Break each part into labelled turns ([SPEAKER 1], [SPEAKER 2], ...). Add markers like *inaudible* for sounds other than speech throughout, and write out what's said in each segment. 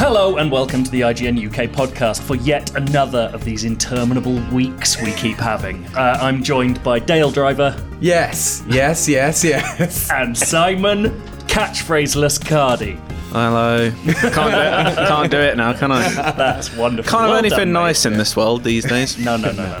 [SPEAKER 1] Hello and welcome to the IGN UK podcast for yet another of these interminable weeks we keep having. Uh, I'm joined by Dale Driver
[SPEAKER 2] Yes, yes, yes, yes.
[SPEAKER 1] and Simon Catchphraseless Cardi.
[SPEAKER 3] Hello.
[SPEAKER 2] *laughs*
[SPEAKER 3] Can't do it. Can't do it now, can I? Can't *laughs*
[SPEAKER 1] That's wonderful.
[SPEAKER 3] have
[SPEAKER 1] Well
[SPEAKER 3] anything
[SPEAKER 1] done, mate.
[SPEAKER 3] nice in this world these days.
[SPEAKER 1] No, no, no, no,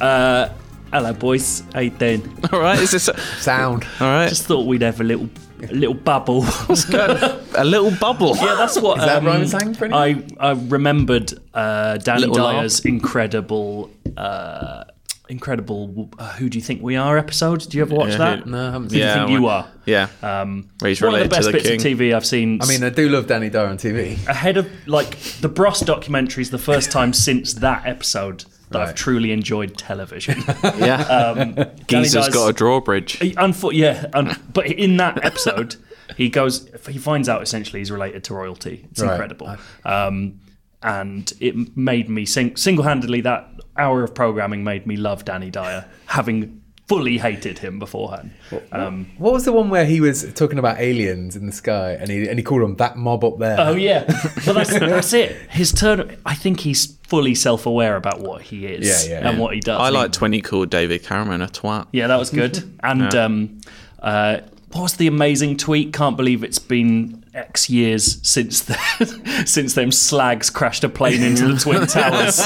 [SPEAKER 1] no. Uh, hello, boys. How you doing?
[SPEAKER 3] All right. Is this all
[SPEAKER 2] Sound.
[SPEAKER 3] right?
[SPEAKER 1] Just thought we'd have a little, a little bubble.
[SPEAKER 3] *laughs* a little bubble.
[SPEAKER 1] Yeah, that's what. Is
[SPEAKER 2] that rhyme and slang for
[SPEAKER 1] I I remembered uh, Danny
[SPEAKER 3] Little laugh.
[SPEAKER 1] Dyer's incredible, uh, incredible. Uh, Who do you think we are? Episode? Do you ever watch
[SPEAKER 3] Yeah,
[SPEAKER 1] that?
[SPEAKER 3] who-
[SPEAKER 2] No, I haven't
[SPEAKER 1] Who
[SPEAKER 2] seen
[SPEAKER 1] do you think you are?
[SPEAKER 3] Yeah.
[SPEAKER 1] Um,
[SPEAKER 3] Where he's
[SPEAKER 1] one of the
[SPEAKER 3] related to
[SPEAKER 1] best
[SPEAKER 3] the
[SPEAKER 1] bits
[SPEAKER 3] king.
[SPEAKER 1] of TV I've seen.
[SPEAKER 2] I mean, uh, I do love Danny Dyer on TV.
[SPEAKER 1] ahead of like the Bros documentaries, the first time since that episode that I've
[SPEAKER 2] Right.
[SPEAKER 1] truly enjoyed television.
[SPEAKER 3] *laughs*
[SPEAKER 1] *laughs*
[SPEAKER 3] yeah.
[SPEAKER 1] Um, Danny
[SPEAKER 3] Geezer's
[SPEAKER 1] Dyer's-
[SPEAKER 3] got a drawbridge.
[SPEAKER 1] He- Unfor- yeah, un- but in that episode, he goes. He finds out essentially he's related to royalty. It's
[SPEAKER 2] Right.
[SPEAKER 1] incredible, um, and it made me sing- single-handedly. That hour of programming made me love Danny Dyer, having fully hated him beforehand. Um,
[SPEAKER 2] What was the one where he was talking about aliens in the sky and he and he called them that mob up there?
[SPEAKER 1] oh yeah,
[SPEAKER 2] *laughs*
[SPEAKER 1] but that's, that's it. His turn. I think he's fully self-aware about what he is
[SPEAKER 2] Yeah, yeah,
[SPEAKER 1] and
[SPEAKER 2] yeah.
[SPEAKER 1] what he does.
[SPEAKER 3] I
[SPEAKER 1] He-
[SPEAKER 3] liked when he called David Cameron a twat.
[SPEAKER 1] *laughs* Yeah, that was good. And um, uh, what was the amazing tweet? Can't believe it's been X years since the, *laughs* since them slags crashed a plane into the *laughs* twin towers.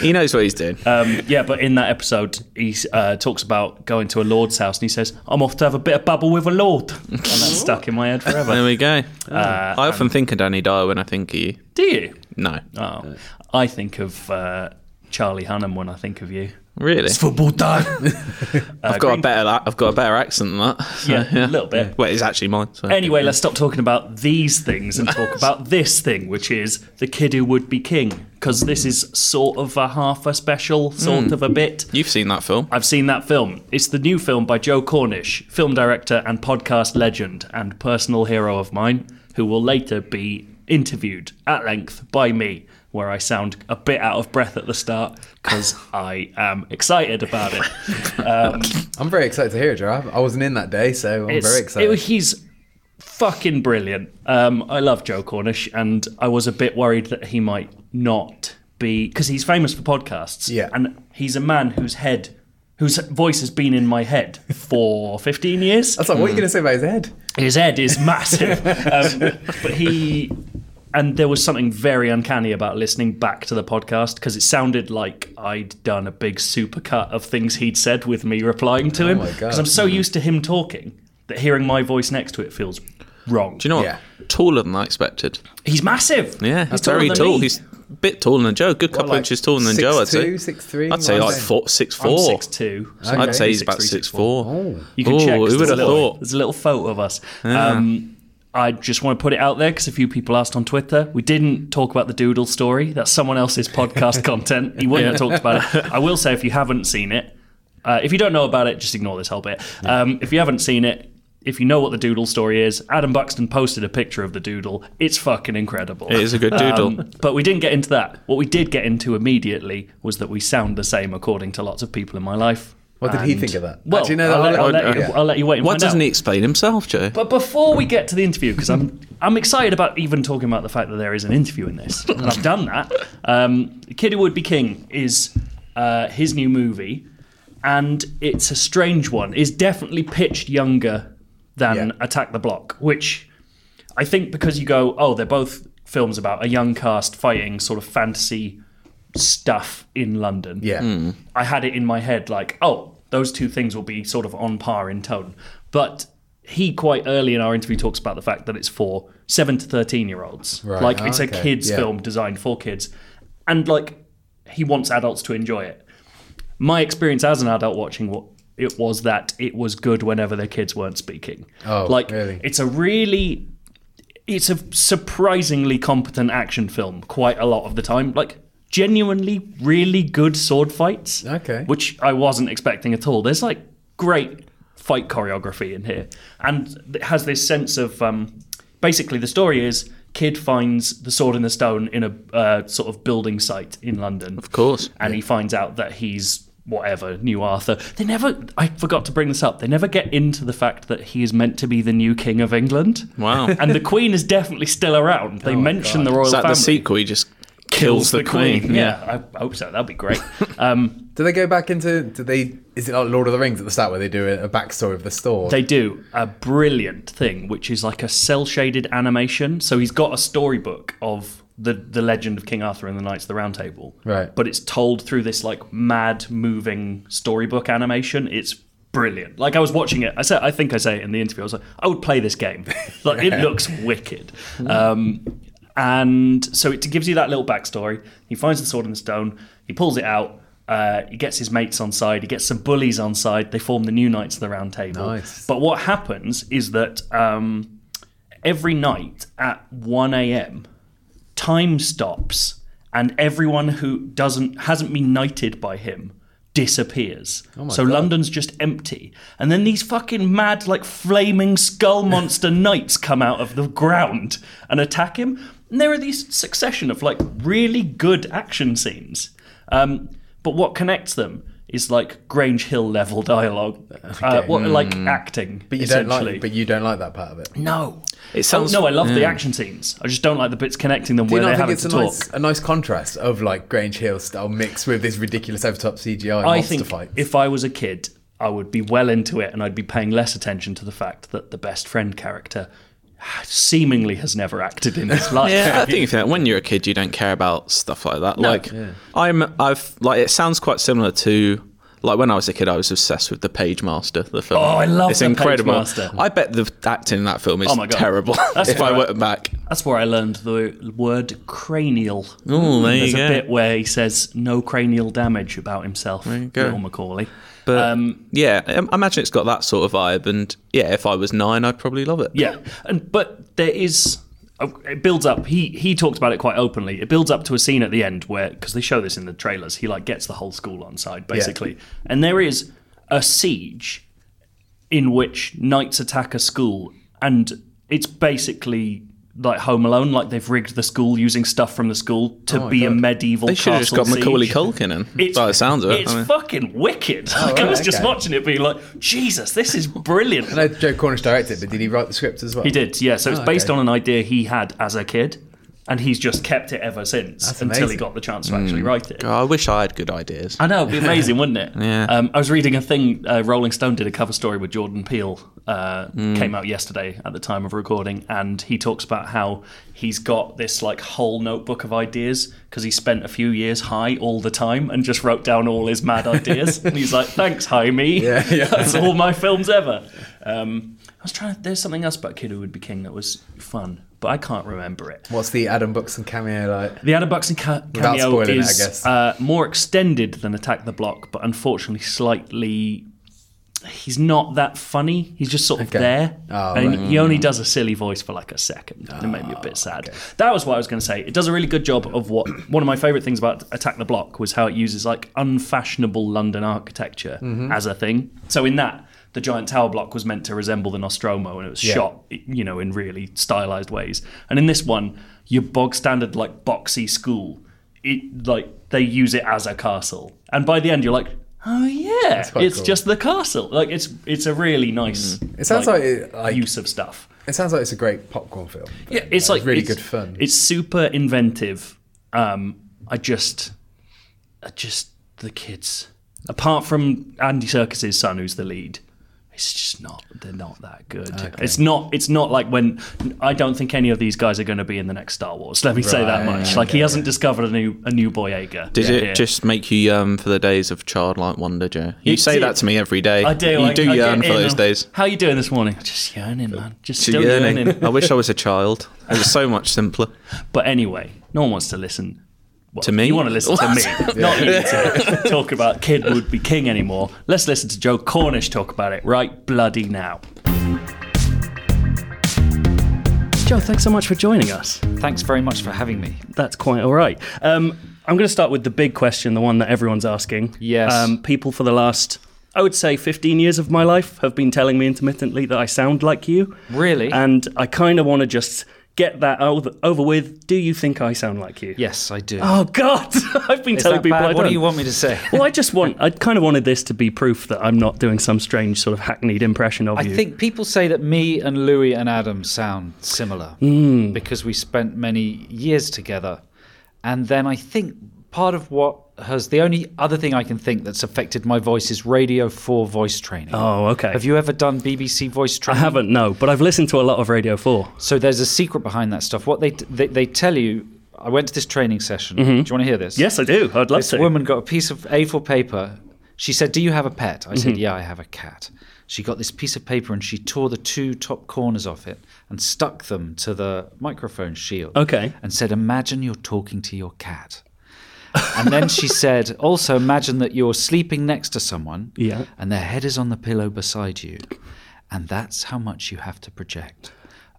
[SPEAKER 3] He knows what he's doing.
[SPEAKER 1] Um, yeah, but in that episode, he uh, talks about going to a lord's house and he says, "I'm off to have a bit of bubble with a lord," and that's stuck in my head *laughs*
[SPEAKER 3] there
[SPEAKER 1] forever.
[SPEAKER 3] we go.
[SPEAKER 1] uh, um,
[SPEAKER 3] I often think of Danny Dyer when I think of you.
[SPEAKER 1] Do you?
[SPEAKER 3] No.
[SPEAKER 1] Oh, I think of uh, Charlie Hunnam when I think of you.
[SPEAKER 3] Really?
[SPEAKER 1] Football time.
[SPEAKER 3] I've got a better. I've got a better accent than that. *laughs* so,
[SPEAKER 1] *laughs* Yeah, a little bit.
[SPEAKER 3] Well, it's actually mine. So.
[SPEAKER 1] Anyway, let's stop talking about these things and talk about this thing, which is the kid who would be king. Because this is sort of a half a special, sort of a bit.
[SPEAKER 3] You've seen that film.
[SPEAKER 1] I've seen that film. It's the new film by Joe Cornish, film director and podcast legend and personal hero of mine, who will later be interviewed at length by me, where I sound a bit out of breath at the start because I am excited about it.
[SPEAKER 2] I'm very excited to hear it, Joe. I I wasn't in that day, so I'm
[SPEAKER 1] It's-
[SPEAKER 2] very excited.
[SPEAKER 1] it- he's fucking brilliant. Um, I love Joe Cornish, and I was a bit worried that he might not be because he's famous for podcasts.
[SPEAKER 2] Yeah.
[SPEAKER 1] and he's a man whose head, whose voice has been in my head for fifteen years.
[SPEAKER 2] That's like,
[SPEAKER 3] Hmm.
[SPEAKER 2] what are you going to say about his head?
[SPEAKER 1] His head is massive,
[SPEAKER 3] *laughs*
[SPEAKER 1] um, but he. And there was something very uncanny about listening back to the podcast because it sounded like I'd done a big supercut of things he'd said with me replying
[SPEAKER 3] Oh
[SPEAKER 1] to him.
[SPEAKER 2] my God.
[SPEAKER 1] Because I'm
[SPEAKER 3] Mm.
[SPEAKER 1] so used to him talking that hearing my voice next to it feels wrong.
[SPEAKER 3] Do you know what?
[SPEAKER 2] Yeah.
[SPEAKER 3] Taller than I expected.
[SPEAKER 1] He's massive.
[SPEAKER 3] Yeah,
[SPEAKER 1] he's
[SPEAKER 3] he's
[SPEAKER 1] taller
[SPEAKER 3] very
[SPEAKER 1] than
[SPEAKER 3] tall.
[SPEAKER 1] me.
[SPEAKER 3] He's a bit taller than Joe. A good couple
[SPEAKER 2] like
[SPEAKER 3] inches taller than Joe, I'd say.
[SPEAKER 2] 6'2", 6'3",
[SPEAKER 3] I'd say
[SPEAKER 2] what
[SPEAKER 3] like
[SPEAKER 2] is it?
[SPEAKER 3] four, six
[SPEAKER 1] I'm
[SPEAKER 3] four.
[SPEAKER 1] six two.
[SPEAKER 3] I'd say he's
[SPEAKER 1] Six,
[SPEAKER 3] about
[SPEAKER 1] three,
[SPEAKER 3] six
[SPEAKER 1] six,
[SPEAKER 3] four.
[SPEAKER 1] You can
[SPEAKER 3] Ooh,
[SPEAKER 1] check. 'cause
[SPEAKER 3] Who would
[SPEAKER 1] there's a
[SPEAKER 3] have
[SPEAKER 1] little-
[SPEAKER 3] thought?
[SPEAKER 1] There's a little photo of us. Um, I just want to put it out there because a few people asked on Twitter. We didn't talk about the doodle story. That's someone else's
[SPEAKER 3] *laughs*
[SPEAKER 1] podcast content. You wouldn't have talked about it. I will say, if you haven't seen it, uh, if you don't know about it, just ignore this whole bit. Um, if you haven't seen it, if you know what the doodle story is, Adam Buxton posted a picture of the doodle. It's fucking incredible.
[SPEAKER 3] It is a good doodle.
[SPEAKER 1] Um, but we didn't get into that. What we did get into immediately was that we sound the same according to lots of people in my life.
[SPEAKER 2] What did he
[SPEAKER 1] And-
[SPEAKER 2] think of that?
[SPEAKER 1] Well,
[SPEAKER 2] Actually, no,
[SPEAKER 1] I'll,
[SPEAKER 2] I'll
[SPEAKER 1] let, I'll
[SPEAKER 2] let-
[SPEAKER 3] Oh,
[SPEAKER 1] let
[SPEAKER 2] I'll-
[SPEAKER 1] you,
[SPEAKER 2] yeah.
[SPEAKER 1] I'll let you wait and
[SPEAKER 3] Why
[SPEAKER 1] find
[SPEAKER 3] doesn't
[SPEAKER 1] out.
[SPEAKER 3] he explain himself, Joe?
[SPEAKER 1] But before we get to the interview, because I'm I'm excited about even talking about the fact that there is an interview in this, and I've done that. Um, Kid Who Would Be King is uh, his new movie, and it's a strange one. It's definitely pitched younger than
[SPEAKER 2] Yeah.
[SPEAKER 1] Attack the Block, which I think because you go, oh, they're both films about a young cast fighting sort of fantasy stuff in London.
[SPEAKER 2] Yeah.
[SPEAKER 1] I had it in my head like, oh, those two things will be sort of on par in tone. But he quite early in our interview talks about the fact that it's for seven to thirteen year olds.
[SPEAKER 2] Right.
[SPEAKER 1] Like it's a
[SPEAKER 2] Okay.
[SPEAKER 1] kids
[SPEAKER 2] Yeah.
[SPEAKER 1] film designed for kids, and like he wants adults to enjoy it. My experience as an adult watching what it was that it was good whenever their kids weren't speaking.
[SPEAKER 2] Oh,
[SPEAKER 1] like
[SPEAKER 2] really?
[SPEAKER 1] it's a really it's a surprisingly competent action film quite a lot of the time. Like genuinely really good sword fights.
[SPEAKER 2] Okay.
[SPEAKER 1] Which I wasn't expecting at all. There's like great fight choreography in here. And it has this sense of um, basically the story is kid finds the sword in the stone in a uh, sort of building site in London.
[SPEAKER 3] Of course.
[SPEAKER 1] And he finds out that he's whatever, new Arthur. They never I forgot to bring this up. They never get into the fact that he is meant to be the new king of England.
[SPEAKER 3] Wow.
[SPEAKER 1] *laughs*
[SPEAKER 3] Oh,
[SPEAKER 1] and the queen is definitely still around. They mention the royal
[SPEAKER 3] Is that
[SPEAKER 1] family.
[SPEAKER 3] the sequel? He just kills, the, queen.
[SPEAKER 1] Yeah. I hope so. That'd be great. *laughs* um,
[SPEAKER 2] Do they go back into? Do they? Is it like Lord of the Rings at the start where they do a, a backstory of the store?
[SPEAKER 1] they do a brilliant thing, which is like a cell shaded animation. So he's got a storybook of the the legend of King Arthur and the Knights of the Round Table.
[SPEAKER 2] Right.
[SPEAKER 1] But it's told through this like mad moving storybook animation. It's brilliant. Like I was watching it. I said I think I say it in the interview. I was like, I would play this
[SPEAKER 2] *laughs*
[SPEAKER 1] game. Like it looks wicked. Um, and so it gives you that little backstory. He finds the sword in the stone. He pulls it out. Uh, he gets his mates on side. He gets some bullies on side. They form the new Knights of the Round Table.
[SPEAKER 2] Nice.
[SPEAKER 1] But what happens is that um, every night at 1 a.m., time stops, and everyone who doesn't hasn't been knighted by him disappears.
[SPEAKER 2] Oh
[SPEAKER 1] so London's just empty, and then these fucking mad, like flaming
[SPEAKER 2] *laughs*
[SPEAKER 1] skull monster knights come out of the ground and attack him. And there are these succession of like really good action scenes. Um, but what connects them is like Grange Hill level dialogue, uh, what like acting.
[SPEAKER 2] Hmm. but you don't like. But you don't like that part of it.
[SPEAKER 1] no,
[SPEAKER 3] It sounds-
[SPEAKER 1] Oh, no, I love the action scenes. I just don't like the bits connecting them
[SPEAKER 2] Do
[SPEAKER 1] where
[SPEAKER 2] you
[SPEAKER 1] they're
[SPEAKER 2] not think
[SPEAKER 1] having
[SPEAKER 2] it's
[SPEAKER 1] to talk.
[SPEAKER 2] a nice, a nice contrast of like Grange Hill style mixed with this ridiculous overtop
[SPEAKER 1] I
[SPEAKER 2] CGI monster
[SPEAKER 1] think
[SPEAKER 2] fight?
[SPEAKER 1] if I was a kid, I would be well into it and I'd be paying less attention to the fact that the best friend character seemingly has never acted in
[SPEAKER 2] *laughs*
[SPEAKER 1] his life.
[SPEAKER 3] Yeah, I think if that- when you're a kid, you don't care about stuff like that. Like I'm, I've like it sounds quite similar to like when I was a kid, I was obsessed with the Page Master, the film.
[SPEAKER 1] Oh, I love
[SPEAKER 3] it's
[SPEAKER 1] The
[SPEAKER 3] incredible.
[SPEAKER 1] Pagemaster.
[SPEAKER 3] I bet the acting in that film is
[SPEAKER 1] Oh my God.
[SPEAKER 3] terrible.
[SPEAKER 1] *laughs* That's
[SPEAKER 3] *laughs* if I
[SPEAKER 1] alright.
[SPEAKER 3] went back,
[SPEAKER 1] *laughs* That's where I learned the word cranial.
[SPEAKER 3] oh, there
[SPEAKER 1] There's
[SPEAKER 3] you
[SPEAKER 1] a
[SPEAKER 3] go.
[SPEAKER 1] bit where he says no cranial damage about himself,
[SPEAKER 3] go.
[SPEAKER 1] Bill Macaulay.
[SPEAKER 3] but
[SPEAKER 1] um,
[SPEAKER 3] yeah, I imagine it's got that sort of vibe. And yeah, if I was nine, I'd probably love it.
[SPEAKER 1] Yeah, and but there is uh, it builds up. He he talked about it quite openly. It builds up to a scene at the end where because they show this in the trailers, he like gets the whole school on side basically, and there is a siege in which knights attack a school, and it's basically like Home Alone, like they've rigged the school using stuff from the school to be a medieval.
[SPEAKER 3] Oh They should have just
[SPEAKER 1] castle
[SPEAKER 3] got Macaulay
[SPEAKER 1] siege.
[SPEAKER 3] Culkin in. by the sounds of it.
[SPEAKER 1] It's
[SPEAKER 3] I mean.
[SPEAKER 1] fucking wicked. Like, I
[SPEAKER 2] right,
[SPEAKER 1] was just
[SPEAKER 2] okay.
[SPEAKER 1] watching it, being like, Jesus, this is brilliant.
[SPEAKER 2] I know Joe Cornish directed, but did he write the script as well?
[SPEAKER 1] He did, yeah. So it's
[SPEAKER 2] Oh, okay.
[SPEAKER 1] based on an idea he had as a kid, and he's just kept it ever since until he
[SPEAKER 2] amazing.
[SPEAKER 1] got the chance to actually write it.
[SPEAKER 3] I wish I had good ideas.
[SPEAKER 1] I know, it'd be amazing, wouldn't
[SPEAKER 2] *laughs*
[SPEAKER 1] it?
[SPEAKER 3] Yeah.
[SPEAKER 1] Um, I was reading a thing. Uh, Rolling Stone did a cover story with Jordan Peele. Uh,
[SPEAKER 2] Hmm.
[SPEAKER 1] Came out yesterday at the time of recording, and he talks about how he's got this like whole notebook of ideas because he spent a few years high all the time and just wrote down all his mad
[SPEAKER 2] *laughs*
[SPEAKER 1] ideas. and he's like, "Thanks, high me.
[SPEAKER 2] Yeah,
[SPEAKER 1] *laughs*
[SPEAKER 2] yeah.
[SPEAKER 1] That's all my films ever." Um, I was trying. To, there's something else about Kid Who Would Be King that was fun, but I can't remember it.
[SPEAKER 2] What's the Adam Buxton cameo like?
[SPEAKER 1] The Adam Buxton ca-
[SPEAKER 2] Without
[SPEAKER 1] cameo
[SPEAKER 2] spoiling it, I
[SPEAKER 1] is
[SPEAKER 2] guess.
[SPEAKER 1] Uh, more extended than Attack the Block, but unfortunately, slightly. He's not that funny. He's just sort of
[SPEAKER 2] Okay.
[SPEAKER 1] there,
[SPEAKER 2] Oh,
[SPEAKER 1] and
[SPEAKER 2] right.
[SPEAKER 1] he only does a silly voice for like a second. and it made me a bit
[SPEAKER 2] Oh,
[SPEAKER 1] sad. That was what I was going to say. It does a really good job of what one of my favorite things about Attack the Block was how it uses like unfashionable London architecture
[SPEAKER 2] Mm-hmm.
[SPEAKER 1] as a thing. So in that, the giant tower block was meant to resemble the Nostromo, and it was
[SPEAKER 2] Yeah.
[SPEAKER 1] shot you know, in really stylized ways. And in this one, your bog standard like boxy school, it like they use it as a castle. And by the end, you're like, oh yeah,
[SPEAKER 2] quite
[SPEAKER 1] it's
[SPEAKER 2] cool.
[SPEAKER 1] just the castle. Like it's it's a really nice.
[SPEAKER 2] It sounds like it- Mm. like-
[SPEAKER 1] use of stuff.
[SPEAKER 2] It sounds like it's a great popcorn film.
[SPEAKER 1] Yeah, it's like
[SPEAKER 2] really
[SPEAKER 1] it's-
[SPEAKER 2] good fun.
[SPEAKER 1] It's super inventive. Um, I just, I just the kids. Apart from Andy Serkis's son, who's the lead, it's just not. They're not that good. It's not. It's not like when I don't think any of these guys are going to be in the next Star Wars. Let me say that
[SPEAKER 2] Right,
[SPEAKER 1] much. Like he hasn't discovered a new a new Boyega.
[SPEAKER 3] Did it
[SPEAKER 1] Yeah.
[SPEAKER 3] just make you yearn for the days of childlike wonder, Joe? You
[SPEAKER 1] It
[SPEAKER 3] say
[SPEAKER 1] did.
[SPEAKER 3] that to me every day.
[SPEAKER 1] I do.
[SPEAKER 3] You
[SPEAKER 1] I-
[SPEAKER 3] do
[SPEAKER 1] I get
[SPEAKER 3] yearn for
[SPEAKER 1] in.
[SPEAKER 3] those days.
[SPEAKER 1] How you doing this morning? Just yearning, man. Just
[SPEAKER 3] To
[SPEAKER 1] still *laughs*
[SPEAKER 3] yearning.
[SPEAKER 1] yearning.
[SPEAKER 3] I wish I was a child. It was so much simpler.
[SPEAKER 1] But anyway, no one wants to listen well,
[SPEAKER 3] To me?
[SPEAKER 1] You want to listen to me, not you to *laughs* talk about Kid Would Be King anymore. Let's listen to Joe Cornish talk about it right bloody now. Joe, thanks so much for joining us.
[SPEAKER 4] Thanks very much for having me.
[SPEAKER 1] That's quite all right. Um, I'm going to start with the big question, the one that everyone's asking. Um,
[SPEAKER 4] Yes.
[SPEAKER 1] people for the last, I would say, 15 years of my life have been telling me intermittently that I sound like you.
[SPEAKER 4] Really?
[SPEAKER 1] And I kind of want to just get that over, over with. Do you think I sound like you?
[SPEAKER 4] Yes, I do.
[SPEAKER 1] Oh God! *laughs* I've been
[SPEAKER 4] Is
[SPEAKER 1] telling
[SPEAKER 4] that
[SPEAKER 1] people
[SPEAKER 4] bad?
[SPEAKER 1] I
[SPEAKER 4] What
[SPEAKER 1] don't.
[SPEAKER 4] do you want me to
[SPEAKER 1] *laughs*
[SPEAKER 4] say?
[SPEAKER 1] well,
[SPEAKER 4] *laughs*
[SPEAKER 1] I just want. I kind of wanted this to be proof that I'm not doing some strange sort of hackneyed impression of
[SPEAKER 4] I
[SPEAKER 1] you.
[SPEAKER 4] think people say that me and Louis and Adam sound similar
[SPEAKER 1] Hmm.
[SPEAKER 4] because we spent many years together. And then I think part of what has the only other thing I can think that's affected my voice is Radio 4 voice training.
[SPEAKER 1] Oh, okay.
[SPEAKER 4] Have you ever done BBC voice
[SPEAKER 1] I
[SPEAKER 4] training?
[SPEAKER 1] haven't. No, but I've listened to a lot of Radio Four.
[SPEAKER 4] So there's a secret behind that stuff. What they they, they tell you, I went to this training session.
[SPEAKER 1] Mm-hmm.
[SPEAKER 4] Do you want to hear this?
[SPEAKER 1] Yes, I do. I'd love
[SPEAKER 4] this
[SPEAKER 1] to.
[SPEAKER 4] woman got a piece of A4 paper. She said, "Do you have a pet?" I
[SPEAKER 1] Mm-hmm.
[SPEAKER 4] said, "Yeah, I have a cat." She got this piece of paper and she tore the two top corners off it and stuck them to the microphone shield.
[SPEAKER 1] Okay.
[SPEAKER 4] And said, "Imagine you're talking to your cat." and then
[SPEAKER 1] *laughs*
[SPEAKER 4] she said, "Also imagine that you're sleeping next to someone,
[SPEAKER 1] Yeah.
[SPEAKER 4] and their head is on the pillow beside you, and that's how much you have to project."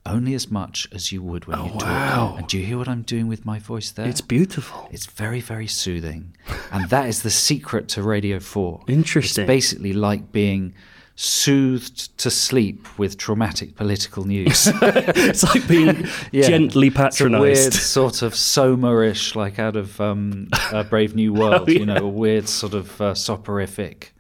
[SPEAKER 4] Only as much as you would when you talk. And do you hear what I'm doing with my voice there?
[SPEAKER 1] Oh, It's beautiful.
[SPEAKER 4] It's very, very soothing. And that is the secret to Radio 4.
[SPEAKER 1] Interesting.
[SPEAKER 4] It's basically like being soothed to sleep with traumatic political
[SPEAKER 1] *laughs*
[SPEAKER 4] news. *laughs*
[SPEAKER 1] It's like being
[SPEAKER 4] Yeah.
[SPEAKER 1] gently
[SPEAKER 4] It's a weird
[SPEAKER 1] patronised.
[SPEAKER 4] sort of Soma-ish, like out of um, uh, Brave
[SPEAKER 1] *laughs*
[SPEAKER 4] New World,
[SPEAKER 1] Oh,
[SPEAKER 4] you
[SPEAKER 1] yeah.
[SPEAKER 4] know, a weird sort of uh, soporific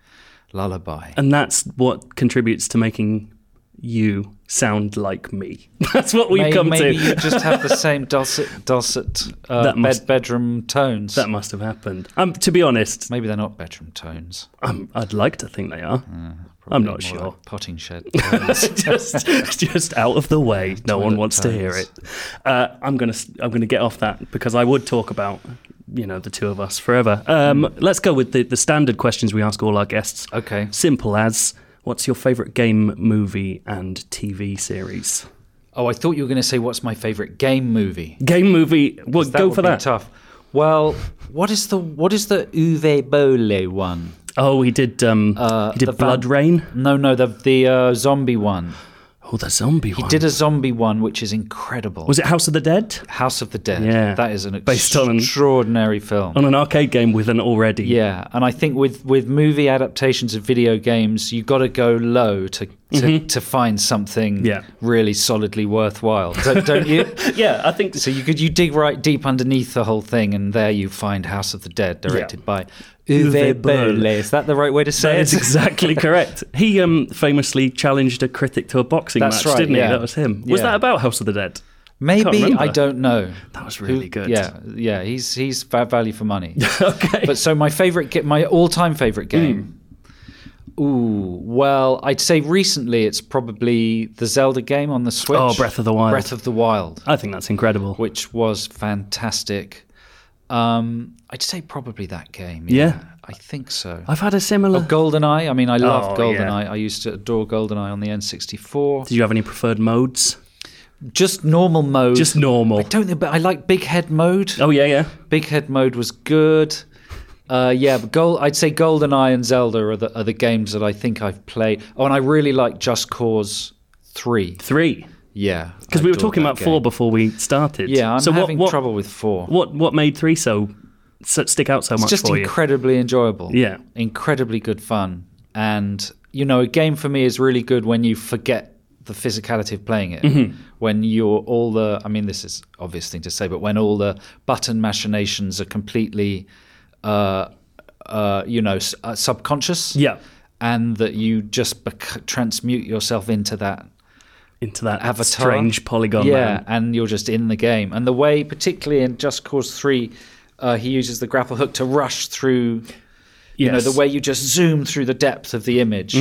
[SPEAKER 4] lullaby.
[SPEAKER 1] and that's what contributes to making you sound like me. *laughs* That's what we've
[SPEAKER 4] May-
[SPEAKER 1] come
[SPEAKER 4] maybe
[SPEAKER 1] to.
[SPEAKER 4] you just
[SPEAKER 1] *laughs*
[SPEAKER 4] have the same dulcet, dulcet uh,
[SPEAKER 1] That
[SPEAKER 4] bed,
[SPEAKER 1] must-
[SPEAKER 4] bedroom tones.
[SPEAKER 1] that must have happened. Um, to be honest,
[SPEAKER 4] maybe they're not bedroom tones.
[SPEAKER 1] um, I'd like to think they are.
[SPEAKER 4] Mm. Probably
[SPEAKER 1] not
[SPEAKER 4] more
[SPEAKER 1] sure.
[SPEAKER 4] like
[SPEAKER 1] *laughs*
[SPEAKER 4] potting shed. tones.
[SPEAKER 1] just, just out of the way. No one
[SPEAKER 4] Toilet
[SPEAKER 1] wants to hear it.
[SPEAKER 4] times.
[SPEAKER 1] Uh, I'm gonna, s- I'm gonna get off that because I would talk about, you know, the two of us forever. Um, Let's go with the, the standard questions we ask all our guests.
[SPEAKER 4] Hmm. okay.
[SPEAKER 1] Simple as, what's your favorite game, movie, and TV series?
[SPEAKER 4] Oh, I thought you were going to say what's my favorite game movie.
[SPEAKER 1] Game, movie. Well,
[SPEAKER 4] That
[SPEAKER 1] go
[SPEAKER 4] would
[SPEAKER 1] for
[SPEAKER 4] be
[SPEAKER 1] that.
[SPEAKER 4] Tough. Well, what is the what is the Uwe Bolle one?
[SPEAKER 1] Oh, he did. Um, he
[SPEAKER 4] Uh, the
[SPEAKER 1] did
[SPEAKER 4] Van-
[SPEAKER 1] Blood Rain.
[SPEAKER 4] No, no, the the uh, zombie one.
[SPEAKER 1] Oh, the zombie
[SPEAKER 4] He
[SPEAKER 1] one.
[SPEAKER 4] did a zombie one, which is incredible.
[SPEAKER 1] Was it House of the Dead?
[SPEAKER 4] House of the Dead?
[SPEAKER 1] Yeah.
[SPEAKER 4] that is an
[SPEAKER 1] Based on an-
[SPEAKER 4] extraordinary film.
[SPEAKER 1] On an arcade game with an already.
[SPEAKER 4] yeah, and I think with, with movie adaptations of video games, you got to go low to to, to find something
[SPEAKER 1] Mm-hmm. Yeah.
[SPEAKER 4] really solidly worthwhile, don't,
[SPEAKER 1] *laughs*
[SPEAKER 4] don't you?
[SPEAKER 1] Yeah, I think
[SPEAKER 4] So you could you dig right deep underneath the whole thing, and there you find House of the Dead, directed by
[SPEAKER 1] Uwe
[SPEAKER 4] Uwe
[SPEAKER 1] Boll.
[SPEAKER 4] Boll. Is that the right way to say
[SPEAKER 1] That's
[SPEAKER 4] it?
[SPEAKER 1] exactly correct. He um, famously challenged a critic to a boxing
[SPEAKER 4] That's
[SPEAKER 1] match,
[SPEAKER 4] right,
[SPEAKER 1] didn't
[SPEAKER 4] yeah.
[SPEAKER 1] he? That was him. Was
[SPEAKER 4] Yeah.
[SPEAKER 1] that about House of the Dead? Can't
[SPEAKER 4] *laughs* Maybe
[SPEAKER 1] remember.
[SPEAKER 4] I don't know.
[SPEAKER 1] That was really good.
[SPEAKER 4] Yeah, yeah. He's he's va- value for money.
[SPEAKER 1] *laughs* okay. Hmm.
[SPEAKER 4] but so my favorite, ga- my all-time favorite game. Ooh, well, I'd say recently it's probably the Zelda game on the Switch.
[SPEAKER 1] Oh, Breath of the Wild.
[SPEAKER 4] Breath of the Wild.
[SPEAKER 1] I think that's incredible.
[SPEAKER 4] which was fantastic. Um, I'd say probably that game.
[SPEAKER 1] Yeah.
[SPEAKER 4] I think so.
[SPEAKER 1] I've had a similar.
[SPEAKER 4] Oh, GoldenEye. I mean, I love
[SPEAKER 1] Oh,
[SPEAKER 4] GoldenEye. I used to adore GoldenEye on the N64.
[SPEAKER 1] Did you have any preferred modes?
[SPEAKER 4] Just normal mode.
[SPEAKER 1] Just normal.
[SPEAKER 4] I don't know, but I like Big Head mode.
[SPEAKER 1] Oh yeah, yeah.
[SPEAKER 4] Big Head mode was good. Uh, yeah, but Gol- I'd say GoldenEye and Zelda are the, are the games that I think I've played. Oh, and I really like Just Cause 3.
[SPEAKER 1] Three.
[SPEAKER 4] Yeah.
[SPEAKER 1] Because we were talking about four before we started.
[SPEAKER 4] Yeah, I'm
[SPEAKER 1] so what,
[SPEAKER 4] having
[SPEAKER 1] what,
[SPEAKER 4] trouble with 4.
[SPEAKER 1] What what made three so, so stick out so much
[SPEAKER 4] It's just
[SPEAKER 1] for you?
[SPEAKER 4] incredibly enjoyable.
[SPEAKER 1] Yeah.
[SPEAKER 4] Incredibly good fun. And, you know, a game for me is really good when you forget the physicality of playing it.
[SPEAKER 1] Mm-hmm.
[SPEAKER 4] When you're all the, I mean, this is obvious thing to say, but when all the button machinations are completely, uh, uh, you know, s- uh, subconscious.
[SPEAKER 1] Yeah.
[SPEAKER 4] And that you just bec- transmute yourself into that
[SPEAKER 1] Into that
[SPEAKER 4] avatar.
[SPEAKER 1] strange polygon.
[SPEAKER 4] Yeah,
[SPEAKER 1] man.
[SPEAKER 4] and you're just in the game. And the way, particularly in Just Cause 3, uh, he uses the grapple hook to rush through you know
[SPEAKER 1] Yes. Hmm.
[SPEAKER 4] the way you just zoom through the depth of the image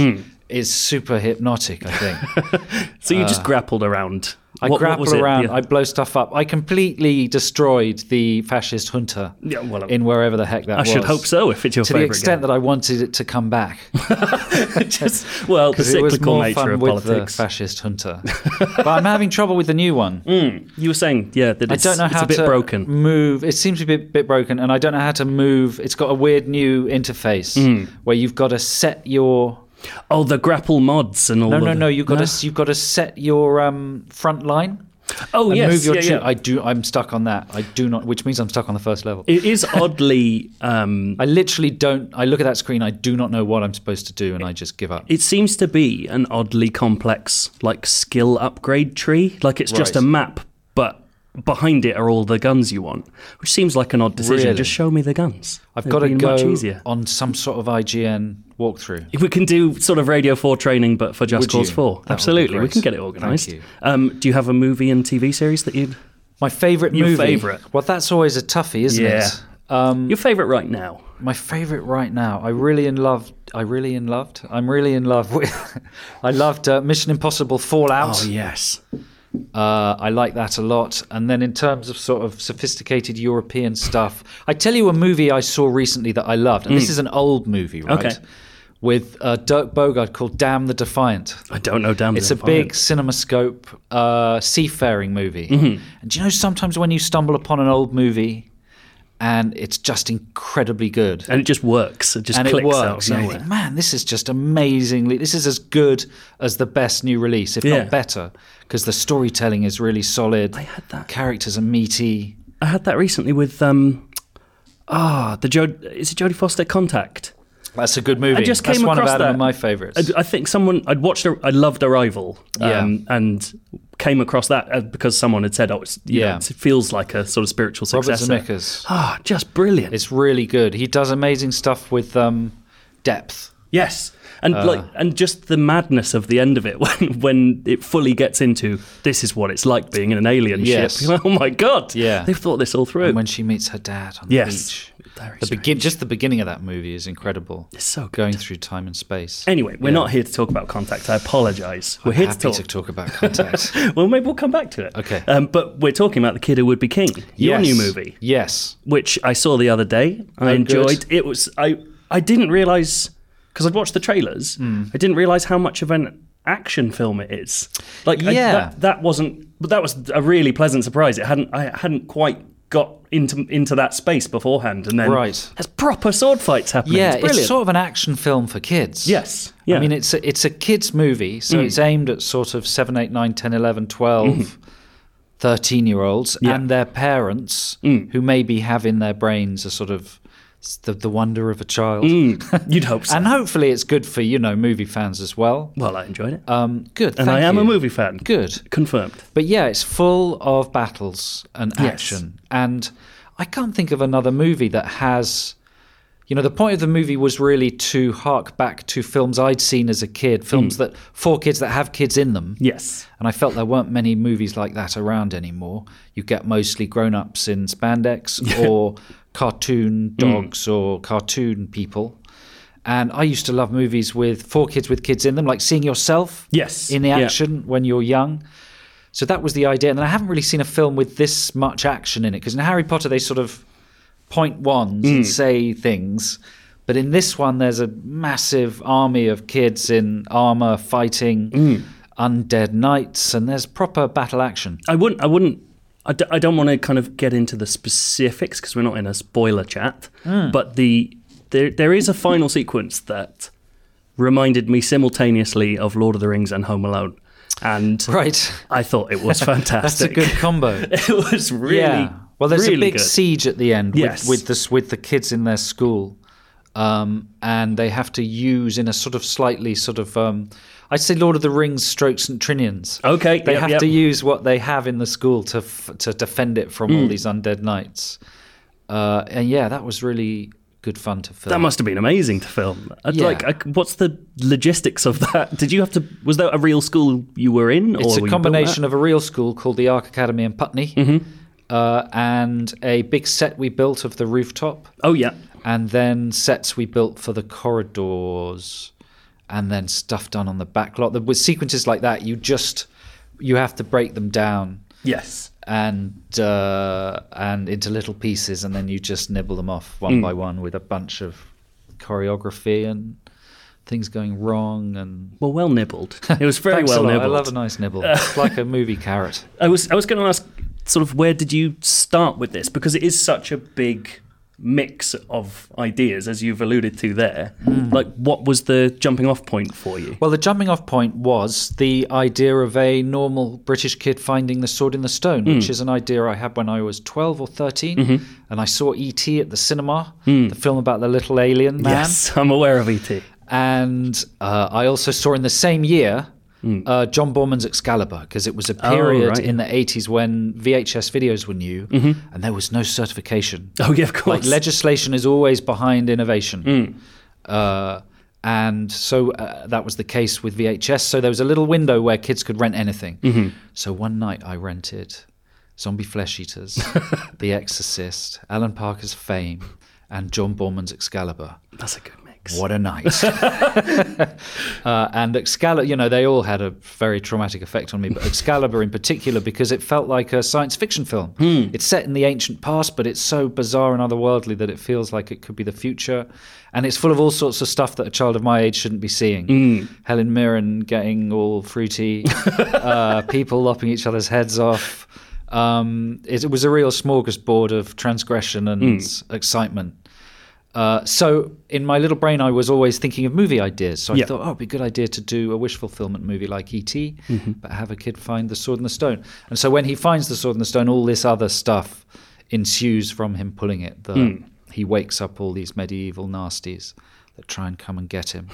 [SPEAKER 4] is super hypnotic
[SPEAKER 1] *laughs*
[SPEAKER 4] i think
[SPEAKER 1] So you just grappled around.
[SPEAKER 4] Ah. i
[SPEAKER 1] What- what
[SPEAKER 4] grapple
[SPEAKER 1] was it?
[SPEAKER 4] around
[SPEAKER 1] Yeah.
[SPEAKER 4] i blow stuff up i completely destroyed the fascist junta
[SPEAKER 1] Yeah, well,
[SPEAKER 4] in wherever the heck that
[SPEAKER 1] I
[SPEAKER 4] was
[SPEAKER 1] should hope so. If it's your
[SPEAKER 4] to the
[SPEAKER 1] favorite
[SPEAKER 4] extent
[SPEAKER 1] game.
[SPEAKER 4] that i wanted it to come back
[SPEAKER 1] *laughs* just well,
[SPEAKER 4] *laughs*
[SPEAKER 1] the
[SPEAKER 4] because it was
[SPEAKER 1] cyclical
[SPEAKER 4] more
[SPEAKER 1] nature
[SPEAKER 4] fun
[SPEAKER 1] of
[SPEAKER 4] with
[SPEAKER 1] politics.
[SPEAKER 4] the
[SPEAKER 1] *laughs*
[SPEAKER 4] fascist junta but i'm having trouble with the new one
[SPEAKER 1] You were saying, yeah, that
[SPEAKER 4] I
[SPEAKER 1] it's,
[SPEAKER 4] don't know
[SPEAKER 1] it's
[SPEAKER 4] how
[SPEAKER 1] a bit
[SPEAKER 4] to
[SPEAKER 1] broken.
[SPEAKER 4] move. It seems to be a bit broken, and I don't know how to move. It's got a weird new interface
[SPEAKER 1] Hmm.
[SPEAKER 4] where you've got to set your
[SPEAKER 1] Oh, the grapple mods and all.
[SPEAKER 4] no
[SPEAKER 1] of
[SPEAKER 4] no
[SPEAKER 1] the-
[SPEAKER 4] no. You've got to you've got to set your um, front line.
[SPEAKER 1] Oh,
[SPEAKER 4] and
[SPEAKER 1] yes,
[SPEAKER 4] move your
[SPEAKER 1] yeah,
[SPEAKER 4] troop.
[SPEAKER 1] yeah.
[SPEAKER 4] I do. I'm stuck on that. I do not. Which means I'm stuck on the first level.
[SPEAKER 1] It is oddly. Um,
[SPEAKER 4] I literally don't. I look at that screen. I do not know what I'm supposed to do, and I just give up.
[SPEAKER 1] it seems to be an oddly complex, like skill upgrade tree. Like it's just
[SPEAKER 4] Right.
[SPEAKER 1] a map, but behind it are all the guns you want, which seems like an odd decision.
[SPEAKER 4] Really?
[SPEAKER 1] Just show me the guns.
[SPEAKER 4] I've
[SPEAKER 1] It'd
[SPEAKER 4] got to
[SPEAKER 1] be
[SPEAKER 4] go
[SPEAKER 1] much easier.
[SPEAKER 4] on some sort of IGN walkthrough.
[SPEAKER 1] If we can do sort of Radio 4 training, but for Just
[SPEAKER 4] Would
[SPEAKER 1] Cause
[SPEAKER 4] you?
[SPEAKER 1] 4.
[SPEAKER 4] That would be
[SPEAKER 1] Absolutely. We
[SPEAKER 4] great.
[SPEAKER 1] can get it
[SPEAKER 4] Thank
[SPEAKER 1] organised.
[SPEAKER 4] you.
[SPEAKER 1] Um, do you have a movie and TV series that you'd.
[SPEAKER 4] My favorite
[SPEAKER 1] Your
[SPEAKER 4] movie.
[SPEAKER 1] favourite.
[SPEAKER 4] Well, that's always a toughie, isn't
[SPEAKER 1] Yeah.
[SPEAKER 4] it? Um,
[SPEAKER 1] Your favourite right now?
[SPEAKER 4] my favorite right now. I really in love. I really in loved. I'm really in love *laughs* with. I loved uh, Mission Impossible Fallout.
[SPEAKER 1] Oh, yes.
[SPEAKER 4] Uh, I like that a lot. And then in terms of sort of sophisticated European stuff, I tell you a movie I saw recently that I loved, and this is an old movie, right?
[SPEAKER 1] Mm. Okay.
[SPEAKER 4] With uh, Dirk Bogard called Damn the Defiant.
[SPEAKER 1] I don't know, damn
[SPEAKER 4] It's a big CinemaScope uh, seafaring movie.
[SPEAKER 1] Mm-hmm.
[SPEAKER 4] And do you know sometimes when you stumble upon an old movie and it's just incredibly good?
[SPEAKER 1] And it just works. It just
[SPEAKER 4] and
[SPEAKER 1] clicks
[SPEAKER 4] it works.
[SPEAKER 1] out
[SPEAKER 4] And
[SPEAKER 1] of
[SPEAKER 4] I
[SPEAKER 1] nowhere.
[SPEAKER 4] think, man, this is just amazingly. This is as good as the best new release, if
[SPEAKER 1] Yeah.
[SPEAKER 4] not better, because the storytelling is really solid. I
[SPEAKER 1] had that.
[SPEAKER 4] Characters are meaty.
[SPEAKER 1] I had that recently with um ah the jo- is it Jodie Foster Contact?
[SPEAKER 4] That's a good movie.
[SPEAKER 1] I just
[SPEAKER 4] That's
[SPEAKER 1] came
[SPEAKER 4] one
[SPEAKER 1] across
[SPEAKER 4] of Adam
[SPEAKER 1] that.
[SPEAKER 4] and my favorites.
[SPEAKER 1] I, I think someone I'd watched. A, I loved Arrival. Um, and came across that uh, because someone had said, "Oh, it's, you know,
[SPEAKER 4] Yeah.
[SPEAKER 1] it feels like a sort of spiritual
[SPEAKER 4] Robert
[SPEAKER 1] successor."
[SPEAKER 4] Zemeckis.
[SPEAKER 1] Ah, just brilliant.
[SPEAKER 4] It's really good. He does amazing stuff with um, depth.
[SPEAKER 1] yes, and
[SPEAKER 4] Uh.
[SPEAKER 1] like and just the madness of the end of it *laughs* when when it fully gets into this is what it's like being in an alien
[SPEAKER 4] Yes.
[SPEAKER 1] ship. *laughs* oh my god!
[SPEAKER 4] Yeah.
[SPEAKER 1] they've thought this all through.
[SPEAKER 4] And when she meets her dad on the
[SPEAKER 1] Oh. yes,
[SPEAKER 4] beach.
[SPEAKER 1] Very
[SPEAKER 4] The
[SPEAKER 1] strange.
[SPEAKER 4] begin, just the beginning of that movie is incredible. It's
[SPEAKER 1] so good.
[SPEAKER 4] going through time and space.
[SPEAKER 1] Anyway, we're not here to talk about contact. I apologise. We're here
[SPEAKER 4] happy
[SPEAKER 1] to talk.
[SPEAKER 4] to talk about contact.
[SPEAKER 1] well, maybe we'll come back to it.
[SPEAKER 4] Okay.
[SPEAKER 1] Um, but we're talking about the kid who would be king. *laughs* Your
[SPEAKER 4] Yes.
[SPEAKER 1] new movie,
[SPEAKER 4] Yes.
[SPEAKER 1] which I saw the other day. I
[SPEAKER 4] Oh,
[SPEAKER 1] enjoyed.
[SPEAKER 4] good.
[SPEAKER 1] It was I. I didn't realize because I'd watched the trailers.
[SPEAKER 4] Hmm.
[SPEAKER 1] I didn't realize how much of an action film it is. Like, I-
[SPEAKER 4] Yeah.
[SPEAKER 1] that, that wasn't. But that was a really pleasant surprise. It hadn't. I hadn't quite got into into that space beforehand, and then
[SPEAKER 4] Right.
[SPEAKER 1] there's proper sword fights happening.
[SPEAKER 4] Yeah,
[SPEAKER 1] it's, brilliant.
[SPEAKER 4] it's sort of an action film for kids.
[SPEAKER 1] Yes, yeah. Mm.
[SPEAKER 4] I
[SPEAKER 1] *laughs*
[SPEAKER 4] mean, it's a, it's a kids' movie, so it's aimed at sort of 7, 8, 9, 10, 11,
[SPEAKER 1] Mm-hmm.
[SPEAKER 4] 12, 13 year olds and their parents
[SPEAKER 1] Mm.
[SPEAKER 4] who maybe have in their brains a sort of s- the, the wonder of a child.
[SPEAKER 1] You'd hope so.
[SPEAKER 4] And hopefully it's good for, you know, movie fans as well.
[SPEAKER 1] well, I enjoyed it,
[SPEAKER 4] Um, good.
[SPEAKER 1] and
[SPEAKER 4] thank
[SPEAKER 1] I am
[SPEAKER 4] you.
[SPEAKER 1] a movie fan.
[SPEAKER 4] Good.
[SPEAKER 1] uh, Confirmed.
[SPEAKER 4] But yeah, it's full of battles and
[SPEAKER 1] Yes.
[SPEAKER 4] action. And I can't think of another movie that has. You know, the point of the movie was really to hark back to films I'd seen as a kid, films that for kids that have kids in them.
[SPEAKER 1] Yes.
[SPEAKER 4] And I felt there weren't many movies like that around anymore. You get mostly grown ups in
[SPEAKER 1] *laughs*
[SPEAKER 4] spandex or cartoon
[SPEAKER 1] Mm.
[SPEAKER 4] dogs or cartoon people. And I used to love movies with four kids with kids in them, like seeing yourself
[SPEAKER 1] Yes,
[SPEAKER 4] in the
[SPEAKER 1] yeah.
[SPEAKER 4] action when you're young. So that was the idea. And I haven't really seen a film with this much action in it because in Harry Potter, they sort of point wands and say things. But in this one, there's a massive army of kids in armor fighting undead knights, and there's proper battle action.
[SPEAKER 1] I wouldn't. I wouldn't. I, d- I don't want to kind of get into the specifics because we're not in a spoiler chat.
[SPEAKER 4] Hmm.
[SPEAKER 1] But the there there is a final sequence that reminded me simultaneously of Lord of the Rings and Home Alone, and
[SPEAKER 4] Right.
[SPEAKER 1] I thought it
[SPEAKER 4] *laughs*
[SPEAKER 1] was
[SPEAKER 4] That's a
[SPEAKER 1] fantastic.
[SPEAKER 4] good combo.
[SPEAKER 1] *laughs* it was really
[SPEAKER 4] Well, there's
[SPEAKER 1] really
[SPEAKER 4] a big
[SPEAKER 1] good.
[SPEAKER 4] siege at the end
[SPEAKER 1] Yes.
[SPEAKER 4] with, with this with the kids in their school, um, and they have to use in a sort of slightly sort of um, I'd say Lord of the Rings stroke St Trinians.
[SPEAKER 1] Okay,
[SPEAKER 4] they
[SPEAKER 1] yep,
[SPEAKER 4] have
[SPEAKER 1] yep.
[SPEAKER 4] to use what they have in the school to f- to defend it from
[SPEAKER 1] Mm.
[SPEAKER 4] all these undead knights, uh, and yeah, that was really good fun to film.
[SPEAKER 1] That must have been amazing to film. I'd
[SPEAKER 4] Yeah.
[SPEAKER 1] Like, I c what's the logistics of that? Did you have to? Was that a real school you were in? or
[SPEAKER 4] It's
[SPEAKER 1] were
[SPEAKER 4] a
[SPEAKER 1] you built
[SPEAKER 4] combination
[SPEAKER 1] at?
[SPEAKER 4] of a real school called the Arc Academy in Putney,
[SPEAKER 1] Mm-hmm.
[SPEAKER 4] uh, and a big set we built of the rooftop.
[SPEAKER 1] Oh yeah.
[SPEAKER 4] and then sets we built for the corridors and then stuff done on the back lot The- with sequences like that you just you have to break them down
[SPEAKER 1] Yes.
[SPEAKER 4] and uh, and into little pieces and then you just nibble them off
[SPEAKER 1] Hmm.
[SPEAKER 4] one by one with a bunch of choreography and things going wrong and
[SPEAKER 1] Well, well
[SPEAKER 4] *laughs*
[SPEAKER 1] nibbled. It was very
[SPEAKER 4] Thanks
[SPEAKER 1] well
[SPEAKER 4] a lot.
[SPEAKER 1] nibbled.
[SPEAKER 4] I love a
[SPEAKER 1] *laughs*
[SPEAKER 4] nice nibble. it's like a movie carrot.
[SPEAKER 1] I was I was going to ask sort of where did you start with this because it is such a big mix of ideas, as you've alluded to there,
[SPEAKER 4] Hmm.
[SPEAKER 1] like what was the jumping off point for you?
[SPEAKER 4] Well, the jumping off point was the idea of a normal British kid finding the sword in the stone, which is an idea I had when I was 12 or 13. And I saw E.T. at the cinema, the film about the little alien man.
[SPEAKER 1] Yes, I'm aware of E ET.
[SPEAKER 4] And uh, I also saw in the same year uh, John Borman's Excalibur, because it was a period
[SPEAKER 1] Hmm. Oh, right. Mm-hmm.
[SPEAKER 4] in the 80s when VHS videos were new and there was no certification.
[SPEAKER 1] Oh yeah, of
[SPEAKER 4] Like
[SPEAKER 1] course. Hmm.
[SPEAKER 4] legislation is always behind innovation. Uh, and so uh, that was the case with VHS. So there was a little window where kids could rent anything.
[SPEAKER 1] Mm-hmm.
[SPEAKER 4] So one night I rented Zombie Flesh
[SPEAKER 1] *laughs*
[SPEAKER 4] Eaters, The Exorcist, Alan Parker's Fame, and John Borman's Excalibur.
[SPEAKER 1] That's a good mix.
[SPEAKER 4] What a night. *laughs* uh, and Excalibur, you know, they all had a very traumatic effect on me, but Excalibur in particular, because it felt like a science fiction film. It's set in the ancient past, but it's so bizarre and otherworldly that it feels like it could be the future. And it's full of all sorts of stuff that a child of my age shouldn't be seeing. Helen Mirren getting all fruity, *laughs* uh, people lopping each other's heads off. Um, it, it was a real smorgasbord of transgression and excitement. Uh, so in my little brain, I was always thinking of movie ideas. So I
[SPEAKER 1] Yeah.
[SPEAKER 4] thought, oh, it'd be a good idea to do a wish fulfillment movie like ET, but have a kid find the sword and the stone. And so when he finds the sword and the stone, all this other stuff ensues from him pulling it. The, He wakes up all these medieval nasties that try and come and get him.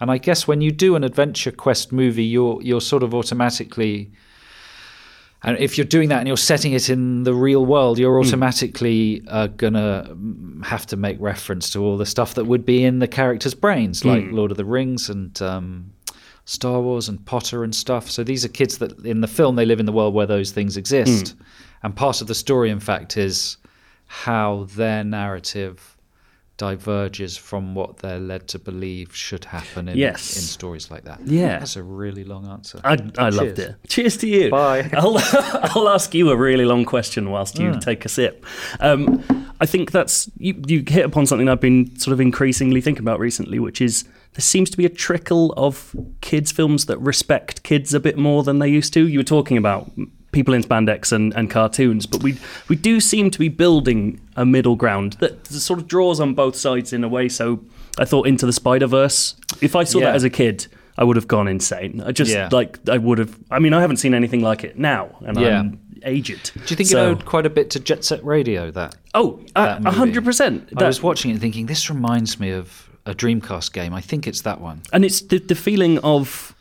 [SPEAKER 4] And I guess when you do an adventure quest movie, you're you're sort of automatically and if you're doing that and you're setting it in the real world, you're
[SPEAKER 1] Hmm.
[SPEAKER 4] automatically uh, gonna mm, have to make reference to all the stuff that would be in the characters' brains, like
[SPEAKER 1] Hmm.
[SPEAKER 4] Lord of the Rings and um, Star Wars and Potter and stuff. So these are kids that in the film they live in the world where those things exist,
[SPEAKER 1] Hmm.
[SPEAKER 4] and part of the story, in fact, is how their narrative diverges from what they're led to believe should happen in,
[SPEAKER 1] Yes.
[SPEAKER 4] in stories like that.
[SPEAKER 1] Yeah.
[SPEAKER 4] that's a really long answer.
[SPEAKER 1] I, I loved it. Cheers to you. *laughs*
[SPEAKER 4] Bye. Hmm.
[SPEAKER 1] I'll, I'll ask you a really long question whilst you take a sip. Um, I think that's you, you hit upon something I've been sort of increasingly thinking about recently, which is there seems to be a trickle of kids' films that respect kids a bit more than they used to. You were talking about people in spandex and, and cartoons, but we we do seem to be building a middle ground that sort of draws on both sides in a way. So I thought Into the Spider Verse. If I saw
[SPEAKER 4] Yeah.
[SPEAKER 1] that as a kid. I would have gone insane. I just
[SPEAKER 4] Yeah.
[SPEAKER 1] like I would have. I mean, I haven't seen anything like it now, and
[SPEAKER 4] Yeah.
[SPEAKER 1] I'm aged.
[SPEAKER 4] Do you think
[SPEAKER 1] so,
[SPEAKER 4] it owed quite a bit to Jet Set Radio? That
[SPEAKER 1] Oh,
[SPEAKER 4] that
[SPEAKER 1] a
[SPEAKER 4] movie?
[SPEAKER 1] hundred percent.
[SPEAKER 4] I was watching it and thinking this reminds me of a Dreamcast game. I think it's that one.
[SPEAKER 1] and it's the, the feeling of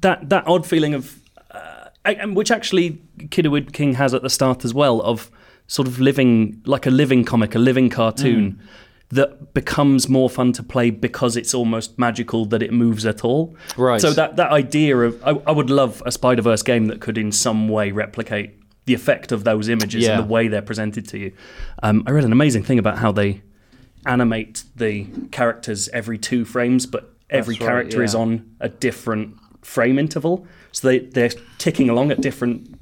[SPEAKER 1] that that odd feeling of, uh, a- and which actually Kidderwood King has at the start as well of sort of living like a living comic, a living cartoon.
[SPEAKER 4] Mm.
[SPEAKER 1] That becomes more fun to play because it's almost magical that it moves at all.
[SPEAKER 4] Right.
[SPEAKER 1] So that that idea of I, I would love a Spider Verse game that could in some way replicate the effect of those images
[SPEAKER 4] Yeah.
[SPEAKER 1] and the way they're presented to you. Um, I read an amazing thing about how they animate the characters every two frames, but every
[SPEAKER 4] That's right,
[SPEAKER 1] character is
[SPEAKER 4] yeah.
[SPEAKER 1] on a different frame interval, so they they're ticking along at different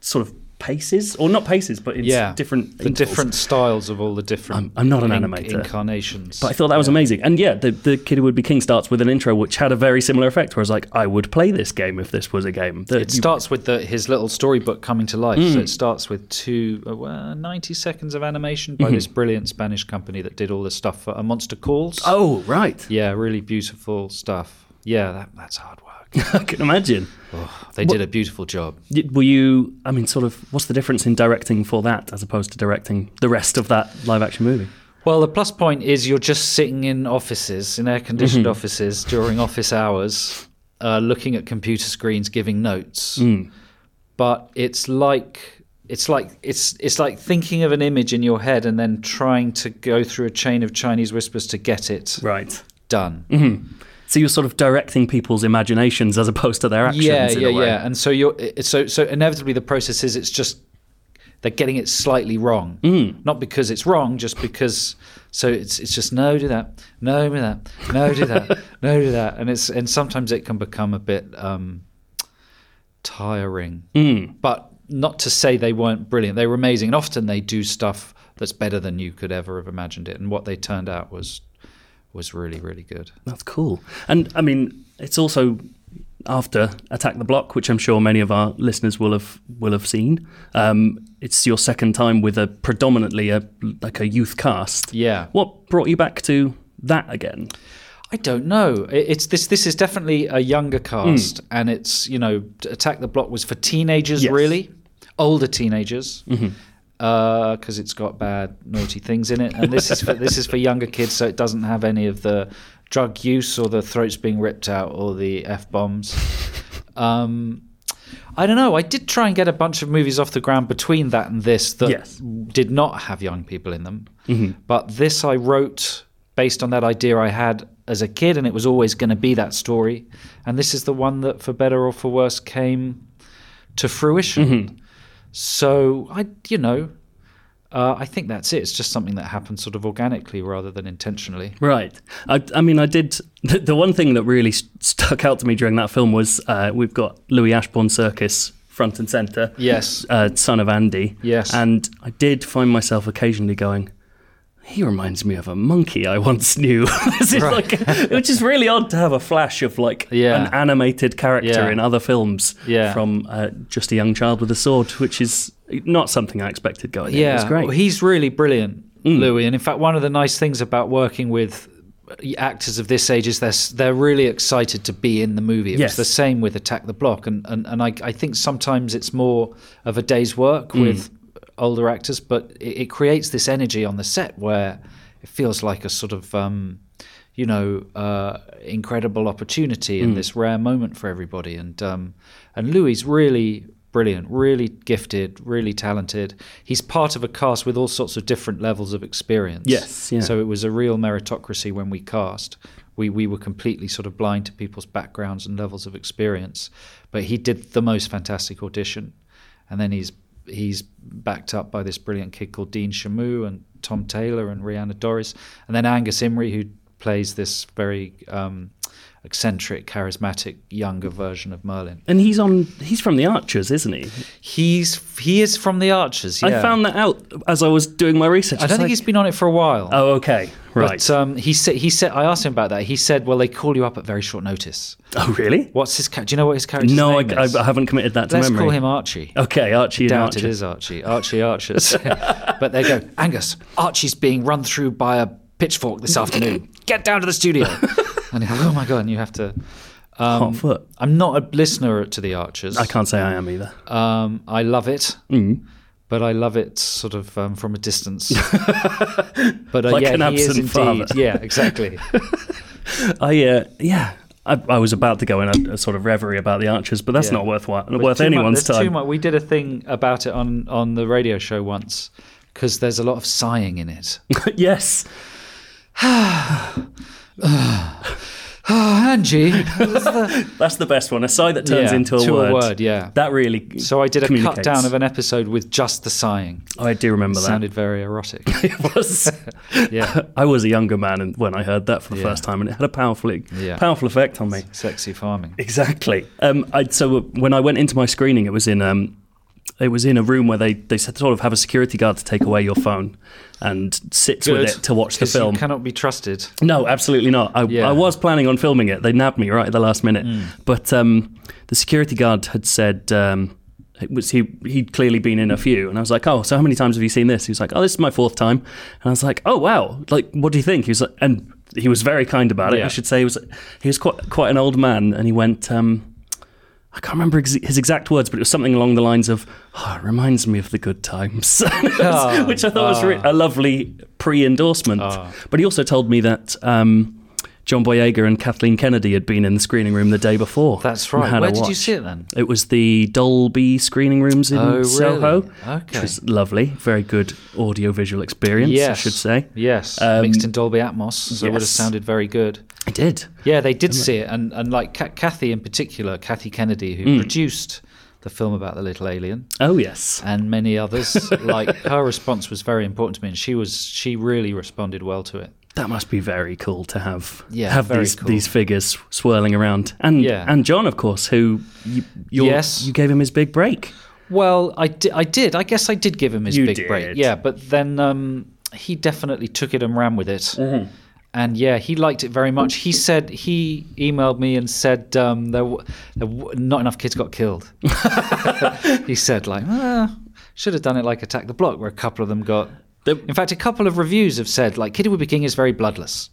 [SPEAKER 1] sort of paces, or not paces, but it's
[SPEAKER 4] Yeah,
[SPEAKER 1] different
[SPEAKER 4] the
[SPEAKER 1] intervals.
[SPEAKER 4] different styles of all the different.
[SPEAKER 1] I'm not an
[SPEAKER 4] inc-
[SPEAKER 1] animator.
[SPEAKER 4] Incarnations.
[SPEAKER 1] But I thought that was amazing. And yeah, the, the Kid Who Would Be King starts with an intro which had a very similar effect where I was like, I would play this game if this was a game. The-
[SPEAKER 4] it
[SPEAKER 1] you- Mm.
[SPEAKER 4] starts with the, his little storybook coming to life. So it starts with two uh, well, 90 seconds of animation
[SPEAKER 1] Mm-hmm.
[SPEAKER 4] by this brilliant Spanish company that did all the stuff for A Monster Calls.
[SPEAKER 1] oh, right.
[SPEAKER 4] Yeah, really beautiful stuff. Yeah, that, that's hard work.
[SPEAKER 1] *laughs* I can imagine.
[SPEAKER 4] they did a beautiful job.
[SPEAKER 1] Y- Were you, I mean, sort of, what's the difference in directing for that as opposed to directing the rest of that live action movie?
[SPEAKER 4] Well, the plus point is you're just sitting in offices, in air conditioned offices during office hours, uh, looking at computer screens, giving notes. But it's like it's like it's it's like thinking of an image in your head and then trying to go through a chain of Chinese whispers to get it
[SPEAKER 1] Right.
[SPEAKER 4] done.
[SPEAKER 1] So you're sort of directing people's imaginations as opposed to their actions
[SPEAKER 4] Yeah,
[SPEAKER 1] in
[SPEAKER 4] yeah,
[SPEAKER 1] a way.
[SPEAKER 4] yeah. And so you're it- so so inevitably the process is it's just they're getting it slightly wrong.
[SPEAKER 1] Hmm.
[SPEAKER 4] Mm. Not because it's wrong, just because so it's it's just no do that, no do that, no
[SPEAKER 1] *laughs*
[SPEAKER 4] do that, no do that. And it's and sometimes it can become a bit um tiring.
[SPEAKER 1] Hmm.
[SPEAKER 4] But not to say they weren't brilliant. They were amazing. And often they do stuff that's better than you could ever have imagined it. And what they turned out was was really, really good.
[SPEAKER 1] That's cool. And I mean, it's also after Attack the Block, which I'm sure many of our listeners will have will have seen. Um, it's your second time with a predominantly a like a youth cast.
[SPEAKER 4] Yeah.
[SPEAKER 1] What brought you back to that again?
[SPEAKER 4] I don't know. It- It's this. This is definitely a younger cast, and it's you know, Attack the Block was for teenagers,
[SPEAKER 1] Yes.
[SPEAKER 4] really, older teenagers, because it's got bad, naughty things in it, and this is for this is for younger kids, so it doesn't have any of the drug use or the throats being ripped out or the f bombs. Um, I don't know. I did try and get a bunch of movies off the ground between that and this that
[SPEAKER 1] Yes.
[SPEAKER 4] did not have young people in them. But this I wrote based on that idea I had as a kid, and it was always going to be that story. And this is the one that, for better or for worse, came to fruition. So I, you know, uh, I think that's it. It's just something that happened sort of organically rather than intentionally.
[SPEAKER 1] Right. I, I mean, I did. The, the one thing that really st- stuck out to me during that film was uh, we've got Louis Ashbourne Circus front and center.
[SPEAKER 4] Yes.
[SPEAKER 1] Uh, son of Andy.
[SPEAKER 4] Yes.
[SPEAKER 1] And I did find myself occasionally going, he reminds me of a monkey I once knew. *laughs* This is like- which is really odd to have a flash of like
[SPEAKER 4] Yeah.
[SPEAKER 1] an animated character
[SPEAKER 4] Yeah.
[SPEAKER 1] in other films
[SPEAKER 4] Yeah.
[SPEAKER 1] from uh, just a young child with a sword, which is not something I expected going in. It was great.
[SPEAKER 4] Well, he's really brilliant, Louis. And in fact, one of the nice things about working with actors of this age is they're s- they're really excited to be in the movie. It
[SPEAKER 1] Yes.
[SPEAKER 4] was the same with Attack the Block, and and, and I, I think sometimes it's more of a day's work
[SPEAKER 1] Hmm.
[SPEAKER 4] with older actors, but it, it creates this energy on the set where it feels like a sort of um, you know, uh, incredible opportunity
[SPEAKER 1] Hmm.
[SPEAKER 4] and this rare moment for everybody. And um, and Louis really brilliant, really gifted, really talented. He's part of a cast with all sorts of different levels of experience.
[SPEAKER 1] Yes, yeah.
[SPEAKER 4] So it was a real meritocracy when we cast. We we were completely sort of blind to people's backgrounds and levels of experience, but he did the most fantastic audition, and then he's he's backed up by this brilliant kid called Dean Shamu and Tom Taylor and Rihanna Doris, and then Angus Imrie who plays this very um, eccentric, charismatic younger version of Merlin.
[SPEAKER 1] and he's on. He's from the Archers, isn't he?
[SPEAKER 4] He's he is from the Archers. Yeah.
[SPEAKER 1] I found that out as I was doing my research.
[SPEAKER 4] I don't think he's been on it for a while.
[SPEAKER 1] Oh, okay, right.
[SPEAKER 4] But um, he said he said I asked him about that. He said, "Well, they call you up at very short notice."
[SPEAKER 1] oh, really?
[SPEAKER 4] What's his? Char- Do you know what his character's
[SPEAKER 1] No, I,
[SPEAKER 4] name
[SPEAKER 1] I,
[SPEAKER 4] is?
[SPEAKER 1] I haven't committed that to
[SPEAKER 4] Let's
[SPEAKER 1] memory.
[SPEAKER 4] call him Archie.
[SPEAKER 1] Okay, Archie and
[SPEAKER 4] doubt
[SPEAKER 1] Archer.
[SPEAKER 4] it is Archie. Archie Archers. *laughs* but they go, Angus, Archie's being run through by a pitchfork
[SPEAKER 1] *laughs*
[SPEAKER 4] this afternoon. Get down to the studio. and you're like, oh my god, and you have to.
[SPEAKER 1] Hot foot.
[SPEAKER 4] I'm not a listener to the Archers.
[SPEAKER 1] I can't Mm. say I am either.
[SPEAKER 4] Um, I love it, but I love it sort of um, from
[SPEAKER 1] *laughs*
[SPEAKER 4] a distance. but uh,
[SPEAKER 1] Like
[SPEAKER 4] yeah,
[SPEAKER 1] an
[SPEAKER 4] he is
[SPEAKER 1] absent
[SPEAKER 4] indeed.
[SPEAKER 1] father.
[SPEAKER 4] Yeah, exactly.
[SPEAKER 1] I uh, yeah. I, I was about to go in a, a sort of reverie about the Archers, but that's
[SPEAKER 4] Yeah.
[SPEAKER 1] not worthwhile.
[SPEAKER 4] But
[SPEAKER 1] worth
[SPEAKER 4] too mu-
[SPEAKER 1] anyone's
[SPEAKER 4] there's too
[SPEAKER 1] time.
[SPEAKER 4] mu- We did a thing about it on on the radio show once because there's a lot of sighing
[SPEAKER 1] *laughs*
[SPEAKER 4] in it.
[SPEAKER 1] *laughs* yes.
[SPEAKER 4] oh, Angie. That's the-
[SPEAKER 1] That's the best one. A sigh that turns
[SPEAKER 4] Yeah,
[SPEAKER 1] into a
[SPEAKER 4] to a
[SPEAKER 1] word.
[SPEAKER 4] word, yeah.
[SPEAKER 1] That really.
[SPEAKER 4] so I did a cut
[SPEAKER 1] communicates.
[SPEAKER 4] down of an episode with just the sighing.
[SPEAKER 1] Oh, I do remember that.
[SPEAKER 4] Sounded very erotic.
[SPEAKER 1] *laughs* it
[SPEAKER 4] *laughs*
[SPEAKER 1] was.
[SPEAKER 4] Yeah.
[SPEAKER 1] I was a younger man and when I heard that for the
[SPEAKER 4] Yeah.
[SPEAKER 1] first time, and it had a powerful,
[SPEAKER 4] Yeah.
[SPEAKER 1] powerful effect on me.
[SPEAKER 4] Sexy farming.
[SPEAKER 1] Exactly. Um, I, so when I went into my screening, it was in um, it was in a room where they they said sort of have a security guard to take away your phone and sits
[SPEAKER 3] Good.
[SPEAKER 1] with it to watch the
[SPEAKER 4] 'Cause you
[SPEAKER 1] film.
[SPEAKER 4] cannot be trusted.
[SPEAKER 1] No, absolutely not. I,
[SPEAKER 4] Yeah. Mm.
[SPEAKER 1] I was planning on filming it. They nabbed me right at the last minute. But um, the security guard had said um, it was he he'd clearly been in a few, and I was like, oh, so how many times have you seen this? He was like, oh, this is my fourth time, and I was like, oh wow, like what do you think? He was like, and he was very kind about it.
[SPEAKER 4] Yeah.
[SPEAKER 1] I should say he was he was quite quite an old man, and he went. Um, I can't remember ex- his exact words, but it was something along the lines of, oh, it reminds me of the good times, *laughs*
[SPEAKER 4] Ah,
[SPEAKER 1] which I thought was re- a lovely pre endorsement. But he also told me that um, John Boyega and Kathleen Kennedy had been in the screening room the day before.
[SPEAKER 4] That's
[SPEAKER 1] and
[SPEAKER 4] right.
[SPEAKER 1] had a
[SPEAKER 4] Where did you
[SPEAKER 1] watch.
[SPEAKER 4] see it then?
[SPEAKER 1] It was the Dolby screening rooms in
[SPEAKER 4] Oh, really?
[SPEAKER 1] Soho, which
[SPEAKER 4] Okay.
[SPEAKER 1] was lovely. Very good audio visual experience, I should say.
[SPEAKER 4] Yes.
[SPEAKER 1] Um,
[SPEAKER 4] Mixed in Dolby Atmos, so it would have
[SPEAKER 1] yes.
[SPEAKER 4] sounded very good.
[SPEAKER 1] I did.
[SPEAKER 4] Yeah, they did see it, and and like Ca- Kathy in particular, Kathy Kennedy, who
[SPEAKER 1] Hmm.
[SPEAKER 4] produced the film about the little alien
[SPEAKER 1] Oh, yes.
[SPEAKER 4] and many others. like her response was very important to me, and she was she really responded well to it.
[SPEAKER 1] That must be very cool to have
[SPEAKER 4] Yeah,
[SPEAKER 1] have
[SPEAKER 4] very
[SPEAKER 1] these
[SPEAKER 4] cool.
[SPEAKER 1] these figures swirling around, and
[SPEAKER 4] Yeah.
[SPEAKER 1] and John, of course, who you you're-
[SPEAKER 4] Yes.
[SPEAKER 1] you gave him his big
[SPEAKER 4] *laughs*
[SPEAKER 1] break.
[SPEAKER 4] Well, I di- I did. I guess I did give him his
[SPEAKER 1] You
[SPEAKER 4] big
[SPEAKER 1] did. Mm-hmm.
[SPEAKER 4] break. Yeah, but then um, he definitely took it and ran with it. and yeah, he liked it very much. He said he emailed me and said um, there, w- there w- not enough kids
[SPEAKER 1] *laughs*
[SPEAKER 4] got killed. he said like "Ah, should have done it like Attack the Block, where a couple of them got. In fact, a couple of reviews have said like Kid Whoopi King is
[SPEAKER 1] *laughs*
[SPEAKER 4] very bloodless.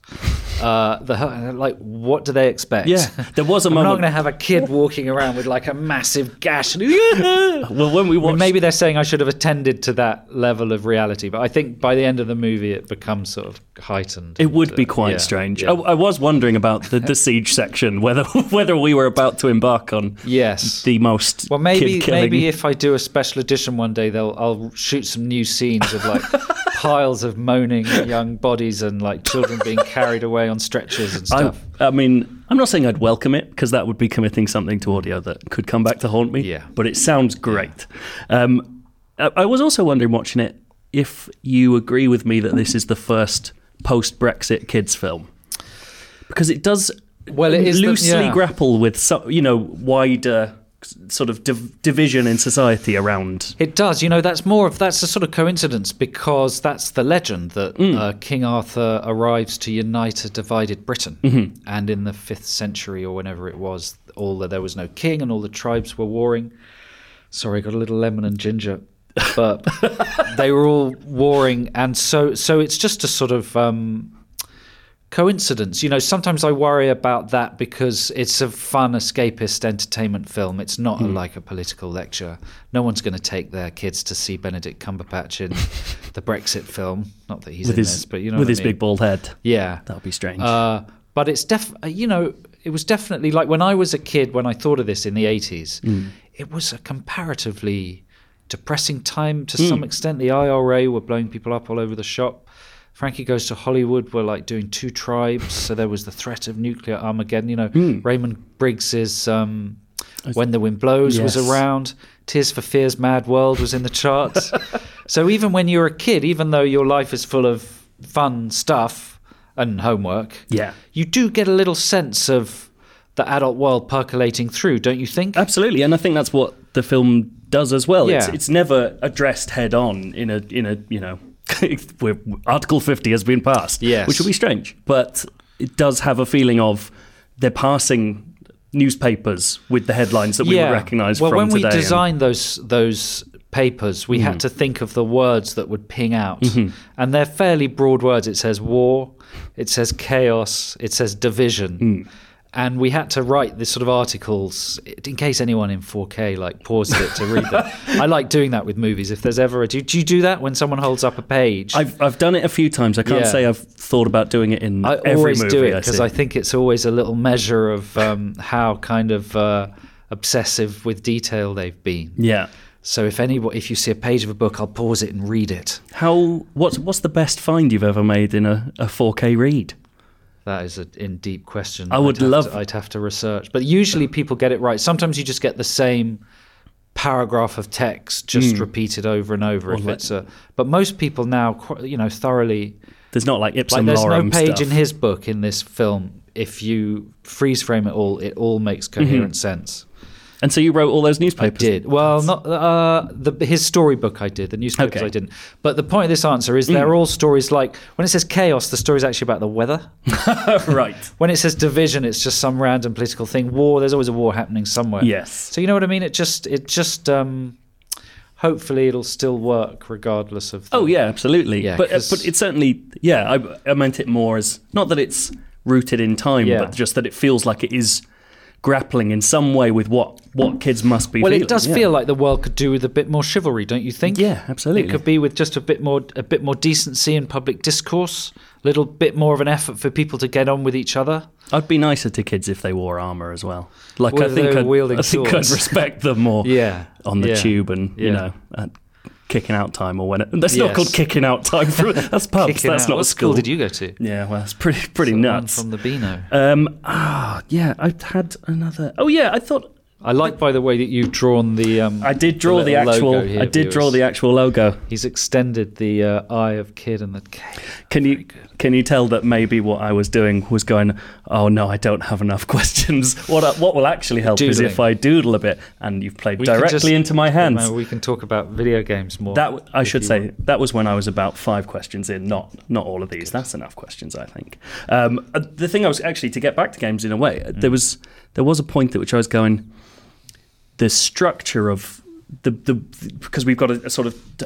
[SPEAKER 4] Uh, the hu- like, what do they expect?
[SPEAKER 1] Yeah, *laughs* there was a
[SPEAKER 4] I'm
[SPEAKER 1] moment-
[SPEAKER 4] not going to have a kid walking around with like a massive gash. And,
[SPEAKER 1] Well, when we
[SPEAKER 4] I mean,
[SPEAKER 1] watched,
[SPEAKER 4] maybe they're saying I should have attended to that level of reality, but I think by the end of the movie it becomes sort of heightened.
[SPEAKER 1] it
[SPEAKER 4] and,
[SPEAKER 1] would be
[SPEAKER 4] uh,
[SPEAKER 1] quite
[SPEAKER 4] yeah,
[SPEAKER 1] strange.
[SPEAKER 4] yeah.
[SPEAKER 1] I, I was wondering about the, the siege section, whether *laughs* whether we were about to embark on
[SPEAKER 4] yes.
[SPEAKER 1] the most
[SPEAKER 4] well, maybe
[SPEAKER 1] kid-killing-
[SPEAKER 4] maybe if I do a special edition one day, they'll I'll shoot some new scenes of
[SPEAKER 1] *laughs*
[SPEAKER 4] like piles of moaning young bodies and like children being carried away on stretchers and
[SPEAKER 1] I,
[SPEAKER 4] stuff.
[SPEAKER 1] I mean, I'm not saying I'd welcome it because that would be committing something to audio that could come back to haunt me.
[SPEAKER 4] Yeah.
[SPEAKER 1] But it sounds great. Um, I, I was also wondering, watching it, if you agree with me that this is the first post Brexit kids film. Because it does
[SPEAKER 4] Well, it is the-
[SPEAKER 1] loosely
[SPEAKER 4] yeah.
[SPEAKER 1] grapple with, so, you know, wider s- sort of div- division in society around.
[SPEAKER 4] It does. You know, that's more of that's a sort of coincidence because that's the legend that uh, King Arthur arrives to unite a divided Britain. And in the fifth century or whenever it was, all the, there was no king and all the tribes were warring. Sorry, I got a little lemon and ginger, but they were all warring, and so so it's just a sort of. Um, coincidence. You know, sometimes I worry about that because it's a fun escapist entertainment film. It's
[SPEAKER 1] Hmm.
[SPEAKER 4] not like a political lecture. No one's going to take their kids to see Benedict Cumberbatch in the Brexit film. Not that he's
[SPEAKER 1] With
[SPEAKER 4] in
[SPEAKER 1] his,
[SPEAKER 4] this, but you know,
[SPEAKER 1] with
[SPEAKER 4] what
[SPEAKER 1] his
[SPEAKER 4] I mean.
[SPEAKER 1] big bald head.
[SPEAKER 4] yeah.
[SPEAKER 1] That would be strange.
[SPEAKER 4] Uh, but it's def, uh, you know, it was definitely like when I was a kid. When I thought of this in the eighties, it was a comparatively depressing time to some extent. The IRA were blowing people up all over the shop. Frankie Goes to Hollywood were like doing two tribes, so there was the threat of nuclear Armageddon. You know, Raymond Briggs's um, "When the Wind Blows"
[SPEAKER 1] Yes.
[SPEAKER 4] was around. Tears for Fears' "Mad World" was in the charts. so even when you're a kid, even though your life is full of fun stuff and homework,
[SPEAKER 1] Yeah.
[SPEAKER 4] you do get a little sense of the adult world percolating through, don't you think?
[SPEAKER 1] Absolutely, and I think that's what the film does as well. It's,
[SPEAKER 4] Yeah.
[SPEAKER 1] it's never addressed head on in a in a you know, *laughs* we're, Article Fifty has been passed,
[SPEAKER 4] Yes.
[SPEAKER 1] which would be strange, but it does have a feeling of they're passing newspapers with the headlines that we would recognise
[SPEAKER 4] Well,
[SPEAKER 1] from
[SPEAKER 4] when
[SPEAKER 1] today.
[SPEAKER 4] we
[SPEAKER 1] and- Mm.
[SPEAKER 4] designed those those papers, we had to think of the words that would ping out,
[SPEAKER 1] Mm-hmm.
[SPEAKER 4] and they're fairly broad words. It says war, it says chaos, it says division.
[SPEAKER 1] Mm.
[SPEAKER 4] And we had to write this sort of articles in case anyone in 4K like paused it to read
[SPEAKER 1] *laughs*
[SPEAKER 4] them. I like doing that with movies. If there's ever a do, do you do that when someone holds up a page?
[SPEAKER 1] I've I've done it a few times. I can't
[SPEAKER 4] Yeah.
[SPEAKER 1] say I've thought about doing it in
[SPEAKER 4] I
[SPEAKER 1] every
[SPEAKER 4] always
[SPEAKER 1] movie
[SPEAKER 4] do it
[SPEAKER 1] I
[SPEAKER 4] because
[SPEAKER 1] see.
[SPEAKER 4] I, think it's always a little measure of um, how kind of uh, obsessive with detail they've been.
[SPEAKER 1] yeah.
[SPEAKER 4] So if any, if you see a page of a book, I'll pause it and read it.
[SPEAKER 1] How what's what's the best find you've ever made in a, a 4K read?
[SPEAKER 4] That is an in deep question.
[SPEAKER 1] I would
[SPEAKER 4] I'd have
[SPEAKER 1] love-
[SPEAKER 4] To, I'd have to research, but usually people get it right. Sometimes you just get the same paragraph of text just
[SPEAKER 1] Hmm.
[SPEAKER 4] repeated over and over. if it's a, but most people now, qu- you know, thoroughly
[SPEAKER 1] There's not like
[SPEAKER 4] like
[SPEAKER 1] Ipsum
[SPEAKER 4] there's no
[SPEAKER 1] Lorem
[SPEAKER 4] page
[SPEAKER 1] stuff.
[SPEAKER 4] in his book in this film. If you freeze frame it all, it all makes
[SPEAKER 1] Mm-hmm.
[SPEAKER 4] coherent sense.
[SPEAKER 1] and so you wrote all those newspapers.
[SPEAKER 4] Did well, not uh, the his storybook. I did the newspapers.
[SPEAKER 1] Okay. Mm.
[SPEAKER 4] I didn't. But the point of this answer is they're all stories like when it says chaos, the story's actually about
[SPEAKER 1] *laughs*
[SPEAKER 4] the weather.
[SPEAKER 1] right.
[SPEAKER 4] when it says division, it's just some random political thing. War, there's always a war happening somewhere.
[SPEAKER 1] Yes.
[SPEAKER 4] So you know what I mean? It just it just um, hopefully it'll still work regardless of. The,
[SPEAKER 1] Oh yeah, absolutely.
[SPEAKER 4] Yeah,
[SPEAKER 1] but
[SPEAKER 4] 'cause-
[SPEAKER 1] but it's certainly yeah. I, I meant it more as not that it's rooted in time,
[SPEAKER 4] Yeah.
[SPEAKER 1] but just that it feels like it is grappling in some way with what what kids must be.
[SPEAKER 4] Well,
[SPEAKER 1] feeling,
[SPEAKER 4] it does
[SPEAKER 1] yeah.
[SPEAKER 4] feel like the world could do with a bit more chivalry, don't you think?
[SPEAKER 1] Yeah, absolutely.
[SPEAKER 4] It could be with just a bit more a bit more decency in public discourse, a little bit more of an effort for people to get on with each other.
[SPEAKER 1] I'd be nicer to kids if they wore armor as well. Like
[SPEAKER 4] Well,
[SPEAKER 1] I think
[SPEAKER 4] they were
[SPEAKER 1] I'd,
[SPEAKER 4] wielding
[SPEAKER 1] I think I'd
[SPEAKER 4] swords.
[SPEAKER 1] respect them more.
[SPEAKER 4] *laughs* Yeah,
[SPEAKER 1] on the
[SPEAKER 4] yeah,
[SPEAKER 1] tube and you
[SPEAKER 4] yeah.
[SPEAKER 1] know. At, Kicking out time, or when it, that's not
[SPEAKER 4] Yes.
[SPEAKER 1] called kicking out time. *laughs* For, that's pubs.
[SPEAKER 4] Kicking
[SPEAKER 1] Oh, that's
[SPEAKER 4] out.
[SPEAKER 1] not
[SPEAKER 4] what
[SPEAKER 1] a school.
[SPEAKER 4] school did you go to?
[SPEAKER 1] Yeah, well, that's pretty pretty
[SPEAKER 4] The one *laughs*
[SPEAKER 1] nuts.
[SPEAKER 4] from the Beano.
[SPEAKER 1] Um, ah, yeah, I had another. Oh, yeah, I thought
[SPEAKER 4] I like, by the way, that you've drawn the. Um,
[SPEAKER 1] I did draw the,
[SPEAKER 4] little
[SPEAKER 1] actual.
[SPEAKER 4] logo here,
[SPEAKER 1] I did draw
[SPEAKER 4] viewers.
[SPEAKER 1] the actual logo.
[SPEAKER 4] He's extended the uh, eye of Kid and the cave.
[SPEAKER 1] Can you can you tell that maybe what I was doing was going? Oh no, I don't have enough *laughs* questions. What I- what will actually help is
[SPEAKER 4] Doodling.
[SPEAKER 1] if I doodle a bit, and you've played
[SPEAKER 4] We can
[SPEAKER 1] directly
[SPEAKER 4] just-
[SPEAKER 1] into my hands.
[SPEAKER 4] Well, we can talk about video games more.
[SPEAKER 1] That w- I
[SPEAKER 4] if
[SPEAKER 1] should
[SPEAKER 4] you
[SPEAKER 1] say
[SPEAKER 4] want.
[SPEAKER 1] that was when I was about five questions in, not not all of these. That's enough questions, I think. Um, uh, the thing I was actually to get back to games in a way, uh,
[SPEAKER 4] Mm.
[SPEAKER 1] there was there was a point at which I was going. The structure of the the because we've got a, a sort of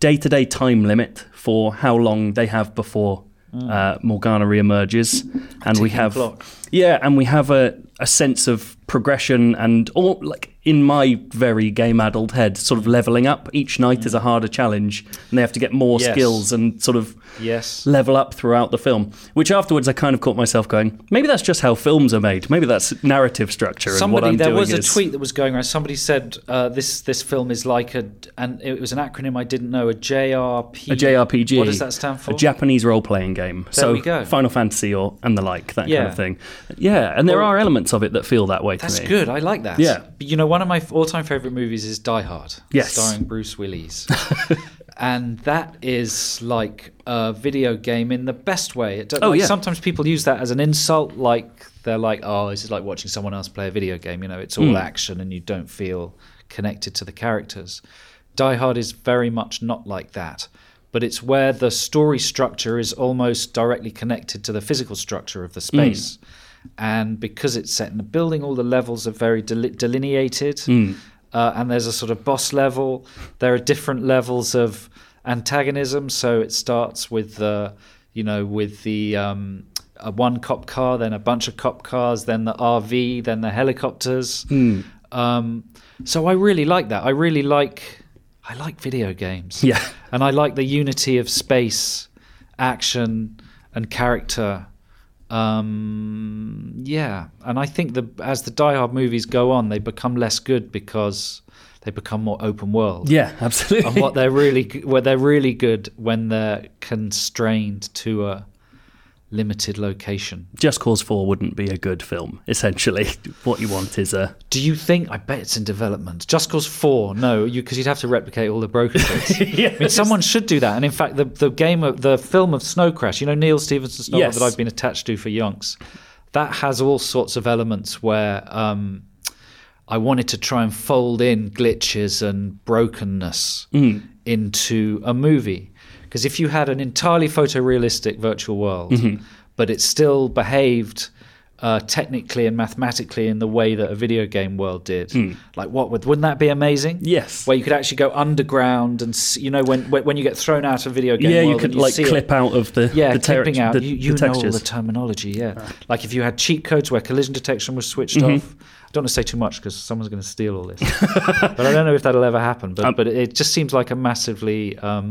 [SPEAKER 1] day to day time limit for how long they have before uh, Morgana reemerges, and we have
[SPEAKER 4] Mm. clock.
[SPEAKER 1] yeah, and we have a, a sense of progression and all like in my very game addled head, sort of leveling up. Each night is a harder challenge, and they have to get more
[SPEAKER 4] Mm. Yes.
[SPEAKER 1] skills and sort of
[SPEAKER 4] Yes.
[SPEAKER 1] level up throughout the film. Which afterwards, I kind of caught myself going, maybe that's just how films are made. Maybe that's narrative structure.
[SPEAKER 4] Somebody,
[SPEAKER 1] and what I'm
[SPEAKER 4] there
[SPEAKER 1] doing
[SPEAKER 4] was a
[SPEAKER 1] is-
[SPEAKER 4] tweet that was going around. Somebody said uh, this this film is like a, and it was an acronym I didn't know, a JRP.
[SPEAKER 1] A JRPG.
[SPEAKER 4] What does that stand for?
[SPEAKER 1] A Japanese role playing game. so
[SPEAKER 4] we go.
[SPEAKER 1] Final Fantasy or and the like, that kind
[SPEAKER 4] Yeah.
[SPEAKER 1] of thing. Yeah, and there
[SPEAKER 4] Or-
[SPEAKER 1] are elements of it that feel that way to
[SPEAKER 4] That's
[SPEAKER 1] me.
[SPEAKER 4] good. I like that.
[SPEAKER 1] Yeah.
[SPEAKER 4] But, you know, one of my all time favorite movies is Die Hard.
[SPEAKER 1] Yes.
[SPEAKER 4] Starring Bruce
[SPEAKER 1] *laughs*
[SPEAKER 4] Willis. and that is like a video game in the best way. It don't-
[SPEAKER 1] Oh,
[SPEAKER 4] like,
[SPEAKER 1] yeah.
[SPEAKER 4] Sometimes people use that as an insult. Like, they're like, oh, this is like watching someone else play a video game. You know, it's all action and you don't feel connected to the characters. Die Hard is very much not like that. But it's where the story structure is almost directly connected to the physical structure of the space and because it's set in a building, all the levels are very deli- delineated, uh, and there's a sort of boss level. There are different levels of antagonism, so it starts with the, you know, with the um, a one cop car, then a bunch of cop cars, then the RV, then the helicopters. Um, so I really like that. I really like, I like video
[SPEAKER 1] *laughs*
[SPEAKER 4] games.
[SPEAKER 1] Yeah.
[SPEAKER 4] and I like the unity of space, action, and character. Um, yeah, and I think the as the Die Hard movies go on, they become less good because they become more open world.
[SPEAKER 1] Yeah, absolutely.
[SPEAKER 4] and what they're really g- where they're really good when they're constrained to a limited location.
[SPEAKER 1] Just Cause 4 wouldn't be a good film, essentially. *laughs* What you want is a.
[SPEAKER 4] Do you think? I bet it's in development. Just Cause Four, no, because you'd have to replicate all the broken bits. I mean, someone should do that. And in fact, the the game, of, the film of Snow Crash, you know, Neil Stevenson's novel
[SPEAKER 1] Yes.
[SPEAKER 4] that I've been attached to for yonks, that has all sorts of elements where um, I wanted to try and fold in glitches and brokenness
[SPEAKER 1] Mm.
[SPEAKER 4] into a movie. Because if you had an entirely photorealistic virtual world,
[SPEAKER 1] Mm-hmm.
[SPEAKER 4] but it still behaved uh, technically and mathematically in the way that a video game world did, like what would wouldn't that be amazing?
[SPEAKER 1] Mm. Yes.
[SPEAKER 4] where you could actually go underground and s you know when when when you get thrown out of a video game
[SPEAKER 1] yeah,
[SPEAKER 4] world
[SPEAKER 1] you could
[SPEAKER 4] and you
[SPEAKER 1] like
[SPEAKER 4] see it.
[SPEAKER 1] clip out of the
[SPEAKER 4] yeah
[SPEAKER 1] the, ter-
[SPEAKER 4] clipping out
[SPEAKER 1] the,
[SPEAKER 4] you, you
[SPEAKER 1] the
[SPEAKER 4] know all
[SPEAKER 1] textures.
[SPEAKER 4] the terminology yeah like if you had cheat codes where collision detection was switched
[SPEAKER 1] Mm-hmm.
[SPEAKER 4] off I don't want to say too much because someone's going to steal all this *laughs* but I don't know if that'll ever happen
[SPEAKER 1] Um,
[SPEAKER 4] but but it just seems like a massively um,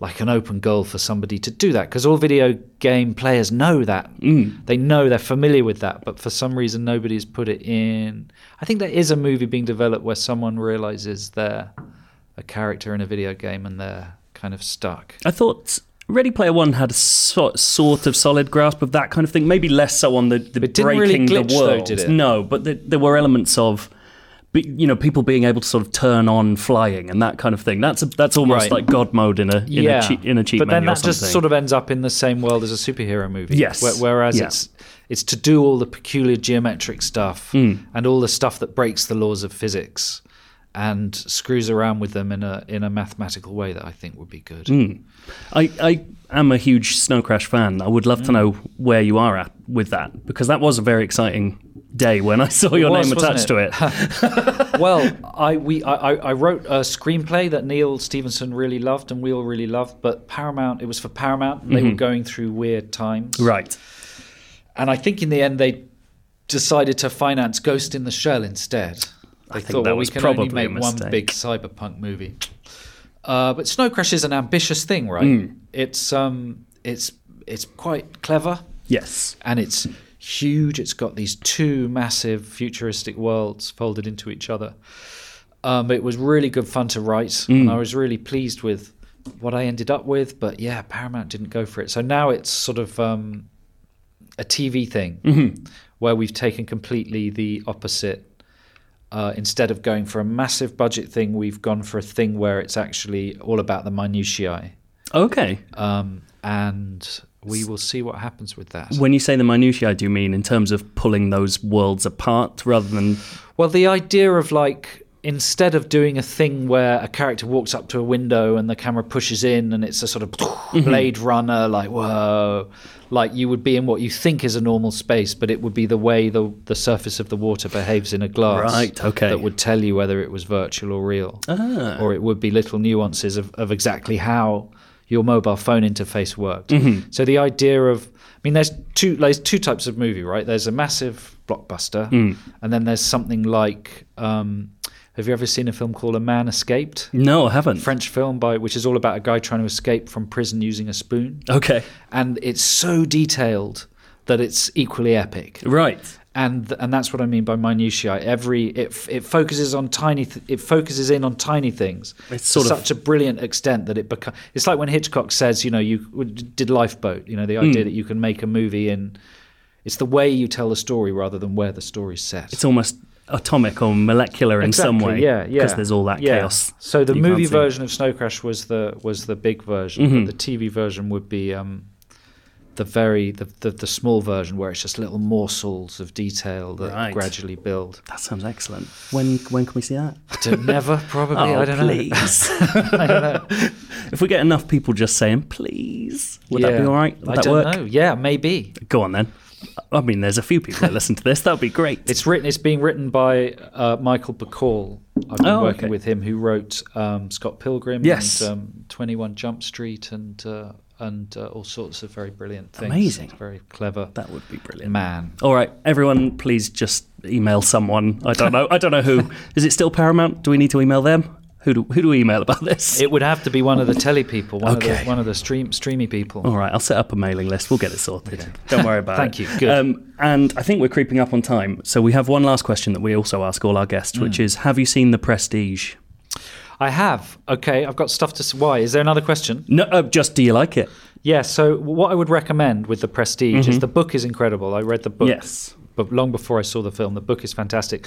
[SPEAKER 4] like an open goal for somebody to do that because all video game players know that
[SPEAKER 1] Mm.
[SPEAKER 4] they know they're familiar with that but for some reason nobody's put it in i think there is a movie being developed where someone realizes they're a character in a video game and they're kind of stuck
[SPEAKER 1] I thought Ready Player One had a so- sort of solid grasp of that kind of thing. Maybe less so on the, the
[SPEAKER 4] It didn't
[SPEAKER 1] breaking
[SPEAKER 4] really glitch,
[SPEAKER 1] the
[SPEAKER 4] though,
[SPEAKER 1] world.
[SPEAKER 4] did it?
[SPEAKER 1] No, but the, there were elements of. be- You know, people being able to sort of turn on flying and that kind of thing. That's a, that's almost like
[SPEAKER 4] Right.
[SPEAKER 1] God mode in a in a cheat in a cheat
[SPEAKER 4] But then
[SPEAKER 1] menu or
[SPEAKER 4] that just
[SPEAKER 1] something.
[SPEAKER 4] sort of ends up in the same world as a superhero movie.
[SPEAKER 1] Yes.
[SPEAKER 4] Whe- whereas
[SPEAKER 1] Yeah.
[SPEAKER 4] it's it's to do all the peculiar geometric stuff
[SPEAKER 1] Hmm.
[SPEAKER 4] and all the stuff that breaks the laws of physics and screws around with them in a in a mathematical way that I think would be good.
[SPEAKER 1] Hmm. I, I am a huge Snow Crash fan. I would love
[SPEAKER 4] Mm.
[SPEAKER 1] to know where you are at with that because that was a very exciting day when I saw your
[SPEAKER 4] was,
[SPEAKER 1] name
[SPEAKER 4] wasn't
[SPEAKER 1] attached
[SPEAKER 4] it?
[SPEAKER 1] to
[SPEAKER 4] *laughs*
[SPEAKER 1] it.
[SPEAKER 4] *laughs* well, I we I, I I wrote a screenplay that Neil Stevenson really loved and we all really loved, but Paramount it was for Paramount. and They
[SPEAKER 1] Mm-hmm.
[SPEAKER 4] were going through weird times.
[SPEAKER 1] right.
[SPEAKER 4] And I think in the end they decided to finance Ghost in the Shell instead. They
[SPEAKER 1] think
[SPEAKER 4] thought,
[SPEAKER 1] that
[SPEAKER 4] well,
[SPEAKER 1] was
[SPEAKER 4] we can
[SPEAKER 1] probably
[SPEAKER 4] only
[SPEAKER 1] a
[SPEAKER 4] make one
[SPEAKER 1] mistake.
[SPEAKER 4] big cyberpunk movie. Uh, but Snow Crash is an ambitious thing, right?
[SPEAKER 1] Hmm.
[SPEAKER 4] It's um, it's it's quite clever
[SPEAKER 1] Yes.
[SPEAKER 4] and it's huge. It's got these two massive futuristic worlds folded into each other. Um, it was really good fun to write, and I was really pleased with what I ended up with. But yeah, Paramount didn't go for it, so now it's sort of um, a TV thing where we've taken completely the opposite. Uh, instead of going for a massive budget thing, we've gone for a thing where it's actually all about the minutiae.
[SPEAKER 1] Okay.
[SPEAKER 4] Um, and we will see what happens with that.
[SPEAKER 1] When you say the minutiae, do you mean in terms of pulling those worlds apart rather than.
[SPEAKER 4] Well, the idea of like instead of doing a thing where a character walks up to a window and the camera pushes in and it's
[SPEAKER 1] *laughs*
[SPEAKER 4] a sort of
[SPEAKER 1] Mm-hmm.
[SPEAKER 4] Blade Runner, like whoa, like you would be in what you think is a normal space, but it would be the way the the surface of the water behaves in a glass,
[SPEAKER 1] Right, okay.
[SPEAKER 4] that would tell you whether it was virtual or real, or it would be little nuances of, of exactly how your mobile phone interface worked. So the idea of I mean, there's two there's two types of movie, right? There's a massive blockbuster, and then there's something like um, have you ever seen a film called A Man Escaped?
[SPEAKER 1] No, I haven't.
[SPEAKER 4] French film by which is all about a guy trying to escape from prison using a spoon,
[SPEAKER 1] Okay.
[SPEAKER 4] and it's so detailed that it's equally epic
[SPEAKER 1] Right.
[SPEAKER 4] and th- and that's what I mean by minutiae. Every it f- it focuses on tiny th- it focuses in on tiny things.
[SPEAKER 1] It's
[SPEAKER 4] to
[SPEAKER 1] sort of-
[SPEAKER 4] such a brilliant extent that it becomes. It's like when Hitchcock says, you know, you w- did Lifeboat. You know, the
[SPEAKER 1] Hmm.
[SPEAKER 4] idea that you can make a movie in. It's the way you tell the story rather than where the story's set.
[SPEAKER 1] It's almost atomic or molecular in some
[SPEAKER 4] Exactly,
[SPEAKER 1] way.
[SPEAKER 4] Yeah, yeah.
[SPEAKER 1] Because there's all that
[SPEAKER 4] Yeah.
[SPEAKER 1] chaos.
[SPEAKER 4] So the
[SPEAKER 1] that you can't
[SPEAKER 4] movie
[SPEAKER 1] see. Mm-hmm.
[SPEAKER 4] version of Snow Crash was the was the big version. But the TV version would be um, the very the, the the small version where it's just little morsels of detail that
[SPEAKER 1] Right.
[SPEAKER 4] gradually build.
[SPEAKER 1] That sounds excellent. When when can we see that?
[SPEAKER 4] To never
[SPEAKER 1] *laughs*
[SPEAKER 4] probably. I don't *laughs* know.
[SPEAKER 1] Oh, please. *laughs* if we get enough people just saying please, would that
[SPEAKER 4] Yeah.
[SPEAKER 1] be all right? Would
[SPEAKER 4] I
[SPEAKER 1] that
[SPEAKER 4] don't
[SPEAKER 1] work?
[SPEAKER 4] know. Yeah, maybe.
[SPEAKER 1] Go on then. I mean, there's a few people that listen to this. That'd be great.
[SPEAKER 4] It's written. It's being written by uh, Michael Bacall. I've been
[SPEAKER 1] Oh,
[SPEAKER 4] working
[SPEAKER 1] okay.
[SPEAKER 4] with him, who wrote um, Scott Pilgrim
[SPEAKER 1] Yes.
[SPEAKER 4] and um, Twenty One Jump Street and uh, and uh, all sorts of very brilliant things.
[SPEAKER 1] Amazing.
[SPEAKER 4] very clever.
[SPEAKER 1] that would be brilliant.
[SPEAKER 4] man.
[SPEAKER 1] All right, everyone, please just email someone. I don't know. I don't know *laughs* who. Is it still Paramount? Do we need to email them? Who do, who do we email about this?
[SPEAKER 4] It would have to be one of the telly people, one of
[SPEAKER 1] Okay. Oh.
[SPEAKER 4] the one of the stream streamy
[SPEAKER 1] *laughs*
[SPEAKER 4] people.
[SPEAKER 1] All right, I'll set up a mailing list. We'll get it sorted. Don't worry about
[SPEAKER 4] Thank
[SPEAKER 1] it.
[SPEAKER 4] you. Good.
[SPEAKER 1] Um, and I think we're creeping up on time. So we have one last question that we also ask all our guests, which is Have you seen The Prestige?
[SPEAKER 4] I have. Okay, I've got stuff to. s- Why? Is there another question?
[SPEAKER 1] No, uh, just do you like it?
[SPEAKER 4] Yeah. So what I would recommend with the Prestige is the book is incredible. I read the book.
[SPEAKER 1] Mm-hmm. Yes.
[SPEAKER 4] But long before I saw the film, the book is fantastic.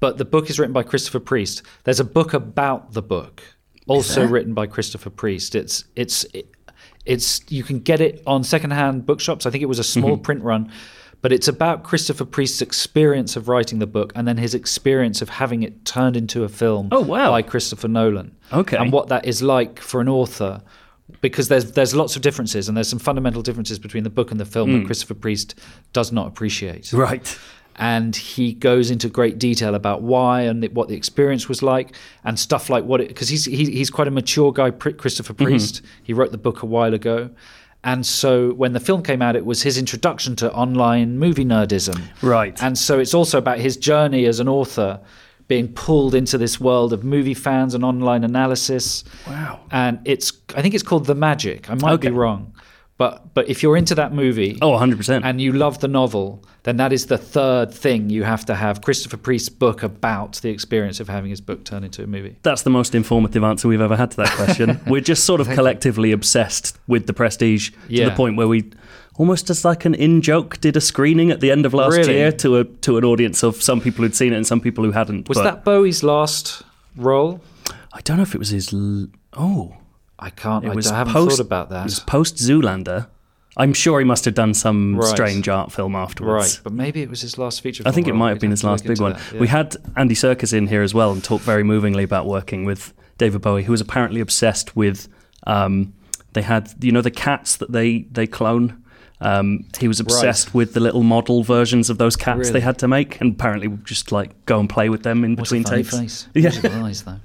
[SPEAKER 4] But the book is written by Christopher Priest. There's a book about the book, also written by Christopher Priest. It's it's it's you can get it on secondhand bookshops. I think it was a small
[SPEAKER 1] Mm-hmm.
[SPEAKER 4] print run, but it's about Christopher Priest's experience of writing the book and then his experience of having it turned into a film.
[SPEAKER 1] Oh, wow.
[SPEAKER 4] By Christopher Nolan.
[SPEAKER 1] Okay.
[SPEAKER 4] And what that is like for an author because there's there's lots of differences and there's some fundamental differences between the book and the film
[SPEAKER 1] Mm.
[SPEAKER 4] that Christopher Priest does not appreciate.
[SPEAKER 1] Right.
[SPEAKER 4] And he goes into great detail about why and what the experience was like and stuff like what it because he's he, he's quite a mature guy Pri- Christopher
[SPEAKER 1] Mm-hmm.
[SPEAKER 4] Priest. He wrote the book a while ago. And so when the film came out it was his introduction to online movie nerdism.
[SPEAKER 1] Right.
[SPEAKER 4] And so it's also about his journey as an author being pulled into this world of movie fans and online analysis.
[SPEAKER 1] Wow.
[SPEAKER 4] And it's I think it's called The Magic. I might
[SPEAKER 1] Okay.
[SPEAKER 4] be wrong. But but if you're into that movie
[SPEAKER 1] Oh, 100%.
[SPEAKER 4] and you love the novel, then that is the third thing you have to have Christopher Priest's book about the experience of having his book turn into a movie.
[SPEAKER 1] That's the most informative answer we've ever had to that
[SPEAKER 4] *laughs*
[SPEAKER 1] question. We're just sort of collectively obsessed with the prestige to
[SPEAKER 4] Yeah.
[SPEAKER 1] the point where we almost as like an in joke did a screening at the end of last
[SPEAKER 4] Really?
[SPEAKER 1] year to a to an audience of some people who'd seen it and some people who hadn't.
[SPEAKER 4] Was
[SPEAKER 1] but
[SPEAKER 4] that Bowie's last role?
[SPEAKER 1] I don't know if it was his. L- oh,
[SPEAKER 4] I can't.
[SPEAKER 1] it
[SPEAKER 4] I,
[SPEAKER 1] was.
[SPEAKER 4] I haven't
[SPEAKER 1] post,
[SPEAKER 4] thought about that.
[SPEAKER 1] It was post Zoolander. I'm sure he must have done some
[SPEAKER 4] Right.
[SPEAKER 1] strange art film afterwards.
[SPEAKER 4] right, but maybe it was his last feature.
[SPEAKER 1] I think it
[SPEAKER 4] film
[SPEAKER 1] might
[SPEAKER 4] role.
[SPEAKER 1] have been
[SPEAKER 4] We'd
[SPEAKER 1] his
[SPEAKER 4] to
[SPEAKER 1] last
[SPEAKER 4] look
[SPEAKER 1] big
[SPEAKER 4] into
[SPEAKER 1] one.
[SPEAKER 4] that,
[SPEAKER 1] We
[SPEAKER 4] yeah.
[SPEAKER 1] had Andy Serkis in here as well and talked very movingly about working with David Bowie, who was apparently obsessed with. Um, they had, you know, the cats that they they clone. Um, he was obsessed with the little model versions of those cats they
[SPEAKER 4] Really?
[SPEAKER 1] had to make, and apparently would just like go and play with them in
[SPEAKER 4] What
[SPEAKER 1] between
[SPEAKER 4] a funny
[SPEAKER 1] takes.
[SPEAKER 4] face.
[SPEAKER 1] Yeah.
[SPEAKER 4] Beautiful eyes, though.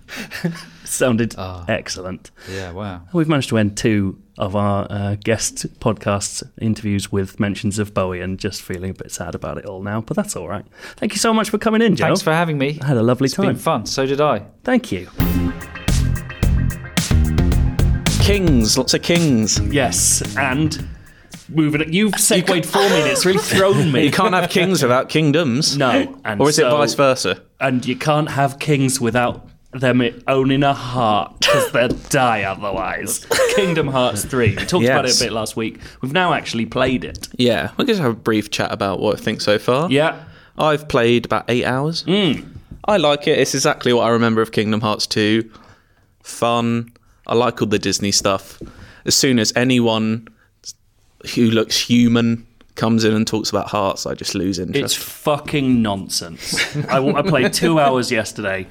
[SPEAKER 1] *laughs* Sounded
[SPEAKER 4] Ah.
[SPEAKER 1] excellent.
[SPEAKER 4] Yeah, wow.
[SPEAKER 1] We've managed to end two of our uh, guest podcasts interviews with mentions of Bowie, and just feeling a bit sad about it all now. But that's all right. Thank you so much for coming in, Joe.
[SPEAKER 4] Thanks for having me.
[SPEAKER 1] I had a lovely
[SPEAKER 4] It's
[SPEAKER 1] time.
[SPEAKER 4] been fun. So did I.
[SPEAKER 1] Thank you.
[SPEAKER 3] Kings, lots of kings.
[SPEAKER 1] Yes, and moving. it- You've segued for me.
[SPEAKER 3] *laughs*
[SPEAKER 1] and It's really thrown me.
[SPEAKER 3] You can't have kings without kingdoms.
[SPEAKER 1] No, and
[SPEAKER 3] or is
[SPEAKER 1] so-
[SPEAKER 3] it vice versa?
[SPEAKER 1] and you can't have kings without them it owning a heart because they'll *laughs* die otherwise.
[SPEAKER 3] *laughs*
[SPEAKER 1] Kingdom Hearts 3. We talked about it
[SPEAKER 3] Yes.
[SPEAKER 1] a bit last week. We've now actually played it.
[SPEAKER 3] Yeah, we'll just have a brief chat about what I think so far.
[SPEAKER 1] Yeah.
[SPEAKER 3] I've played about eight hours. I like it. It's exactly what I remember of Kingdom Hearts 2. Fun. I like all the Disney stuff. As soon as anyone who looks human comes in and talks about hearts, I just lose
[SPEAKER 1] It's
[SPEAKER 3] interest.
[SPEAKER 1] fucking nonsense. I, I played
[SPEAKER 3] *laughs*
[SPEAKER 1] two hours yesterday.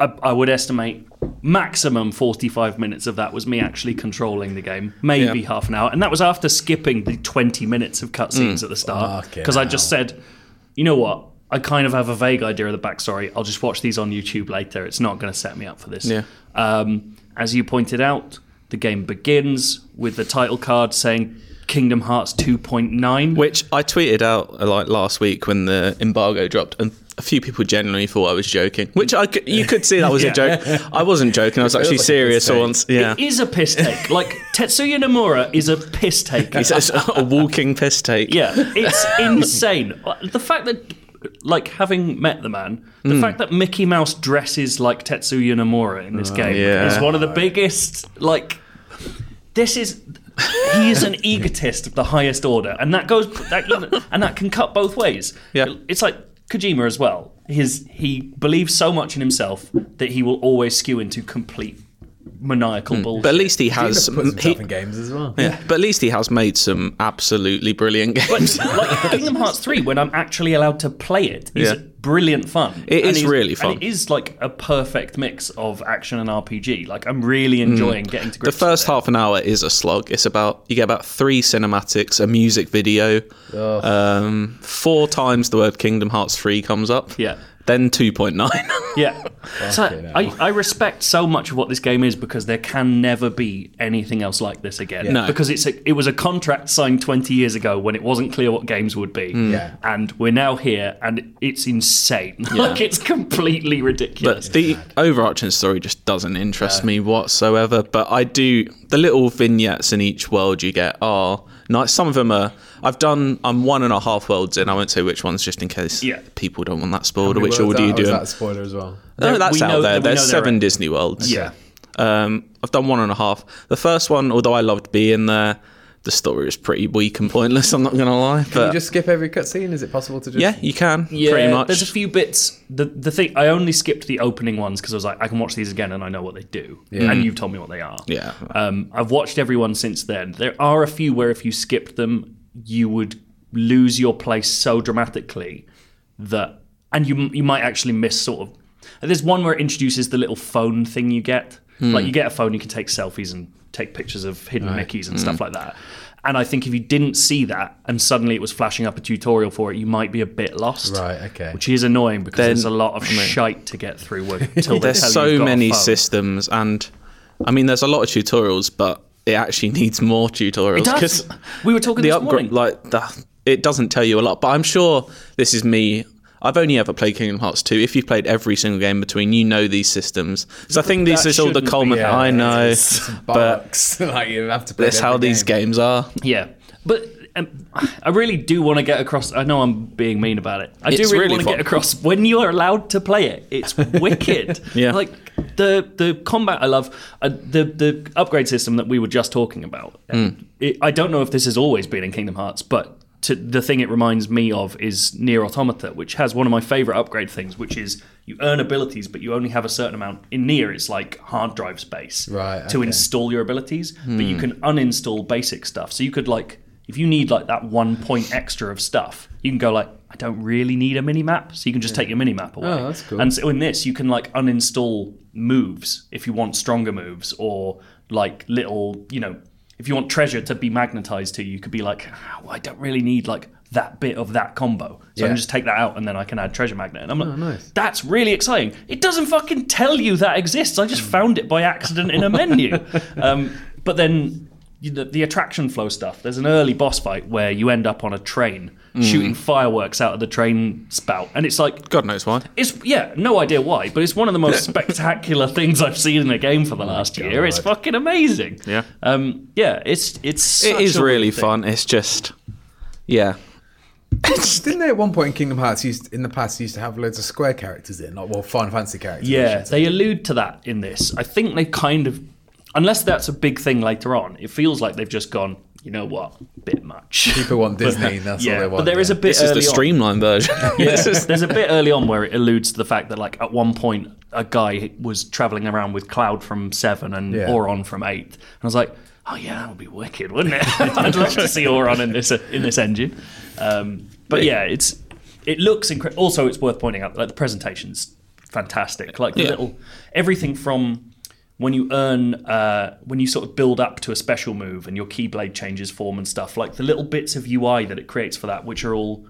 [SPEAKER 1] I, I would estimate maximum 45 minutes of that was me actually controlling the game, maybe
[SPEAKER 3] Yeah.
[SPEAKER 1] half an hour. And that was after skipping the 20 minutes of
[SPEAKER 3] Mm.
[SPEAKER 1] cutscenes at the start.
[SPEAKER 2] Fucking
[SPEAKER 1] Because I just said, you know what? I kind of have a vague idea of the backstory. I'll just watch these on YouTube later. It's not going to set me up for this.
[SPEAKER 3] Yeah.
[SPEAKER 1] Um, as you pointed out, the game begins with the title card saying Kingdom Hearts 2.9.
[SPEAKER 3] Which I tweeted out uh, like last week when the embargo dropped, and a few people genuinely thought I was joking. Which I could, you could see that was a joke. I wasn't joking. I was actually
[SPEAKER 2] like a
[SPEAKER 3] serious.
[SPEAKER 2] mistake.
[SPEAKER 3] once,
[SPEAKER 1] *laughs*
[SPEAKER 3] yeah,
[SPEAKER 1] It is a piss take. Like Tetsuya Nomura is a piss take.
[SPEAKER 3] it's, it's a walking piss take.
[SPEAKER 1] yeah, it's
[SPEAKER 3] *laughs*
[SPEAKER 1] insane. The fact that, like, having met the man, the
[SPEAKER 3] Hmm.
[SPEAKER 1] fact that Mickey Mouse dresses like Tetsuya Nomura in this game
[SPEAKER 3] Uh, yeah.
[SPEAKER 1] is one of the biggest. Like, this is. He is an egotist of the highest order, and that goes that, you know, and that can cut both ways.
[SPEAKER 3] Yeah.
[SPEAKER 1] it's like Kojima as well. His he believes so much in himself that he will always skew into complete maniacal bullshit.
[SPEAKER 3] Hmm. But at least he
[SPEAKER 2] He
[SPEAKER 3] has.
[SPEAKER 2] puts himself
[SPEAKER 3] he-
[SPEAKER 2] in games as well.
[SPEAKER 3] Yeah. But at least he has made some absolutely brilliant games.
[SPEAKER 1] like Kingdom Hearts 3, when I'm actually allowed to play it, is
[SPEAKER 3] Yeah.
[SPEAKER 1] brilliant fun.
[SPEAKER 3] It
[SPEAKER 1] And
[SPEAKER 3] is
[SPEAKER 1] it's-
[SPEAKER 3] really fun.
[SPEAKER 1] And it is like a perfect mix of action and RPG. Like I'm really enjoying getting to
[SPEAKER 3] Mm. the
[SPEAKER 1] grips.
[SPEAKER 3] first half an hour is a slog. It's about you get about three cinematics, a music video, um, four times the word Kingdom Hearts three comes up.
[SPEAKER 1] Yeah.
[SPEAKER 3] Then two point nine.
[SPEAKER 1] yeah. So I, I respect so much of what this game is because there can never be anything else like this again.
[SPEAKER 3] No.
[SPEAKER 1] Because it's a, it was a contract signed 20 years ago when it wasn't clear what games would be.
[SPEAKER 3] Mm.
[SPEAKER 2] Yeah.
[SPEAKER 1] And we're now here and it's insane. *laughs* like it's completely ridiculous.
[SPEAKER 3] But the overarching story just doesn't interest me whatsoever. But I do the little vignettes in each world you get are nice. Some of them are. I've done. I'm one and a half worlds in. I won't say which ones, just in case
[SPEAKER 1] Yeah.
[SPEAKER 3] people don't want that spoiled. Or
[SPEAKER 2] Wait,
[SPEAKER 3] which
[SPEAKER 2] what was
[SPEAKER 3] order you
[SPEAKER 2] that? Oh, was
[SPEAKER 3] do?
[SPEAKER 2] that a spoiler as well?
[SPEAKER 3] No, that's
[SPEAKER 1] we
[SPEAKER 3] out
[SPEAKER 1] know-
[SPEAKER 3] there.
[SPEAKER 1] we know
[SPEAKER 3] There's
[SPEAKER 1] they're
[SPEAKER 3] seven
[SPEAKER 1] out.
[SPEAKER 3] Disney worlds.
[SPEAKER 1] Yeah.
[SPEAKER 3] Um, I've done one and a half. The first one, although I loved being there, the story is pretty weak and pointless. I'm not going to lie.
[SPEAKER 2] Can
[SPEAKER 3] but
[SPEAKER 2] you just skip every cutscene? Is it possible to just?
[SPEAKER 3] yeah, you can. pretty much.
[SPEAKER 1] There's a few bits. The the thing I only skipped the opening ones because I was like, I can watch these again and I know what they do. And you've told me what they are.
[SPEAKER 3] Mm. Yeah.
[SPEAKER 1] Um, I've watched everyone since then. There are a few where if you skipped them, you would lose your place so dramatically that, and you you might actually miss sort of. There's one where it introduces the little phone thing you get.
[SPEAKER 3] Hmm.
[SPEAKER 1] Like you get a phone, you can take selfies and take pictures of hidden Mickeys
[SPEAKER 3] Hmm.
[SPEAKER 1] and stuff like that. And I think if you didn't see that and suddenly it was flashing up a tutorial for it, you might be a bit lost.
[SPEAKER 2] Right. Okay.
[SPEAKER 1] Which is annoying because there's a lot of shite to get through
[SPEAKER 3] *laughs*
[SPEAKER 1] until they
[SPEAKER 3] there's
[SPEAKER 1] tell you
[SPEAKER 3] so
[SPEAKER 1] you've got a
[SPEAKER 3] many
[SPEAKER 1] phone.
[SPEAKER 3] systems, and I mean, there's a lot of tutorials, but it actually *laughs* needs more tutorials
[SPEAKER 1] It does. We were talking
[SPEAKER 3] the
[SPEAKER 1] this morning.
[SPEAKER 3] upgrade, like the, it doesn't tell you a lot. But I'm sure this is me. I've only ever played Kingdom Hearts 2. If you've played every single game between, you know these systems. So I think this
[SPEAKER 1] That
[SPEAKER 3] is all the
[SPEAKER 1] shouldn't be-
[SPEAKER 3] culmin.
[SPEAKER 1] yeah,
[SPEAKER 3] I know, but
[SPEAKER 2] Bollocks. *laughs* like you have to play.
[SPEAKER 3] that's
[SPEAKER 2] every
[SPEAKER 3] how these
[SPEAKER 2] game.
[SPEAKER 3] games are.
[SPEAKER 1] Yeah, but um, I really do want to get across. I know I'm being mean about it. I do
[SPEAKER 3] It's
[SPEAKER 1] really,
[SPEAKER 3] really
[SPEAKER 1] want to
[SPEAKER 3] fun.
[SPEAKER 1] get across when you are allowed to play it.
[SPEAKER 3] *laughs*
[SPEAKER 1] It's wicked.
[SPEAKER 3] Yeah.
[SPEAKER 1] like the the combat. I love uh, the the upgrade system that we were just talking about. uh,
[SPEAKER 3] Mm.
[SPEAKER 1] It, I don't know if this has always been in Kingdom Hearts, but. To, the thing it reminds me of is Near Automata, which has one of my favorite upgrade things, which is you earn abilities, but you only have a certain amount. In Near, it's like hard drive space
[SPEAKER 2] Right,
[SPEAKER 1] to
[SPEAKER 2] okay.
[SPEAKER 1] install your abilities, but
[SPEAKER 2] Hmm.
[SPEAKER 1] you can uninstall basic stuff. So you could like if you need like that one point extra of stuff, you can go like I don't really need a mini map, so you can just take your mini map away.
[SPEAKER 2] Oh, that's cool.
[SPEAKER 1] And so in this, you can like uninstall moves if you want stronger moves or like little, you know, if you want treasure to be magnetized to, you could be like "Oh, I don't really need like that bit of that combo. So I
[SPEAKER 2] Yeah. Oh,
[SPEAKER 1] can just take that out and then I can add treasure magnet. And I'm like,
[SPEAKER 2] nice.
[SPEAKER 1] that's really exciting. It doesn't fucking tell you that exists. I just found it by accident in a
[SPEAKER 2] *laughs*
[SPEAKER 1] menu. Um, but then you- the, the attraction flow stuff. There's an early boss fight where you end up on a train
[SPEAKER 2] Mm.
[SPEAKER 1] shooting fireworks out of the train spout, and it's like
[SPEAKER 3] God knows why.
[SPEAKER 1] it's yeah, no idea why, but it's one of the
[SPEAKER 3] *laughs*
[SPEAKER 1] most spectacular things I've seen in a game for the last year. It's fucking amazing.
[SPEAKER 3] Oh Yeah.
[SPEAKER 1] um, yeah, it's it's
[SPEAKER 3] It
[SPEAKER 1] such
[SPEAKER 3] is
[SPEAKER 1] a
[SPEAKER 3] really
[SPEAKER 1] weird thing.
[SPEAKER 3] fun. It's just, yeah.
[SPEAKER 2] Didn't they at one point in Kingdom Hearts used in the past used to have loads of square characters in, like well, Final Fantasy characters?
[SPEAKER 1] Yeah, they allude to that in this. I think they kind of, unless that's a big thing later on, it feels like they've just gone. You know what? Bit much.
[SPEAKER 2] People want Disney.
[SPEAKER 1] *laughs*
[SPEAKER 2] that's
[SPEAKER 1] yeah,
[SPEAKER 2] all they want.
[SPEAKER 1] but there is
[SPEAKER 2] yeah.
[SPEAKER 1] a bit.
[SPEAKER 3] This is the
[SPEAKER 1] early on- *laughs*
[SPEAKER 3] streamlined version. This is-
[SPEAKER 1] There's a bit early on where it alludes to the fact that, like, at one point, a guy was traveling around with Cloud from Seven and
[SPEAKER 2] Yeah.
[SPEAKER 1] Oron from Eight, and I was like, "Oh yeah, that would be wicked, wouldn't it? *laughs* I'd love to see Oron in this in this engine." Um, but yeah, it's it looks incredible. Also, it's worth pointing out like the presentation's fantastic. Like the
[SPEAKER 3] Yeah.
[SPEAKER 1] little everything from when you earn uh, when you sort of build up to a special move and your keyblade changes form and stuff like the little bits of ui that it creates for that which are all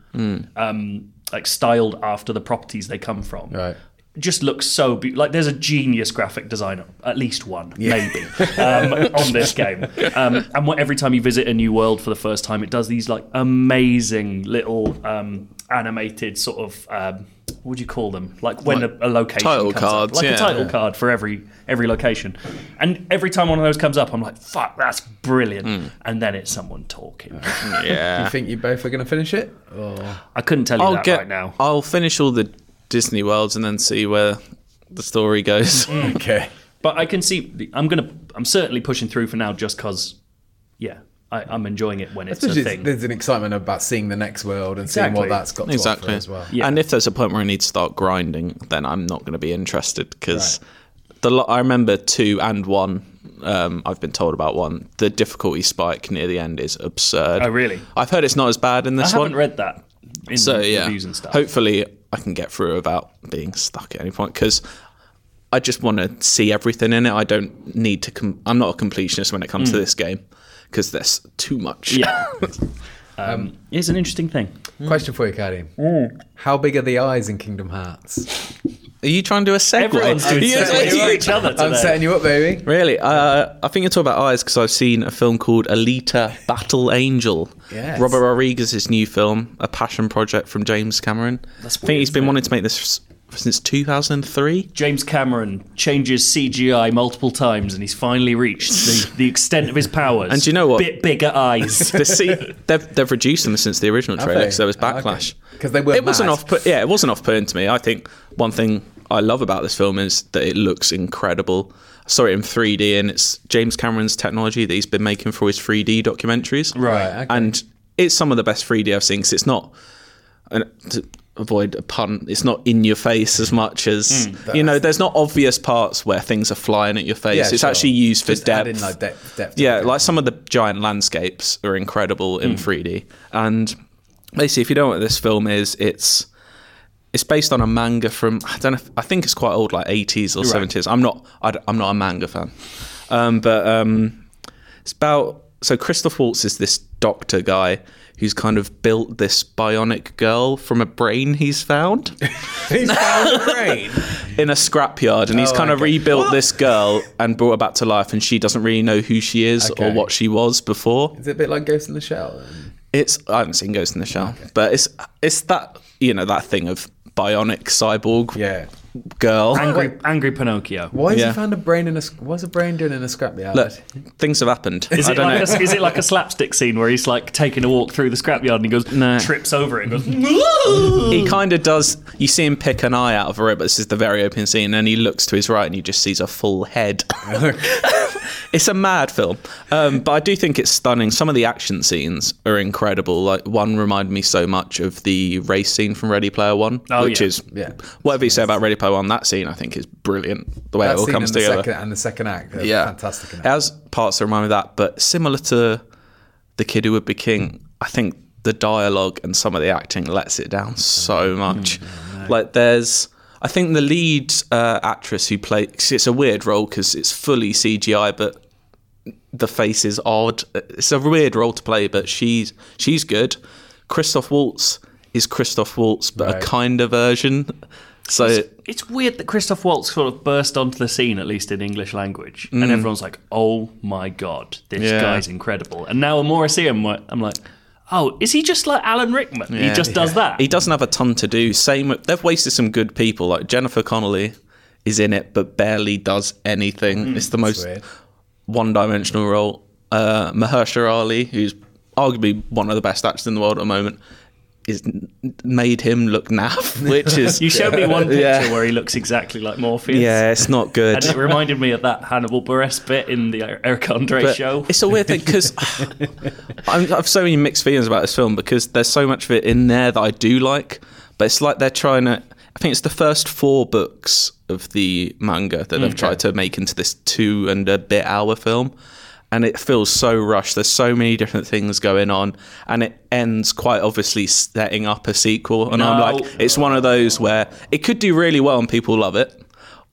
[SPEAKER 1] um, like styled after the properties they come from
[SPEAKER 2] Right.
[SPEAKER 1] just looks so be- like there's a genius graphic designer at least one maybe
[SPEAKER 3] *laughs*
[SPEAKER 1] um, on this game um, and what, every time you visit a new world for the first time it does these like amazing little um, animated sort of um, what would you call them like when
[SPEAKER 3] Like
[SPEAKER 1] a, a location
[SPEAKER 3] title
[SPEAKER 1] comes up.
[SPEAKER 3] cards,
[SPEAKER 1] like a
[SPEAKER 3] yeah.
[SPEAKER 1] title card for every every location. And every time one of those comes up, I'm like, "Fuck, that's brilliant!"
[SPEAKER 3] Hmm.
[SPEAKER 1] And then it's someone talking.
[SPEAKER 3] yeah.
[SPEAKER 2] You think you both are going to finish it?
[SPEAKER 1] I couldn't tell you
[SPEAKER 3] I'll
[SPEAKER 1] that
[SPEAKER 3] get.
[SPEAKER 1] right now.
[SPEAKER 3] I'll finish all the Disney worlds and then see where the story
[SPEAKER 1] Mm.
[SPEAKER 3] goes.
[SPEAKER 2] Okay.
[SPEAKER 1] But I can see. I'm gonna. I'm certainly pushing through for now, just cause. Yeah, I, I'm enjoying it when it's a
[SPEAKER 2] Especially it's-
[SPEAKER 1] thing.
[SPEAKER 2] there's an excitement about seeing the next world and
[SPEAKER 1] Exactly.
[SPEAKER 2] seeing what that's got to
[SPEAKER 3] exactly.
[SPEAKER 2] offer as well.
[SPEAKER 1] Yeah.
[SPEAKER 3] And if there's a point where I need to start grinding, then I'm not going to be interested because the lo- I remember two and one. Um, I've been told about one. The difficulty spike near the end is absurd.
[SPEAKER 1] Oh, really?
[SPEAKER 3] I've heard it's not as bad in
[SPEAKER 1] I
[SPEAKER 3] this
[SPEAKER 1] haven't
[SPEAKER 3] one.
[SPEAKER 1] read that in
[SPEAKER 3] so
[SPEAKER 1] the
[SPEAKER 3] yeah,
[SPEAKER 1] reviews and stuff.
[SPEAKER 3] hopefully I can get through without being stuck at any point because I just want to see everything in it. I don't need to. Com- I'm not a completionist when it comes to this game because there's too much.
[SPEAKER 1] Hmm. Yeah. um, it's an interesting thing.
[SPEAKER 2] Question for you, Karim. How big are the eyes in Kingdom Hearts?
[SPEAKER 3] Are you trying to do a segue?
[SPEAKER 1] Everyone's doing
[SPEAKER 3] *laughs* Yeah,
[SPEAKER 1] segues
[SPEAKER 3] yeah,
[SPEAKER 1] for
[SPEAKER 3] yeah.
[SPEAKER 1] each other today.
[SPEAKER 2] I'm setting you up, baby.
[SPEAKER 3] Really? Uh, I think you're talking about eyes because I've seen a film called Alita Battle Angel.
[SPEAKER 2] Yes.
[SPEAKER 3] Robert Rodriguez's new film, a passion project from James Cameron. I think he's been wanting to make this s- since 2003.
[SPEAKER 1] James Cameron changes CGI multiple times, and he's finally reached the, the extent of his powers.
[SPEAKER 3] And do you know what?
[SPEAKER 1] Bit bigger
[SPEAKER 3] *laughs*
[SPEAKER 1] eyes.
[SPEAKER 3] The se- they've, they've reduced them since the original trailer because there was backlash.
[SPEAKER 2] Because Ah, they were
[SPEAKER 3] It wasn't
[SPEAKER 2] mad.
[SPEAKER 3] off put. Yeah, it wasn't off putting to me. I think one thing I love about this film is that it looks incredible. I saw it in 3D, and it's James Cameron's technology that he's been making for his 3D documentaries.
[SPEAKER 2] Right, okay.
[SPEAKER 3] And it's some of the best 3D I've seen because it's not, and to avoid a pun, it's not in your face as much as, you know, there's not obvious parts where things are flying at your face.
[SPEAKER 2] Hmm, Yeah,
[SPEAKER 3] it's
[SPEAKER 2] sure.
[SPEAKER 3] actually used for
[SPEAKER 2] Just add in, like, depth- depth to
[SPEAKER 3] yeah,
[SPEAKER 2] it.
[SPEAKER 3] like some of the giant landscapes are incredible in 3D. And basically, if you don't know what this film is, it's it's based on a manga from I don't know. If, I think it's quite old, like 80s or 70s. I'm not I, am not a manga fan, um, but um, it's about so Christoph Waltz is this doctor guy who's kind of built this bionic girl from a brain he's found
[SPEAKER 2] He's found the brain.
[SPEAKER 3] in a scrapyard and he's kind of rebuilt this girl and brought her back to life and she doesn't really know who she is or
[SPEAKER 2] Okay.
[SPEAKER 3] what she was before
[SPEAKER 2] Is it a bit like Ghost in the Shell?
[SPEAKER 3] it's i haven't seen ghost in the shell but it's it's that you know that thing of bionic cyborg
[SPEAKER 2] Yeah.
[SPEAKER 3] girl
[SPEAKER 1] angry, angry Pinocchio.
[SPEAKER 2] Why has
[SPEAKER 3] Yeah.
[SPEAKER 2] he found a brain in a? sc- Why's a brain doing in a scrapyard?
[SPEAKER 3] look things have happened
[SPEAKER 1] Is
[SPEAKER 3] i
[SPEAKER 1] it,
[SPEAKER 3] don't
[SPEAKER 1] like
[SPEAKER 3] know
[SPEAKER 1] a, is it like a slapstick scene where he's like taking a walk through the scrapyard and he goes,
[SPEAKER 3] No.
[SPEAKER 1] trips over it and goes, *laughs* "Woo!"
[SPEAKER 3] he kind of does you see him pick an eye out of a robot this is the very opening scene and he looks to his right and he just sees a full head *laughs* it's a mad film um, but i do think it's stunning some of the action scenes are incredible like one reminded me so much of the race scene from ready player one
[SPEAKER 1] Oh,
[SPEAKER 3] which
[SPEAKER 1] yeah.
[SPEAKER 3] is
[SPEAKER 2] Yeah.
[SPEAKER 3] whatever you say about ready player one that scene i think is brilliant the way
[SPEAKER 2] That
[SPEAKER 3] it all
[SPEAKER 2] scene
[SPEAKER 3] comes
[SPEAKER 2] in the
[SPEAKER 3] together
[SPEAKER 2] second and the second act. are fantastic. in
[SPEAKER 3] it
[SPEAKER 2] that.
[SPEAKER 3] has parts that remind me of that, but similar to The Kid Who Would Be King, I think the dialogue and some of the acting lets it down so
[SPEAKER 2] Mm.
[SPEAKER 3] much. Like there's, I think the lead uh, actress who plays, it's a weird role because it's fully CGI, but the face is odd. It's a weird role to play, but she's she's good. Christoph Waltz is Christoph Waltz, but
[SPEAKER 2] Right.
[SPEAKER 3] a kinder version. So
[SPEAKER 1] It's weird that Christoph Waltz sort of burst onto the scene, at least in English language, and everyone's like, "Oh my god, this
[SPEAKER 3] Mm. Yeah.
[SPEAKER 1] guy's incredible!" And now the more I see him, I'm like, "Oh, is he just like Alan Rickman? He
[SPEAKER 3] Yeah.
[SPEAKER 1] just does that."
[SPEAKER 3] he doesn't have a ton to do. Same, with- they've wasted some good people. Like Jennifer Connolly is in it, but barely does anything.
[SPEAKER 1] Mm.
[SPEAKER 3] it's the most
[SPEAKER 2] weird.
[SPEAKER 3] one-dimensional role. Uh, Mahershala Ali, who's arguably one of the best actors in the world at the moment, is n- made him look naff, *laughs* which is
[SPEAKER 1] You showed
[SPEAKER 3] *laughs*
[SPEAKER 1] me one picture
[SPEAKER 3] Yeah.
[SPEAKER 1] where he looks exactly like Morpheus.
[SPEAKER 3] yeah, it's not good.
[SPEAKER 1] And it reminded me of that Hannibal Buress bit in the Er- Eric Andre
[SPEAKER 3] But
[SPEAKER 1] show.
[SPEAKER 3] It's a weird thing
[SPEAKER 1] *laughs*
[SPEAKER 3] because I've so many mixed feelings about this film because there's so much of it in there that I do like, but it's like they're trying to. I think it's the first four books of the manga that
[SPEAKER 1] Mm.
[SPEAKER 3] they've tried to make into this two and a bit hour film. And it feels so rushed. There's so many different things going on. And it ends quite obviously setting up a sequel. And I'm
[SPEAKER 1] No.
[SPEAKER 3] like, it's one of those where it could do really well and people love it,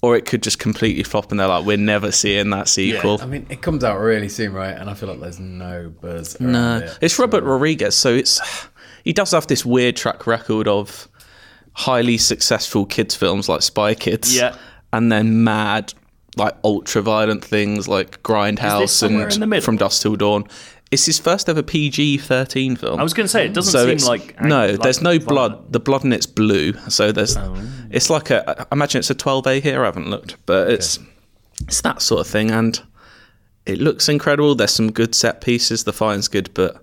[SPEAKER 3] or it could just completely flop and they're like, we're never seeing that sequel.
[SPEAKER 2] I mean, it comes out really soon, right? And I feel like there's no buzz. around
[SPEAKER 3] No,
[SPEAKER 2] it.
[SPEAKER 3] it's Robert Rodriguez, so it's he does have this weird track record of highly successful kids films like Spy Kids,
[SPEAKER 1] Yeah.
[SPEAKER 3] and then mad like ultra violent things like Grindhouse
[SPEAKER 1] somewhere in the
[SPEAKER 3] and
[SPEAKER 1] middle?
[SPEAKER 3] From Dusk Till Dawn. It's his first ever PG thirteen film.
[SPEAKER 1] I was going to say it doesn't seem
[SPEAKER 3] it's-
[SPEAKER 1] like
[SPEAKER 3] no,
[SPEAKER 1] like Oh.
[SPEAKER 3] there's no
[SPEAKER 1] violent.
[SPEAKER 3] blood. The blood in it's blue, so there's it's like a. I imagine it's a 12A here. I haven't looked, but it's it's that sort of thing, and it looks incredible. There's some good set pieces. The fighting's good, but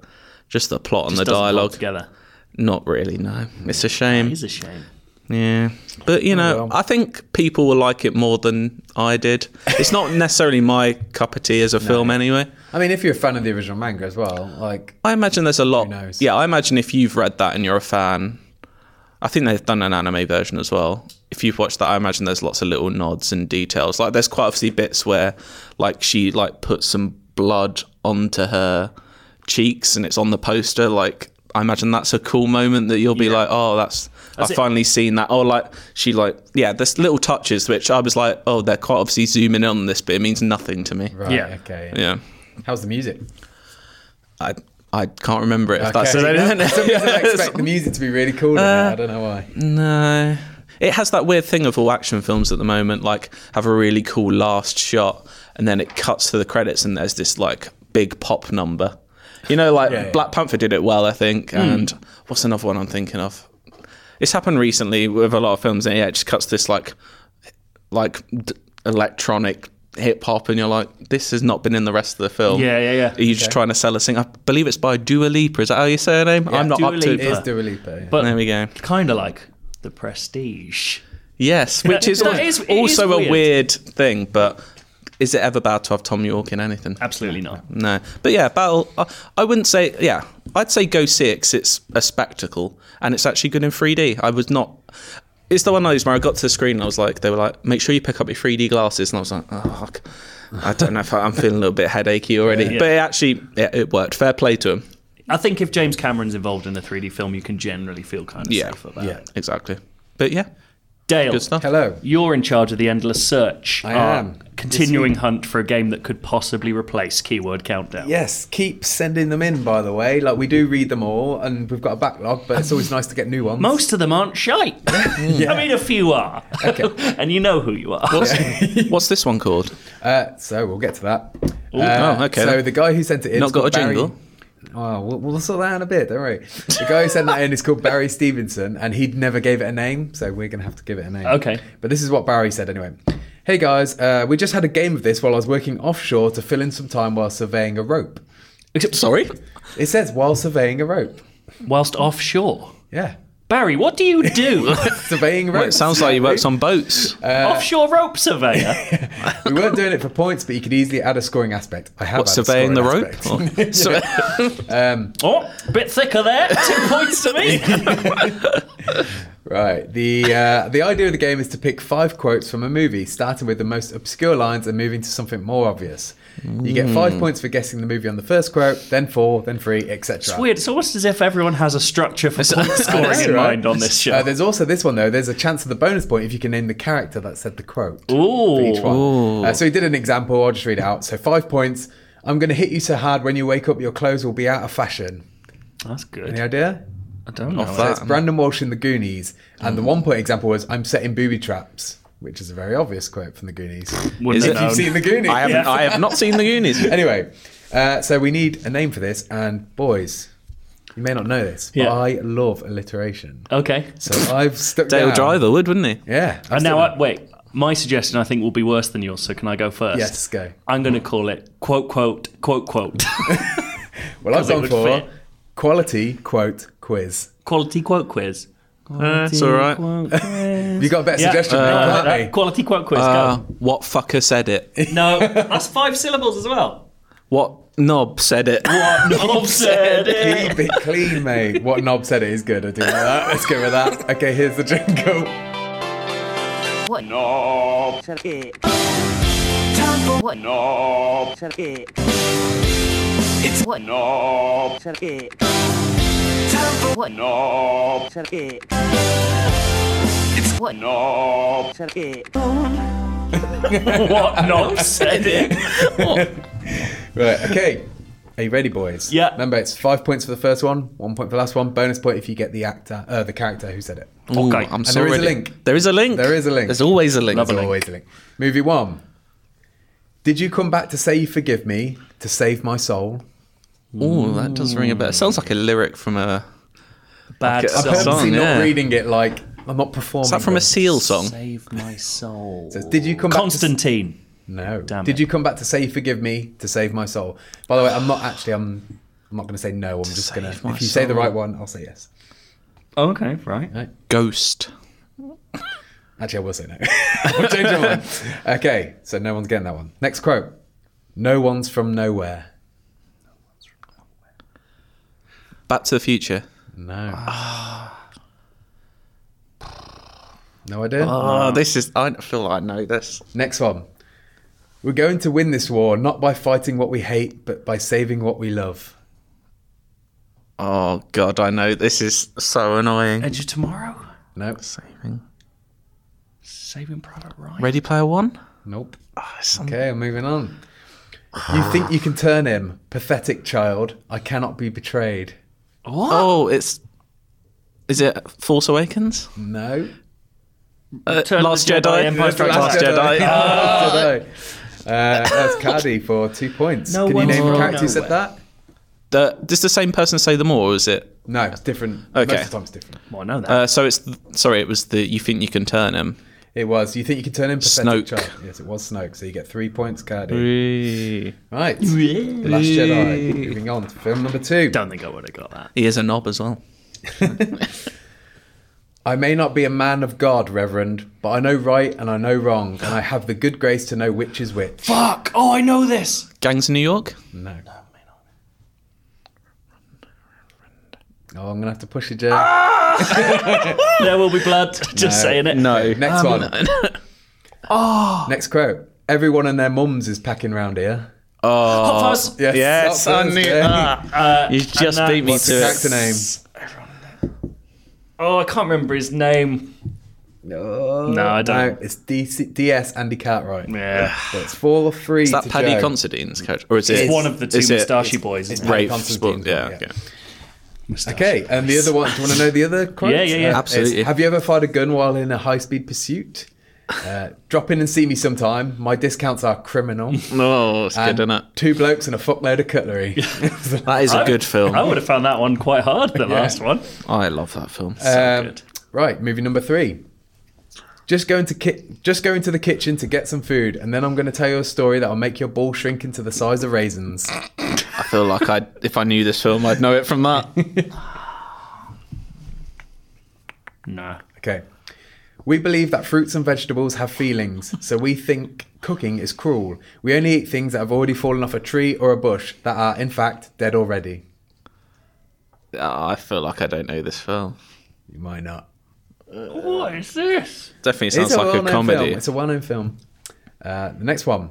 [SPEAKER 3] just the plot and the
[SPEAKER 1] Doesn't hold
[SPEAKER 3] dialogue,
[SPEAKER 1] together.
[SPEAKER 3] not really. No, it's a shame.
[SPEAKER 1] It's a shame.
[SPEAKER 3] Yeah, but
[SPEAKER 1] Oh,
[SPEAKER 3] you know, I think people will like it more than I did. It's not necessarily my cup of
[SPEAKER 1] *laughs*
[SPEAKER 3] tea as a film, anyway.
[SPEAKER 2] I mean, if you're a fan of the original manga as well, like
[SPEAKER 3] I imagine there's a lot.
[SPEAKER 2] knows?
[SPEAKER 3] Yeah, I imagine if you've read that and you're a fan, I think they've done an anime version as well. If you've watched that, I imagine there's lots of little nods and details. Like there's quite obviously bits where, like she like puts some blood onto her cheeks and it's on the poster. Like I imagine that's a cool moment that you'll be like, oh, that's. I've
[SPEAKER 1] it.
[SPEAKER 3] finally seen that. Or like she like yeah, there's little touches which I was like, oh, they're quite obviously zooming in on this, but it means nothing to me.
[SPEAKER 2] right,
[SPEAKER 1] Yeah.
[SPEAKER 2] okay.
[SPEAKER 3] Yeah,
[SPEAKER 2] How's the
[SPEAKER 3] *laughs*
[SPEAKER 2] music?
[SPEAKER 3] I I can't remember it. If that's
[SPEAKER 2] Okay. For
[SPEAKER 3] it. *laughs*
[SPEAKER 2] some reason I expect the music to be really cool. in it. I don't know why.
[SPEAKER 3] Uh, No. It has that weird thing of all action films at the moment, like have a really cool last shot and then it cuts to the credits and there's this like big pop number. You know, like
[SPEAKER 2] Yeah, yeah.
[SPEAKER 3] Black Panther did it well, I think. And what's another one I'm thinking of? It's happened recently with a lot of films, and yeah, it just cuts this like, like d- electronic hip hop, and you're like, this has not been in the rest of the film.
[SPEAKER 1] Yeah, yeah, yeah.
[SPEAKER 3] Are you just trying to sell a thing? I believe it's by Dua Lipa. Is that how you say her name? I'm not
[SPEAKER 1] Dua
[SPEAKER 3] up to.
[SPEAKER 1] Lipa.
[SPEAKER 2] It is Dua Lipa. yeah.
[SPEAKER 1] But
[SPEAKER 3] There we go.
[SPEAKER 1] Kind of like the Prestige.
[SPEAKER 3] Yes, which is,
[SPEAKER 1] *laughs* That is- it is
[SPEAKER 3] also
[SPEAKER 1] weird.
[SPEAKER 3] a weird thing, but is it ever bad to have Tom York in anything?
[SPEAKER 1] Absolutely not.
[SPEAKER 3] No. But yeah, Battle, I, I wouldn't say, yeah, I'd say go see it 'cause it's a spectacle and it's actually good in 3D. I was not. It's the one of those where I got to the screen and I was like, they were like, make sure you pick up your 3D glasses. And I was like, oh, c- I don't know if I, I'm feeling a little bit headachy already. But it actually, yeah, it worked. Fair play to him.
[SPEAKER 1] I think if James Cameron's involved in a 3D film, you can generally feel kind of
[SPEAKER 3] Yeah.
[SPEAKER 1] safe about
[SPEAKER 2] Yeah.
[SPEAKER 1] it.
[SPEAKER 3] Exactly. But yeah,
[SPEAKER 1] Dale,
[SPEAKER 3] good stuff.
[SPEAKER 2] Hello.
[SPEAKER 1] you're in charge of the endless search.
[SPEAKER 2] I
[SPEAKER 1] our
[SPEAKER 2] am.
[SPEAKER 1] Continuing hunt for a game that could possibly replace Keyword Countdown.
[SPEAKER 2] Yes, keep sending them in. By the way, like we do read them all, and we've got a backlog, but it's always nice to get new ones.
[SPEAKER 1] Most of them aren't shite. *laughs*
[SPEAKER 2] Mm.
[SPEAKER 1] I mean, a few are. *laughs* and you know who you are.
[SPEAKER 3] What's this one called?
[SPEAKER 2] Uh, so we'll get to that. Uh,
[SPEAKER 3] oh, okay.
[SPEAKER 2] So the guy who sent it in
[SPEAKER 3] Not
[SPEAKER 2] is
[SPEAKER 3] got
[SPEAKER 2] called
[SPEAKER 3] a
[SPEAKER 2] Barry-
[SPEAKER 3] jingle?
[SPEAKER 2] Oh, we'll, we'll sort that out in a bit. Don't worry. The guy who sent that in is called Barry Stevenson, and he never gave it a name, so we're gonna have to give it a name.
[SPEAKER 1] Okay.
[SPEAKER 2] But this is what Barry said anyway. Hey guys, uh, we just had a game of this while I was working offshore to fill in some time while surveying a rope.
[SPEAKER 3] Sorry?
[SPEAKER 2] It says while surveying a rope.
[SPEAKER 1] Whilst offshore.
[SPEAKER 2] Yeah.
[SPEAKER 1] Barry, what do you
[SPEAKER 2] *laughs*
[SPEAKER 1] do?
[SPEAKER 2] Surveying rope.
[SPEAKER 3] It sounds like he works on boats.
[SPEAKER 2] Uh,
[SPEAKER 1] offshore rope surveyor.
[SPEAKER 2] *laughs* we weren't doing it for points, but you could easily add a scoring aspect. I have
[SPEAKER 3] What,
[SPEAKER 2] added a
[SPEAKER 3] surveying the
[SPEAKER 2] scoring
[SPEAKER 3] rope?
[SPEAKER 2] aspect. *laughs*
[SPEAKER 3] Or- so-
[SPEAKER 1] Oh, bit thicker there. Two points to
[SPEAKER 2] *laughs*
[SPEAKER 1] me.
[SPEAKER 2] Right. The uh, the idea of the game is to pick five quotes from a movie, starting with the most obscure lines and moving to something more obvious. You get five points for guessing the movie on the first quote, then four, then three, etc.
[SPEAKER 1] It's
[SPEAKER 2] *laughs*
[SPEAKER 1] weird. It's almost as if everyone has a structure for point scoring in
[SPEAKER 2] Right.
[SPEAKER 1] mind on this
[SPEAKER 2] Uh,
[SPEAKER 1] show.
[SPEAKER 2] there's also this one though. There's a chance of the bonus point if you can name the character that said the quote. for each
[SPEAKER 1] Ooh.
[SPEAKER 2] one. Uh, so he did an example. I'll just read it out. So five points. I'm going to hit you so hard when you wake up, your clothes will be out of fashion.
[SPEAKER 1] That's
[SPEAKER 2] Any
[SPEAKER 1] good.
[SPEAKER 2] idea?
[SPEAKER 1] I don't know.
[SPEAKER 2] So
[SPEAKER 3] um,
[SPEAKER 2] it's Brandon Walsh in The Goonies, and
[SPEAKER 3] Mm.
[SPEAKER 2] the one point example was "I'm setting booby traps," which is a very obvious quote from The
[SPEAKER 3] *laughs*
[SPEAKER 2] Goonies.
[SPEAKER 1] Wouldn't have
[SPEAKER 2] If
[SPEAKER 3] Is it-
[SPEAKER 2] you've
[SPEAKER 1] known.
[SPEAKER 2] seen The Goonies,
[SPEAKER 3] I,
[SPEAKER 2] *laughs*
[SPEAKER 3] haven't, I have not seen the Goonies.
[SPEAKER 2] Anyway, uh, so we need a name for this, and boys, you may not know this, but
[SPEAKER 1] Yeah.
[SPEAKER 2] I love alliteration.
[SPEAKER 1] Okay.
[SPEAKER 2] So I've stuck
[SPEAKER 3] Dale
[SPEAKER 2] down-
[SPEAKER 3] Driver would, wouldn't he?
[SPEAKER 2] Yeah. I've
[SPEAKER 1] And now,
[SPEAKER 2] stuck
[SPEAKER 1] I, wait. My suggestion, I think, will be worse than yours. So can I go first?
[SPEAKER 2] Yes, go.
[SPEAKER 1] I'm going to call it quote quote quote quote.
[SPEAKER 2] down- well, I've
[SPEAKER 1] it
[SPEAKER 2] gone
[SPEAKER 1] would
[SPEAKER 2] for
[SPEAKER 1] fit.
[SPEAKER 2] quality quote quiz.
[SPEAKER 1] Quality quote quiz.
[SPEAKER 3] it's all right.
[SPEAKER 2] You got a better suggestion, Nick, can't
[SPEAKER 1] Uh, That- *laughs*
[SPEAKER 2] you?
[SPEAKER 1] quality quote quiz.
[SPEAKER 3] Uh,
[SPEAKER 1] go.
[SPEAKER 3] what fucker said it?
[SPEAKER 1] No, that's five syllables as well.
[SPEAKER 3] What knob said
[SPEAKER 2] *laughs*
[SPEAKER 3] it?
[SPEAKER 1] Obsed.
[SPEAKER 2] Keep it clean, mate. What Knob said it is good. I do like that. Let's go with that. Okay, here's the jingle.
[SPEAKER 5] What? No. It's what? No. What? No. It's what? No.
[SPEAKER 1] What not said it?
[SPEAKER 2] Right, okay. Are you ready, boys?
[SPEAKER 1] Yeah.
[SPEAKER 2] Remember, it's five points for the first one, one point for the last one, bonus point if you get the actor, uh, the character who said it.
[SPEAKER 3] Ooh,
[SPEAKER 1] Okay.
[SPEAKER 3] I'm
[SPEAKER 2] is
[SPEAKER 3] so
[SPEAKER 2] a
[SPEAKER 3] ready.
[SPEAKER 2] link.
[SPEAKER 3] There is a link.
[SPEAKER 2] There is a link.
[SPEAKER 3] There's always a link.
[SPEAKER 2] There's always a link. Movie one. Did you come back to say you forgive me to save my soul?
[SPEAKER 3] Ooh, that does ring a bell. It sounds like a lyric from a.
[SPEAKER 1] Bad
[SPEAKER 3] Okay, I've
[SPEAKER 2] I'm
[SPEAKER 3] Song,
[SPEAKER 1] soul.
[SPEAKER 2] purposely not
[SPEAKER 3] yeah.
[SPEAKER 2] reading it like I'm not performing.
[SPEAKER 3] Is that from a
[SPEAKER 2] them.
[SPEAKER 3] Seal song?
[SPEAKER 1] Save my soul.
[SPEAKER 2] So did you come back? To, s-
[SPEAKER 1] Constantine.
[SPEAKER 2] no.
[SPEAKER 1] Damn
[SPEAKER 2] did
[SPEAKER 1] it.
[SPEAKER 2] you come back to say you forgive me to save my soul? By the way, I'm not actually. I'm. I'm not going to say no. I'm just going to. If
[SPEAKER 3] my
[SPEAKER 2] you say the
[SPEAKER 3] soul.
[SPEAKER 2] right one, I'll say yes.
[SPEAKER 1] Oh, Okay, right.
[SPEAKER 3] Ghost.
[SPEAKER 2] Actually, I will say no. *laughs* I'll change my mind. Okay, so no one's getting that one. Next quote. No one's from nowhere.
[SPEAKER 3] Back to the Future.
[SPEAKER 2] No. *sighs* no idea.
[SPEAKER 3] Oh, this is. I feel like I know this.
[SPEAKER 2] Next one. We're going to win this war not by fighting what we hate, but by saving what we love.
[SPEAKER 3] Oh god, I know this is so annoying.
[SPEAKER 1] Edge of Tomorrow.
[SPEAKER 2] Nope.
[SPEAKER 3] Saving.
[SPEAKER 1] Saving Private Ryan.
[SPEAKER 3] Ready Player One.
[SPEAKER 2] Nope.
[SPEAKER 3] Oh, it's some-
[SPEAKER 2] Okay, I'm moving on. You think you can turn him, pathetic child? I cannot be betrayed.
[SPEAKER 3] Oh, it's. Is it Force Awakens?
[SPEAKER 2] No.
[SPEAKER 3] Uh,
[SPEAKER 1] Return of
[SPEAKER 3] Last
[SPEAKER 1] the
[SPEAKER 3] Jedi.
[SPEAKER 1] Jedi, Empire Strikes
[SPEAKER 3] Last
[SPEAKER 2] Back.
[SPEAKER 3] Jedi.
[SPEAKER 2] Last Jedi. *laughs* Uh, that's Cardi for two points.
[SPEAKER 1] No
[SPEAKER 2] can you
[SPEAKER 1] one's
[SPEAKER 2] name the
[SPEAKER 1] from
[SPEAKER 2] character who said that?
[SPEAKER 3] The- does the same person say them all, or is it?
[SPEAKER 2] No, it's different.
[SPEAKER 3] Okay.
[SPEAKER 2] Most of the time it's different.
[SPEAKER 1] Well, I know that.
[SPEAKER 3] Uh, so it's. th- sorry, it was the. You think you can turn him?
[SPEAKER 2] It was. You think you can turn him, pathetic
[SPEAKER 3] Snoke.
[SPEAKER 2] child? Yes, it was Snoke. So you get three points, Cardi.
[SPEAKER 3] He
[SPEAKER 2] Right. The Last Jedi. Moving on to film number two.
[SPEAKER 1] Don't think I would have got that.
[SPEAKER 3] is a knob as well.
[SPEAKER 2] I may not be a man of God, Reverend, but I know right and I know wrong, and I have the good grace to know which is which.
[SPEAKER 1] Fuck! Oh, I know *laughs* this.
[SPEAKER 3] Gangs in New York.
[SPEAKER 2] No. Oh, I'm gonna have to push you, Jay.
[SPEAKER 1] There will be blood. *laughs* Just saying it.
[SPEAKER 3] No.
[SPEAKER 2] Next one. Next quote. Everyone and their mums is packing round here.
[SPEAKER 3] *laughs* Oh.
[SPEAKER 1] Hot Fuzz.
[SPEAKER 2] Yes,
[SPEAKER 3] Yes,
[SPEAKER 2] that
[SPEAKER 3] I
[SPEAKER 2] was
[SPEAKER 3] knew.
[SPEAKER 2] it.
[SPEAKER 3] ah, you just
[SPEAKER 1] and that-
[SPEAKER 3] beat me
[SPEAKER 1] What's
[SPEAKER 2] the
[SPEAKER 3] to
[SPEAKER 2] character
[SPEAKER 3] it.
[SPEAKER 2] name?
[SPEAKER 1] Oh, I can't remember his name.
[SPEAKER 2] No,
[SPEAKER 1] No, I
[SPEAKER 2] no,
[SPEAKER 1] don't.
[SPEAKER 2] it's DC, DS Andy Cartwright.
[SPEAKER 1] Yeah.
[SPEAKER 2] So it's four or three.
[SPEAKER 3] Is that
[SPEAKER 2] to
[SPEAKER 3] Paddy
[SPEAKER 2] Joe.
[SPEAKER 3] Considine's character, or is it
[SPEAKER 1] It's one of the two
[SPEAKER 3] is it
[SPEAKER 1] Mustache Boys. Isn't it?
[SPEAKER 2] Paddy
[SPEAKER 3] Rafe?
[SPEAKER 2] Considine's
[SPEAKER 3] Sport- yeah,
[SPEAKER 2] one, yeah.
[SPEAKER 3] okay.
[SPEAKER 2] Okay, and the other one. Do you want to know the other quote?
[SPEAKER 1] Yeah, yeah, yeah.
[SPEAKER 3] Absolutely.
[SPEAKER 2] Have you ever fired a gun while in a high-speed pursuit? Uh, drop in and see me sometime. My discounts are criminal.
[SPEAKER 3] Oh, *laughs* it's
[SPEAKER 2] And
[SPEAKER 3] good, isn't it?
[SPEAKER 2] Two blokes and a fuckload of cutlery. *laughs*
[SPEAKER 3] That is a good film.
[SPEAKER 1] I would have found that one quite hard. The last one.
[SPEAKER 3] I love that film.
[SPEAKER 2] Um,
[SPEAKER 1] good.
[SPEAKER 2] Right, movie number three. Just going to ki- just go into the kitchen to get some food, and then I'm going to tell you a story that'll make your ball shrink into the size of raisins.
[SPEAKER 3] I feel like I, if I knew this film, I'd know it from that.
[SPEAKER 1] No.
[SPEAKER 2] Okay. We believe that fruits and vegetables have feelings, so we think cooking is cruel. We only eat things that have already fallen off a tree or a bush that are, in fact, dead already.
[SPEAKER 3] Ah, I feel like I don't know this film.
[SPEAKER 2] You might not.
[SPEAKER 1] What is this?
[SPEAKER 3] Definitely sounds
[SPEAKER 2] it's a
[SPEAKER 3] like a
[SPEAKER 2] well-known
[SPEAKER 3] comedy.
[SPEAKER 2] Film. It's a well-known film. Uh, the next one.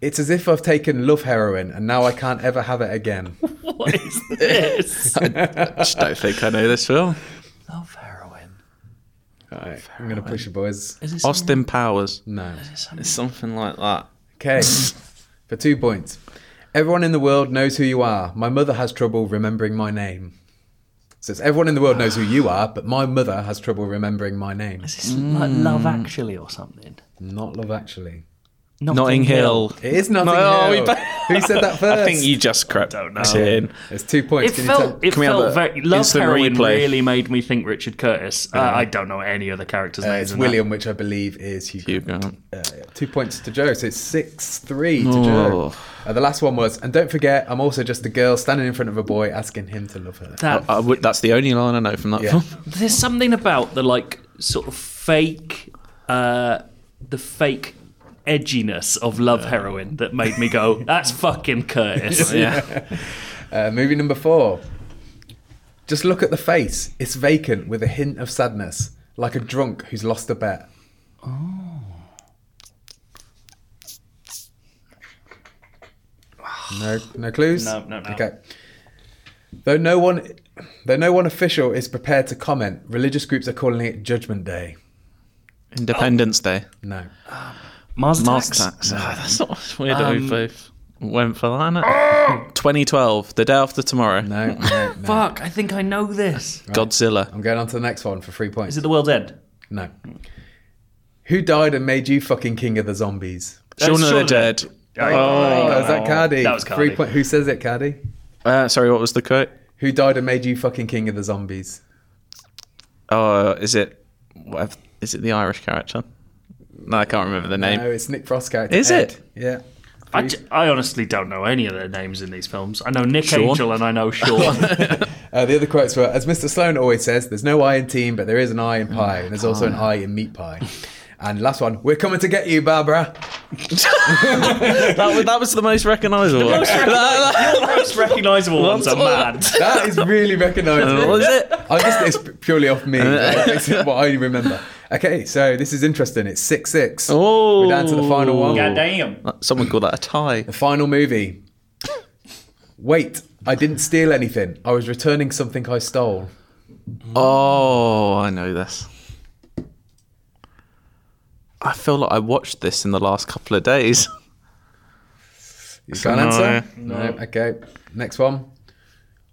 [SPEAKER 2] It's as if I've taken love heroin and now I can't ever have it again.
[SPEAKER 1] *laughs* What is this?
[SPEAKER 3] I just don't think I know this film.
[SPEAKER 1] Love heroin.
[SPEAKER 2] Alright, I'm going to push you, boys.
[SPEAKER 1] Is this
[SPEAKER 3] Austin Powers.
[SPEAKER 2] No.
[SPEAKER 3] It's something like that.
[SPEAKER 2] Okay. *laughs* For two points. Everyone in the world knows who you are. My mother has trouble remembering my name. So it's everyone in the world knows who you are, but my mother has trouble remembering my name.
[SPEAKER 1] Is this like Love Actually or something?
[SPEAKER 2] Not love, actually.
[SPEAKER 3] Notting Hill.
[SPEAKER 2] It is Notting
[SPEAKER 3] No,
[SPEAKER 2] Hill.
[SPEAKER 3] we ba-
[SPEAKER 2] *laughs* Who said that first?
[SPEAKER 3] I think you just crept out
[SPEAKER 1] know.
[SPEAKER 3] in.
[SPEAKER 2] It's two points.
[SPEAKER 1] It
[SPEAKER 2] Can you tell? Uh,
[SPEAKER 1] felt, it
[SPEAKER 3] Can we have
[SPEAKER 1] felt
[SPEAKER 3] a
[SPEAKER 1] very. Love
[SPEAKER 3] instant
[SPEAKER 1] Heroin
[SPEAKER 3] replay?
[SPEAKER 1] really made me think Richard Curtis. Uh, I don't know any other characters'
[SPEAKER 2] Uh,
[SPEAKER 1] names.
[SPEAKER 2] it's
[SPEAKER 1] in that.
[SPEAKER 2] William, which I believe is Hugh.
[SPEAKER 3] You
[SPEAKER 2] Grant.
[SPEAKER 3] go.
[SPEAKER 2] Uh, two points to Joe, so it's six three to
[SPEAKER 3] Oh.
[SPEAKER 2] Joe. Uh, the last one was, and don't forget, I'm also just a girl standing in front of a boy asking him to love her.
[SPEAKER 1] That-
[SPEAKER 3] I would, Oh, uh, that's the only line I know from that
[SPEAKER 2] Yeah.
[SPEAKER 3] film. *laughs*
[SPEAKER 1] there's something about the like sort of fake, uh, the fake edginess of love heroin that made me go,
[SPEAKER 3] *laughs*
[SPEAKER 1] "That's fucking Curtis."
[SPEAKER 3] Yeah.
[SPEAKER 2] Uh, movie number four. Just look at the face. It's vacant with a hint of sadness, like a drunk who's lost a bet. Oh. No, no clues.
[SPEAKER 1] No, no, no.
[SPEAKER 2] Okay. Though no one, though no one official is prepared to comment, religious groups are calling it Judgment Day.
[SPEAKER 3] Independence Day.
[SPEAKER 2] No.
[SPEAKER 1] Mars
[SPEAKER 3] Mars
[SPEAKER 1] attacks.
[SPEAKER 3] Attacks. Ah, that's not it's weird that *laughs* we both went for that. *laughs* innit? 2012, The Day After Tomorrow.
[SPEAKER 2] No. No.
[SPEAKER 1] *laughs*
[SPEAKER 2] no.
[SPEAKER 1] Fuck! I think I know this.
[SPEAKER 3] Godzilla.
[SPEAKER 2] I'm going on to the next one for three points.
[SPEAKER 1] Is it the World's End?
[SPEAKER 2] No. Who died and made you fucking king of the zombies?
[SPEAKER 3] Children of
[SPEAKER 1] Shaun
[SPEAKER 3] the
[SPEAKER 1] of the
[SPEAKER 3] Dead.
[SPEAKER 2] Oh, is that Cardi?
[SPEAKER 1] That was
[SPEAKER 2] Three
[SPEAKER 1] Cardi.
[SPEAKER 2] point. Who says it, Cardi?
[SPEAKER 3] Uh, sorry, what was the quote?
[SPEAKER 2] Who died and made you fucking king of the zombies?
[SPEAKER 3] Oh, is it whatever? Is it the Irish character? No, I can't remember the name.
[SPEAKER 2] No, it's Nick Frost character.
[SPEAKER 3] Is
[SPEAKER 2] Ed.
[SPEAKER 3] it?
[SPEAKER 2] Yeah.
[SPEAKER 1] I, j- I honestly don't know any of their names in these films. I know Nick
[SPEAKER 3] Sean.
[SPEAKER 1] Angel and I know Sean.
[SPEAKER 3] *laughs*
[SPEAKER 2] Uh, the other quotes were, as Mr. Sloan always says, there's no I in team, but there is an I in pie, and there's also an I in meat pie. And last one, we're coming to get you, Barbara.
[SPEAKER 3] *laughs* That was, that was the most recognisable one.
[SPEAKER 1] most recognisable ones are mad.
[SPEAKER 3] *laughs*
[SPEAKER 2] That is really *laughs*
[SPEAKER 3] What
[SPEAKER 2] recognisable.
[SPEAKER 3] was it?
[SPEAKER 2] I just it's purely off me. *laughs* like, It's what I remember. Okay, so this is interesting. It's six six.
[SPEAKER 3] Oh,
[SPEAKER 2] We're down to the Mm-hmm. final one.
[SPEAKER 1] God damn.
[SPEAKER 3] Uh, Someone called that
[SPEAKER 2] *laughs*
[SPEAKER 3] a tie.
[SPEAKER 2] The final movie. Wait, I didn't steal anything. I was returning something I stole.
[SPEAKER 3] Oh, I know this. I feel like I watched this in the last couple of days. *laughs*
[SPEAKER 2] You got an
[SPEAKER 3] no.
[SPEAKER 2] answer? No. Okay. Next one.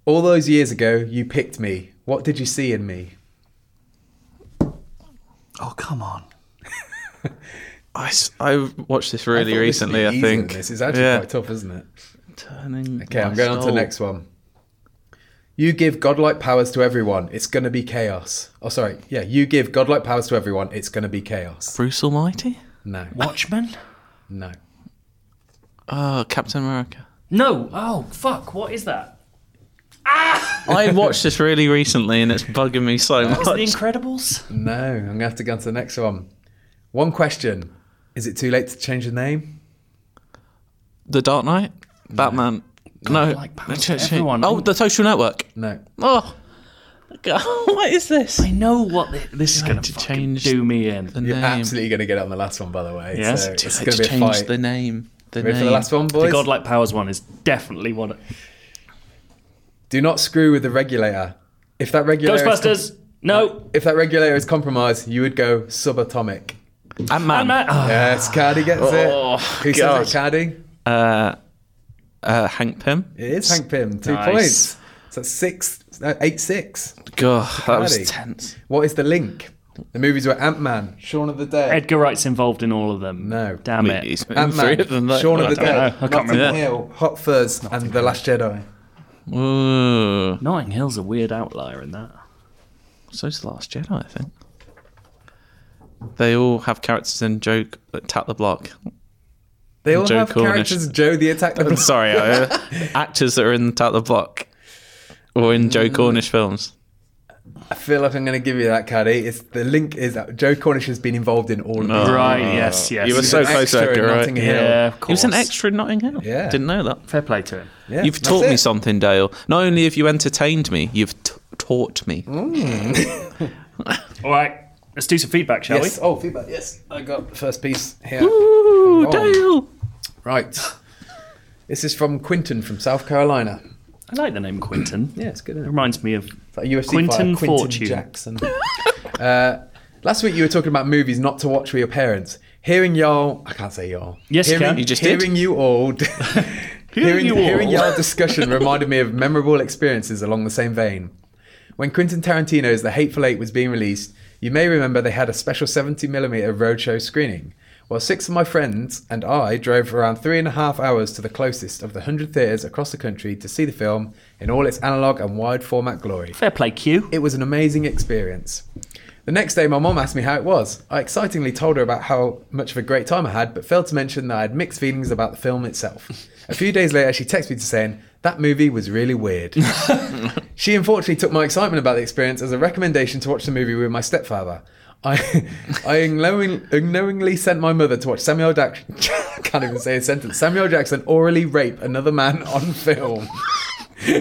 [SPEAKER 2] All those years ago, you picked me. What did you see in me?
[SPEAKER 3] Oh, come on. I, s- I watched this really
[SPEAKER 2] thought this would
[SPEAKER 3] recently,
[SPEAKER 2] be
[SPEAKER 3] I
[SPEAKER 2] easier
[SPEAKER 3] think.
[SPEAKER 2] than This is actually
[SPEAKER 3] Yeah.
[SPEAKER 2] quite tough, isn't it?
[SPEAKER 3] Turning
[SPEAKER 2] Okay, I'm going on to the next one. You give godlike powers to everyone. It's going to be chaos. Oh, sorry. Yeah, you give godlike powers to everyone. It's going to be chaos.
[SPEAKER 3] Bruce Almighty?
[SPEAKER 2] No.
[SPEAKER 1] Watchmen?
[SPEAKER 2] No.
[SPEAKER 3] Oh, Captain *laughs* America.
[SPEAKER 1] No. Oh, fuck. What is that?
[SPEAKER 3] I watched this really recently and it's bugging
[SPEAKER 2] *laughs*
[SPEAKER 3] me so
[SPEAKER 1] Is it The
[SPEAKER 3] much.
[SPEAKER 1] Incredibles?
[SPEAKER 2] No. I'm going to have to go on to the next one. One question. Is it too late to change the name?
[SPEAKER 3] The Dark Knight? Batman? No.
[SPEAKER 1] like powers to everyone.
[SPEAKER 3] Oh, The Social Network.
[SPEAKER 2] No.
[SPEAKER 3] Oh. God, *laughs* what is this?
[SPEAKER 1] I know what the, this is going
[SPEAKER 3] to
[SPEAKER 1] to change.
[SPEAKER 3] change
[SPEAKER 1] Do me in.
[SPEAKER 3] The
[SPEAKER 2] You're
[SPEAKER 3] name.
[SPEAKER 2] absolutely going to get it on the last one, by the way.
[SPEAKER 1] Yes.
[SPEAKER 2] So
[SPEAKER 1] Too
[SPEAKER 2] it's
[SPEAKER 3] Let's
[SPEAKER 2] going to be a
[SPEAKER 3] change
[SPEAKER 2] fight.
[SPEAKER 3] the name. The
[SPEAKER 2] Ready
[SPEAKER 3] name.
[SPEAKER 2] for the last one,
[SPEAKER 1] The
[SPEAKER 2] boys?
[SPEAKER 1] Godlike Powers one is definitely one.
[SPEAKER 2] Do not screw with the regulator. If that regulator Is
[SPEAKER 1] Ghostbusters. No.
[SPEAKER 2] if that regulator is compromised, you would go subatomic.
[SPEAKER 3] Ant-Man.
[SPEAKER 1] And that. Oh,
[SPEAKER 2] Yes, Cardi gets
[SPEAKER 3] Oh,
[SPEAKER 2] it. Who
[SPEAKER 3] God.
[SPEAKER 2] says it, Cardi?
[SPEAKER 3] Uh, uh, Hank Pym.
[SPEAKER 2] It is Hank Pym. Two
[SPEAKER 1] Nice.
[SPEAKER 2] points. So that's six, no, eight, six.
[SPEAKER 3] God, that was
[SPEAKER 2] Bloody.
[SPEAKER 3] tense.
[SPEAKER 2] What is the link? The movies were Ant Man, Shaun of the Dead,
[SPEAKER 1] Edgar Wright's involved in all of them.
[SPEAKER 2] No.
[SPEAKER 1] Damn it.
[SPEAKER 3] He's in
[SPEAKER 2] Ant
[SPEAKER 3] three of
[SPEAKER 2] Man,
[SPEAKER 3] them, though.
[SPEAKER 2] Shaun of
[SPEAKER 3] I
[SPEAKER 2] the
[SPEAKER 3] don't
[SPEAKER 1] know. I
[SPEAKER 2] Dead,
[SPEAKER 1] can't
[SPEAKER 2] Notting
[SPEAKER 3] remember.
[SPEAKER 2] Hill, Hot Fuzz, and The Last Jedi.
[SPEAKER 3] know. Ooh.
[SPEAKER 1] Notting Hill's a weird outlier in that.
[SPEAKER 3] So's the Last Jedi, I think. They all have characters in joke that tap the block.
[SPEAKER 2] They all
[SPEAKER 3] Joe
[SPEAKER 2] have
[SPEAKER 3] Cornish.
[SPEAKER 2] characters. Joe the Attack. the Block.
[SPEAKER 3] *laughs* Sorry, I,
[SPEAKER 2] *laughs*
[SPEAKER 3] actors that are in tap the block or in
[SPEAKER 2] Mm.
[SPEAKER 3] Joe Cornish films.
[SPEAKER 2] I feel like I'm going to give you that, Cardi. It's the link is that Joe Cornish has been involved in all of these.
[SPEAKER 1] Right. yes. Yes.
[SPEAKER 3] You were
[SPEAKER 2] He's
[SPEAKER 3] so
[SPEAKER 2] an
[SPEAKER 3] close,
[SPEAKER 2] extra in
[SPEAKER 3] Edgar, right?
[SPEAKER 2] Notting Hill.
[SPEAKER 1] Yeah. Of
[SPEAKER 3] He was
[SPEAKER 1] course.
[SPEAKER 3] an extra in Notting Hill.
[SPEAKER 2] Yeah.
[SPEAKER 3] Didn't know that.
[SPEAKER 1] Fair play to him.
[SPEAKER 2] Yeah,
[SPEAKER 3] you've
[SPEAKER 2] that's
[SPEAKER 3] taught me
[SPEAKER 2] it.
[SPEAKER 3] something, Dale. Not only have you entertained me, you've t- taught me.
[SPEAKER 1] All right. Let's do some feedback, shall
[SPEAKER 2] Yes.
[SPEAKER 1] we?
[SPEAKER 2] Oh, feedback. Yes, I got the first piece here.
[SPEAKER 3] Ooh,
[SPEAKER 2] on.
[SPEAKER 3] Dale!
[SPEAKER 2] Right. This is from Quinton from South Carolina.
[SPEAKER 1] I like the name Quinton.
[SPEAKER 2] Yeah, it's good. Isn't it?
[SPEAKER 1] Reminds me of
[SPEAKER 2] It's like a UFC
[SPEAKER 1] Quinton
[SPEAKER 2] fighter, Quinton
[SPEAKER 1] Fortune.
[SPEAKER 2] Jackson. *laughs* Uh, last week you were talking about movies not to watch with your parents. Hearing y'all, I can't say y'all.
[SPEAKER 1] Yes, you
[SPEAKER 2] hearing,
[SPEAKER 1] can. You
[SPEAKER 3] just did.
[SPEAKER 2] hearing you
[SPEAKER 1] *laughs*
[SPEAKER 2] all. *laughs* hearing
[SPEAKER 1] you all.
[SPEAKER 2] hearing y'all discussion reminded me of memorable experiences along the same vein. When Quentin Tarantino's The Hateful Eight was being released, you may remember they had a special 70mm roadshow screening. Well, six of my friends and I drove around three and a half hours to the closest of the 100 theatres across the country to see the film in all its analogue and wide format glory.
[SPEAKER 1] Fair play, Q.
[SPEAKER 2] It was an amazing experience. The next day, my mom asked me how it was. I excitingly told her about how much of a great time I had, but failed to mention that I had mixed feelings about the film itself. A few days later, she texted me to saying, that movie was really weird. she unfortunately took my excitement about the experience as a recommendation to watch the movie with my stepfather. I, I unknowing, unknowingly sent my mother to watch Samuel Jackson. *laughs* can't even say a sentence. Samuel Jackson orally rape another man on film.
[SPEAKER 3] Do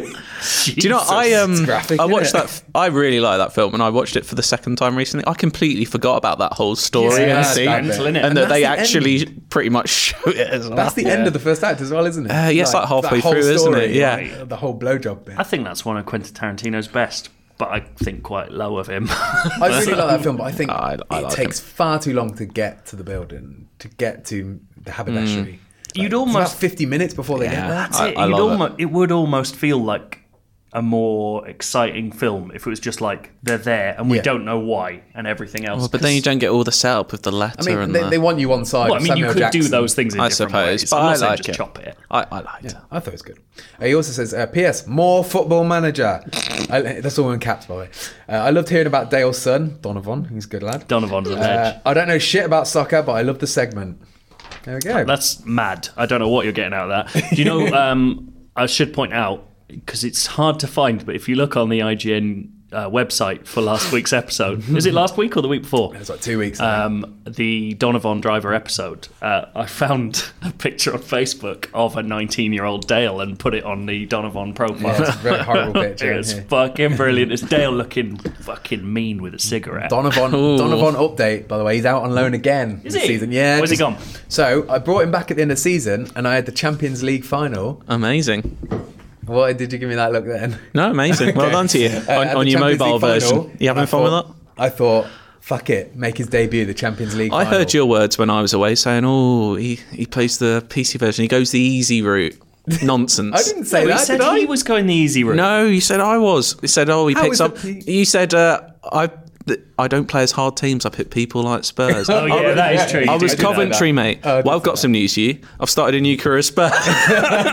[SPEAKER 3] you know I
[SPEAKER 2] Jesus,
[SPEAKER 3] um
[SPEAKER 2] it's graphic,
[SPEAKER 3] I
[SPEAKER 2] isn't
[SPEAKER 3] watched
[SPEAKER 2] it?
[SPEAKER 3] that f- I really like that film and I watched it for the second time recently. I completely forgot about that whole
[SPEAKER 2] Yeah,
[SPEAKER 3] story and
[SPEAKER 2] that's
[SPEAKER 3] scene
[SPEAKER 2] mental,
[SPEAKER 1] innit?
[SPEAKER 3] and,
[SPEAKER 1] And
[SPEAKER 3] that
[SPEAKER 2] that's
[SPEAKER 3] they
[SPEAKER 2] the end.
[SPEAKER 3] actually pretty much show it as well.
[SPEAKER 2] That's the end of the first act as well, isn't it?
[SPEAKER 3] Uh, yeah, it's like halfway
[SPEAKER 2] that whole
[SPEAKER 3] through, isn't it?
[SPEAKER 2] story,
[SPEAKER 3] Yeah.
[SPEAKER 2] like, the whole blowjob bit.
[SPEAKER 1] I think that's one of Quentin Tarantino's best, but I think quite low of him. *laughs*
[SPEAKER 2] I *laughs* really like that film, but I think
[SPEAKER 3] I- I
[SPEAKER 2] it
[SPEAKER 3] like
[SPEAKER 2] takes far too long to get to the building, to get to the
[SPEAKER 3] Mm.
[SPEAKER 2] haberdashery. It's
[SPEAKER 1] You'd
[SPEAKER 2] it's about
[SPEAKER 1] almost-
[SPEAKER 2] fifty minutes before they get there.
[SPEAKER 1] That's
[SPEAKER 3] I-
[SPEAKER 1] it.
[SPEAKER 3] I
[SPEAKER 1] You'd
[SPEAKER 3] love it.
[SPEAKER 1] almo- it. would almost feel like a more exciting film if it was just like they're there and we
[SPEAKER 2] Yeah.
[SPEAKER 1] don't know why and everything else.
[SPEAKER 3] Oh, But then you
[SPEAKER 1] 'cause-
[SPEAKER 3] don't get all the setup of the letter
[SPEAKER 2] I mean,
[SPEAKER 3] and
[SPEAKER 2] they,
[SPEAKER 3] the,
[SPEAKER 2] they want you on side.
[SPEAKER 1] Well, I
[SPEAKER 2] of
[SPEAKER 1] mean, you
[SPEAKER 2] Samuel
[SPEAKER 1] could do
[SPEAKER 2] Jackson.
[SPEAKER 1] those things in
[SPEAKER 3] I
[SPEAKER 1] different
[SPEAKER 3] suppose,
[SPEAKER 1] ways.
[SPEAKER 3] but
[SPEAKER 1] I'm
[SPEAKER 3] I
[SPEAKER 1] not saying
[SPEAKER 3] like
[SPEAKER 1] just
[SPEAKER 3] it.
[SPEAKER 1] chop it.
[SPEAKER 3] I, I liked it.
[SPEAKER 2] I thought it was good. Uh, he also says, uh, "P.S. More Football Manager." I, that's all in caps, by the way. Uh, I loved hearing about Dale's son, Donovan. He's a good lad.
[SPEAKER 1] Donovan's an edge.
[SPEAKER 2] Uh, I don't know shit about soccer, but I love the segment. There we go.
[SPEAKER 1] That's mad. I don't know what you're getting out of that. Do you
[SPEAKER 2] *laughs*
[SPEAKER 1] know? um, I should point out because it's hard to find, but if you look on the IGN uh, website for last week's episode, is it last week or the week before?
[SPEAKER 2] It's like two weeks.
[SPEAKER 1] Um, the Donovan Driver episode. Uh, I found a picture on Facebook of a 19-year-old Dale and put it on the Donovan profile.
[SPEAKER 2] it's a very
[SPEAKER 1] *laughs*
[SPEAKER 2] horrible picture.
[SPEAKER 1] it's
[SPEAKER 2] yeah.
[SPEAKER 1] fucking brilliant. It's Dale looking fucking mean with a cigarette.
[SPEAKER 2] Donovan, Donovan update, by the way. He's out on loan again
[SPEAKER 1] Is
[SPEAKER 2] this
[SPEAKER 1] he?
[SPEAKER 2] season. Yeah.
[SPEAKER 1] Where's he gone?
[SPEAKER 2] So I brought him back at the end of the season and I had the Champions League final.
[SPEAKER 3] Amazing.
[SPEAKER 2] Why did you give me that look then?
[SPEAKER 3] No, amazing. Well
[SPEAKER 2] Okay.
[SPEAKER 3] done to you
[SPEAKER 2] *laughs* Uh,
[SPEAKER 3] on,
[SPEAKER 2] at
[SPEAKER 3] on
[SPEAKER 2] the
[SPEAKER 3] your
[SPEAKER 2] Champions
[SPEAKER 3] mobile
[SPEAKER 2] League final,
[SPEAKER 3] version. you having
[SPEAKER 2] I
[SPEAKER 3] fun
[SPEAKER 2] thought-
[SPEAKER 3] with that?
[SPEAKER 2] I thought, fuck it, make his debut the Champions League
[SPEAKER 3] I
[SPEAKER 2] final.
[SPEAKER 3] heard your words when I was away saying, "Oh, he, he plays the PC version. He goes the easy
[SPEAKER 2] *laughs*
[SPEAKER 3] route." Nonsense.
[SPEAKER 2] I didn't say
[SPEAKER 1] He
[SPEAKER 2] that,
[SPEAKER 1] said
[SPEAKER 2] did I?
[SPEAKER 1] he was going the easy route.
[SPEAKER 3] No, you said I was. You said, oh, he
[SPEAKER 2] How
[SPEAKER 3] picks
[SPEAKER 2] is
[SPEAKER 3] up.
[SPEAKER 2] it he-
[SPEAKER 3] You said, uh, I th- I don't play as hard teams. I pick people
[SPEAKER 2] *laughs*
[SPEAKER 3] like Spurs.
[SPEAKER 1] Oh, yeah, that is true. You
[SPEAKER 3] I
[SPEAKER 1] did
[SPEAKER 3] was
[SPEAKER 1] do that.
[SPEAKER 3] Coventry, mate.
[SPEAKER 2] Oh,
[SPEAKER 3] well, I've got some news for you. I've started a new career
[SPEAKER 2] *laughs*
[SPEAKER 3] at Spurs.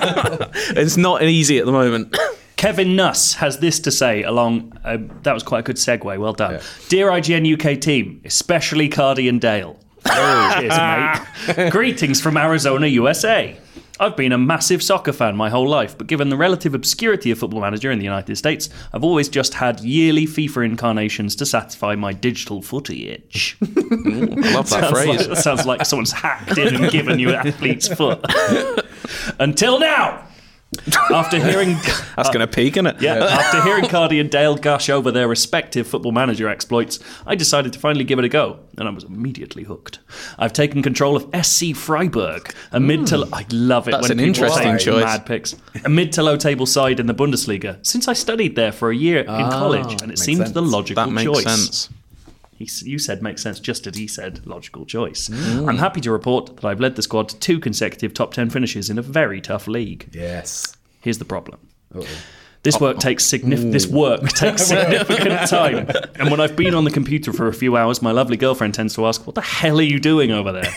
[SPEAKER 3] it's not easy at the moment.
[SPEAKER 1] Kevin Nuss has this to say along. Um, that was quite a good segue. Well done. Dear IGN UK team, especially Cardi and Dale. Cheers, mate. Greetings from Arizona, USA. I've been a massive soccer fan my whole life, but given the relative obscurity of Football Manager in the United States, I've always just had yearly FIFA incarnations to satisfy my digital footy itch.
[SPEAKER 3] I love that
[SPEAKER 1] Sounds
[SPEAKER 3] phrase.
[SPEAKER 1] like- that sounds like someone's hacked in and given you an athlete's foot. *laughs* Until now! After hearing.
[SPEAKER 3] That's going to peak, isn't it? *laughs*
[SPEAKER 1] Yeah, after hearing Cardi and Dale gush over their respective football manager exploits, I decided to finally give it a go, and I was immediately hooked. I've taken control of SC Freiburg, a mid to I love it
[SPEAKER 3] Hmm. That's
[SPEAKER 1] when
[SPEAKER 3] an
[SPEAKER 1] people
[SPEAKER 3] interesting
[SPEAKER 1] take
[SPEAKER 3] choice.
[SPEAKER 1] mad picks, a mid to low table side in the Bundesliga. Since I studied there for a year in college, and it seemed
[SPEAKER 2] sense.
[SPEAKER 1] the logical
[SPEAKER 3] Ah, That makes
[SPEAKER 1] choice.
[SPEAKER 3] sense.
[SPEAKER 1] He, s- you said makes sense, just as he said logical choice.
[SPEAKER 3] Hmm.
[SPEAKER 1] I'm happy to report that I've led the squad to two consecutive top ten finishes in a very tough league.
[SPEAKER 2] Yes.
[SPEAKER 1] Here's the problem. This work takes signif- this work takes significant time, and when I've been on the computer for a few hours, my lovely girlfriend tends to ask, "What the hell are you doing over there?"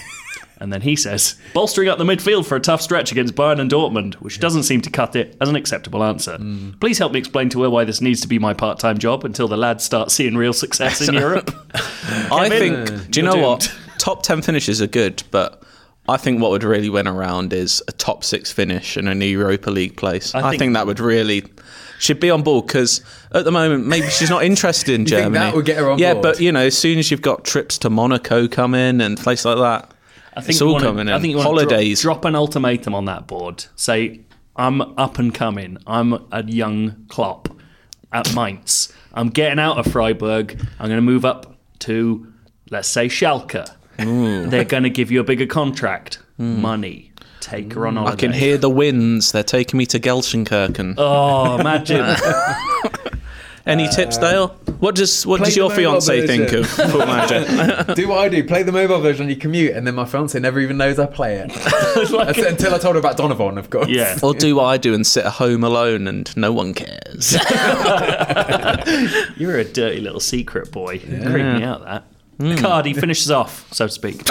[SPEAKER 1] And then he says, "Bolstering up the midfield for a tough stretch against Bayern and Dortmund," which doesn't seem to cut it as an acceptable answer. Please help me explain to her why this needs to be my part-time job until the lads start seeing real success in Europe.
[SPEAKER 3] I
[SPEAKER 1] Kevin,
[SPEAKER 3] think. Do you
[SPEAKER 1] you're
[SPEAKER 3] know what? Top ten finishes are good, but. I think what would really win around is a top six finish and a new Europa League place. I think,
[SPEAKER 1] think-
[SPEAKER 3] that would really should be on board because at the moment maybe she's not interested
[SPEAKER 2] *laughs*
[SPEAKER 3] in
[SPEAKER 2] think
[SPEAKER 3] Germany.
[SPEAKER 2] that would get her on
[SPEAKER 3] yeah,
[SPEAKER 2] board?
[SPEAKER 3] but you know, as soon as you've got trips to Monaco come in and places like that,
[SPEAKER 1] I think
[SPEAKER 3] it's
[SPEAKER 1] you
[SPEAKER 3] all
[SPEAKER 1] wanna-
[SPEAKER 3] coming in.
[SPEAKER 1] I think you wanna
[SPEAKER 3] Holidays.
[SPEAKER 1] Drop, drop an ultimatum on that board. Say, I'm up and coming. I'm a young Klopp at Mainz. I'm getting out of Freiburg. I'm going to move up to, let's say, Schalke.
[SPEAKER 3] Mm.
[SPEAKER 1] They're going to give you a bigger contract. Money. Take her on holiday.
[SPEAKER 3] Mm. I can hear the winds. They're taking me to Gelsenkirchen.
[SPEAKER 1] *laughs*
[SPEAKER 2] Uh,
[SPEAKER 1] Oh,
[SPEAKER 3] *laughs*
[SPEAKER 1] imagine. *laughs*
[SPEAKER 3] Any tips, Dale? What does what
[SPEAKER 2] Play
[SPEAKER 3] does your
[SPEAKER 2] the mobile
[SPEAKER 3] fiance think
[SPEAKER 2] version.
[SPEAKER 3] of
[SPEAKER 2] *laughs*
[SPEAKER 3] Football Manager?
[SPEAKER 2] do what I do, play the mobile version on your commute, and then my fiance never even knows I play it.
[SPEAKER 3] *laughs*
[SPEAKER 2] *laughs*
[SPEAKER 1] It's like-
[SPEAKER 2] That's- until I told her about Donovan, of course.
[SPEAKER 1] yeah.
[SPEAKER 3] or do what I do and sit at home alone and no one cares?
[SPEAKER 1] You're a dirty little secret boy. Creep me out that.
[SPEAKER 3] Mm.
[SPEAKER 1] Cardi finishes off, so to speak.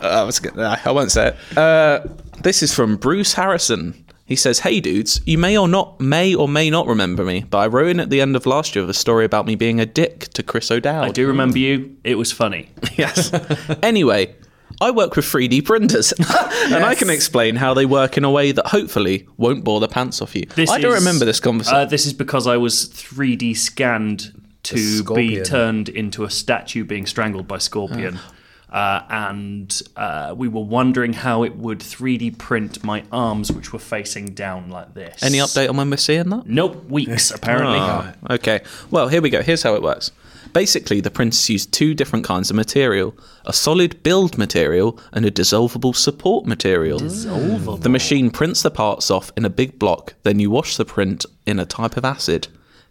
[SPEAKER 3] I was gonna, nah, I won't say it. Uh, this is from Bruce Harrison. He says, "Hey dudes, you may or not may or may not remember me, but I wrote in at the end of last year of a story about me being a dick to Chris O'Dowd.
[SPEAKER 1] I do remember you. It was funny.
[SPEAKER 3] yes. *laughs* anyway, I work with 3D printers, *laughs* and I can explain how they work in a way that hopefully won't bore the pants off you.
[SPEAKER 1] This
[SPEAKER 3] I do
[SPEAKER 1] is-
[SPEAKER 3] remember this conversation.
[SPEAKER 1] Uh, this is because I was 3D scanned to be
[SPEAKER 2] scorpion.
[SPEAKER 1] turned into a statue being strangled by scorpion.
[SPEAKER 3] Ah.
[SPEAKER 1] Uh, and uh, we were wondering how it would 3D print my arms, which were facing down like this.
[SPEAKER 3] Any update on when we're seeing that?
[SPEAKER 1] Nope,
[SPEAKER 3] *laughs*
[SPEAKER 1] weeks apparently.
[SPEAKER 3] Ah, okay. Well, here we go. Here's how it works. Basically, the printers use two different kinds of material a solid build material and a dissolvable support material. Dissolvable. The machine prints the parts off in a big block, then you wash the print in a type of acid.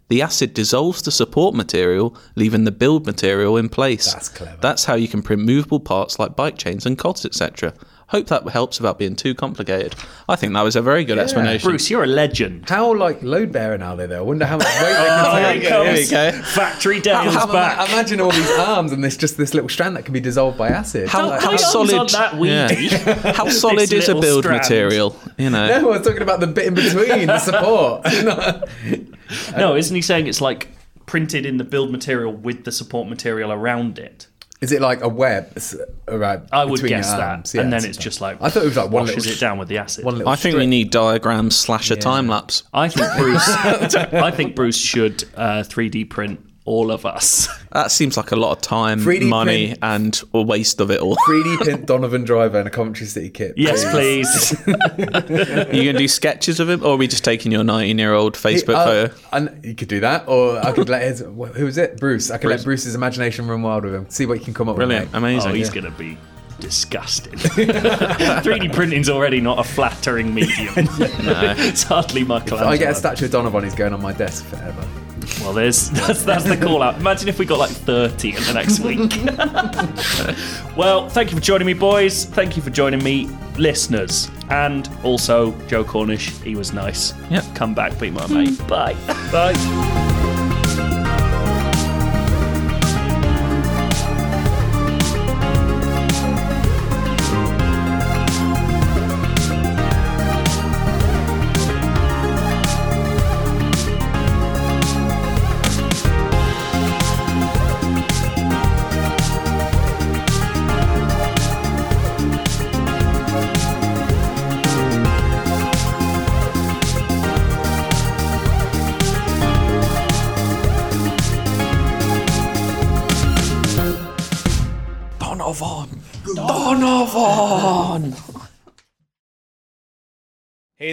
[SPEAKER 3] The acid dissolves the support material, leaving the build material in place.
[SPEAKER 2] That's clever.
[SPEAKER 3] That's how you can print movable parts like bike chains and cods, etc. Hope that helps without being too complicated. I think that was a very good explanation.
[SPEAKER 1] Bruce, you're a legend.
[SPEAKER 2] How like load bearing are they though? I wonder how much weight they
[SPEAKER 1] *laughs* Oh,
[SPEAKER 2] can take.
[SPEAKER 3] Here we go.
[SPEAKER 1] Factory
[SPEAKER 2] How-
[SPEAKER 1] Daniel's
[SPEAKER 2] how-
[SPEAKER 1] back.
[SPEAKER 2] Imagine all these arms and this just this little strand that can be dissolved by acid.
[SPEAKER 1] *laughs*
[SPEAKER 3] How-
[SPEAKER 2] Like,
[SPEAKER 3] how
[SPEAKER 1] My arms
[SPEAKER 3] solid-
[SPEAKER 1] aren't that weedy. *laughs*
[SPEAKER 3] How solid is a
[SPEAKER 1] little
[SPEAKER 3] build
[SPEAKER 1] strand.
[SPEAKER 3] material? You know.
[SPEAKER 2] no, I was talking about the bit in between, the support. *laughs*
[SPEAKER 1] no, isn't he saying it's like printed in the build material with the support material around it?
[SPEAKER 2] Is it like a web s- around?
[SPEAKER 1] I would
[SPEAKER 2] between your
[SPEAKER 1] guess
[SPEAKER 2] arms?
[SPEAKER 1] that.
[SPEAKER 2] Yeah,
[SPEAKER 1] and then
[SPEAKER 2] something.
[SPEAKER 1] it's just like
[SPEAKER 2] I thought it was like one
[SPEAKER 1] washes
[SPEAKER 2] little
[SPEAKER 1] it
[SPEAKER 2] *laughs*
[SPEAKER 1] down with the acid.
[SPEAKER 2] One little
[SPEAKER 3] I think we
[SPEAKER 2] strip.
[SPEAKER 3] need diagrams slash a time lapse.
[SPEAKER 1] I think
[SPEAKER 2] *laughs*
[SPEAKER 1] Bruce. I think Bruce should uh, 3D print all of
[SPEAKER 2] *laughs*
[SPEAKER 1] us.
[SPEAKER 3] That seems like a lot of time,
[SPEAKER 2] 3D
[SPEAKER 3] money,
[SPEAKER 2] print.
[SPEAKER 3] and a waste of it all.
[SPEAKER 2] 3D print Donovan Driver and a Coventry City kit.
[SPEAKER 1] Yes, please.
[SPEAKER 2] *laughs*
[SPEAKER 3] *laughs* you gonna do sketches of him, or are we just taking your nineteen-year-old Facebook
[SPEAKER 2] Uh,
[SPEAKER 3] photo?
[SPEAKER 2] and you could do that, or I could let his. wh- Who is it? Bruce. I could let Bruce's imagination run wild with him. See what you can come up
[SPEAKER 3] Brilliant,
[SPEAKER 2] with. mate.
[SPEAKER 1] oh,
[SPEAKER 3] amazing.
[SPEAKER 1] he's gonna be disgusted. *laughs* 3D printing's already not a flattering
[SPEAKER 2] *laughs*
[SPEAKER 1] medium. it's hardly my
[SPEAKER 2] If I get a
[SPEAKER 1] class.
[SPEAKER 2] statue of Donovan. He's going on my desk forever.
[SPEAKER 1] Well, there's *laughs* that's, that's the call out. Imagine if we got like 30 in the next
[SPEAKER 3] *laughs*
[SPEAKER 1] week. well, thank you for joining me, boys. Thank you for joining me, listeners, and also Joe Cornish. He was nice.
[SPEAKER 3] Yep.
[SPEAKER 1] Come back, be my mate.
[SPEAKER 3] Mm.
[SPEAKER 1] Bye. Bye.
[SPEAKER 3] *laughs* Donovan, Donovan.
[SPEAKER 6] Hey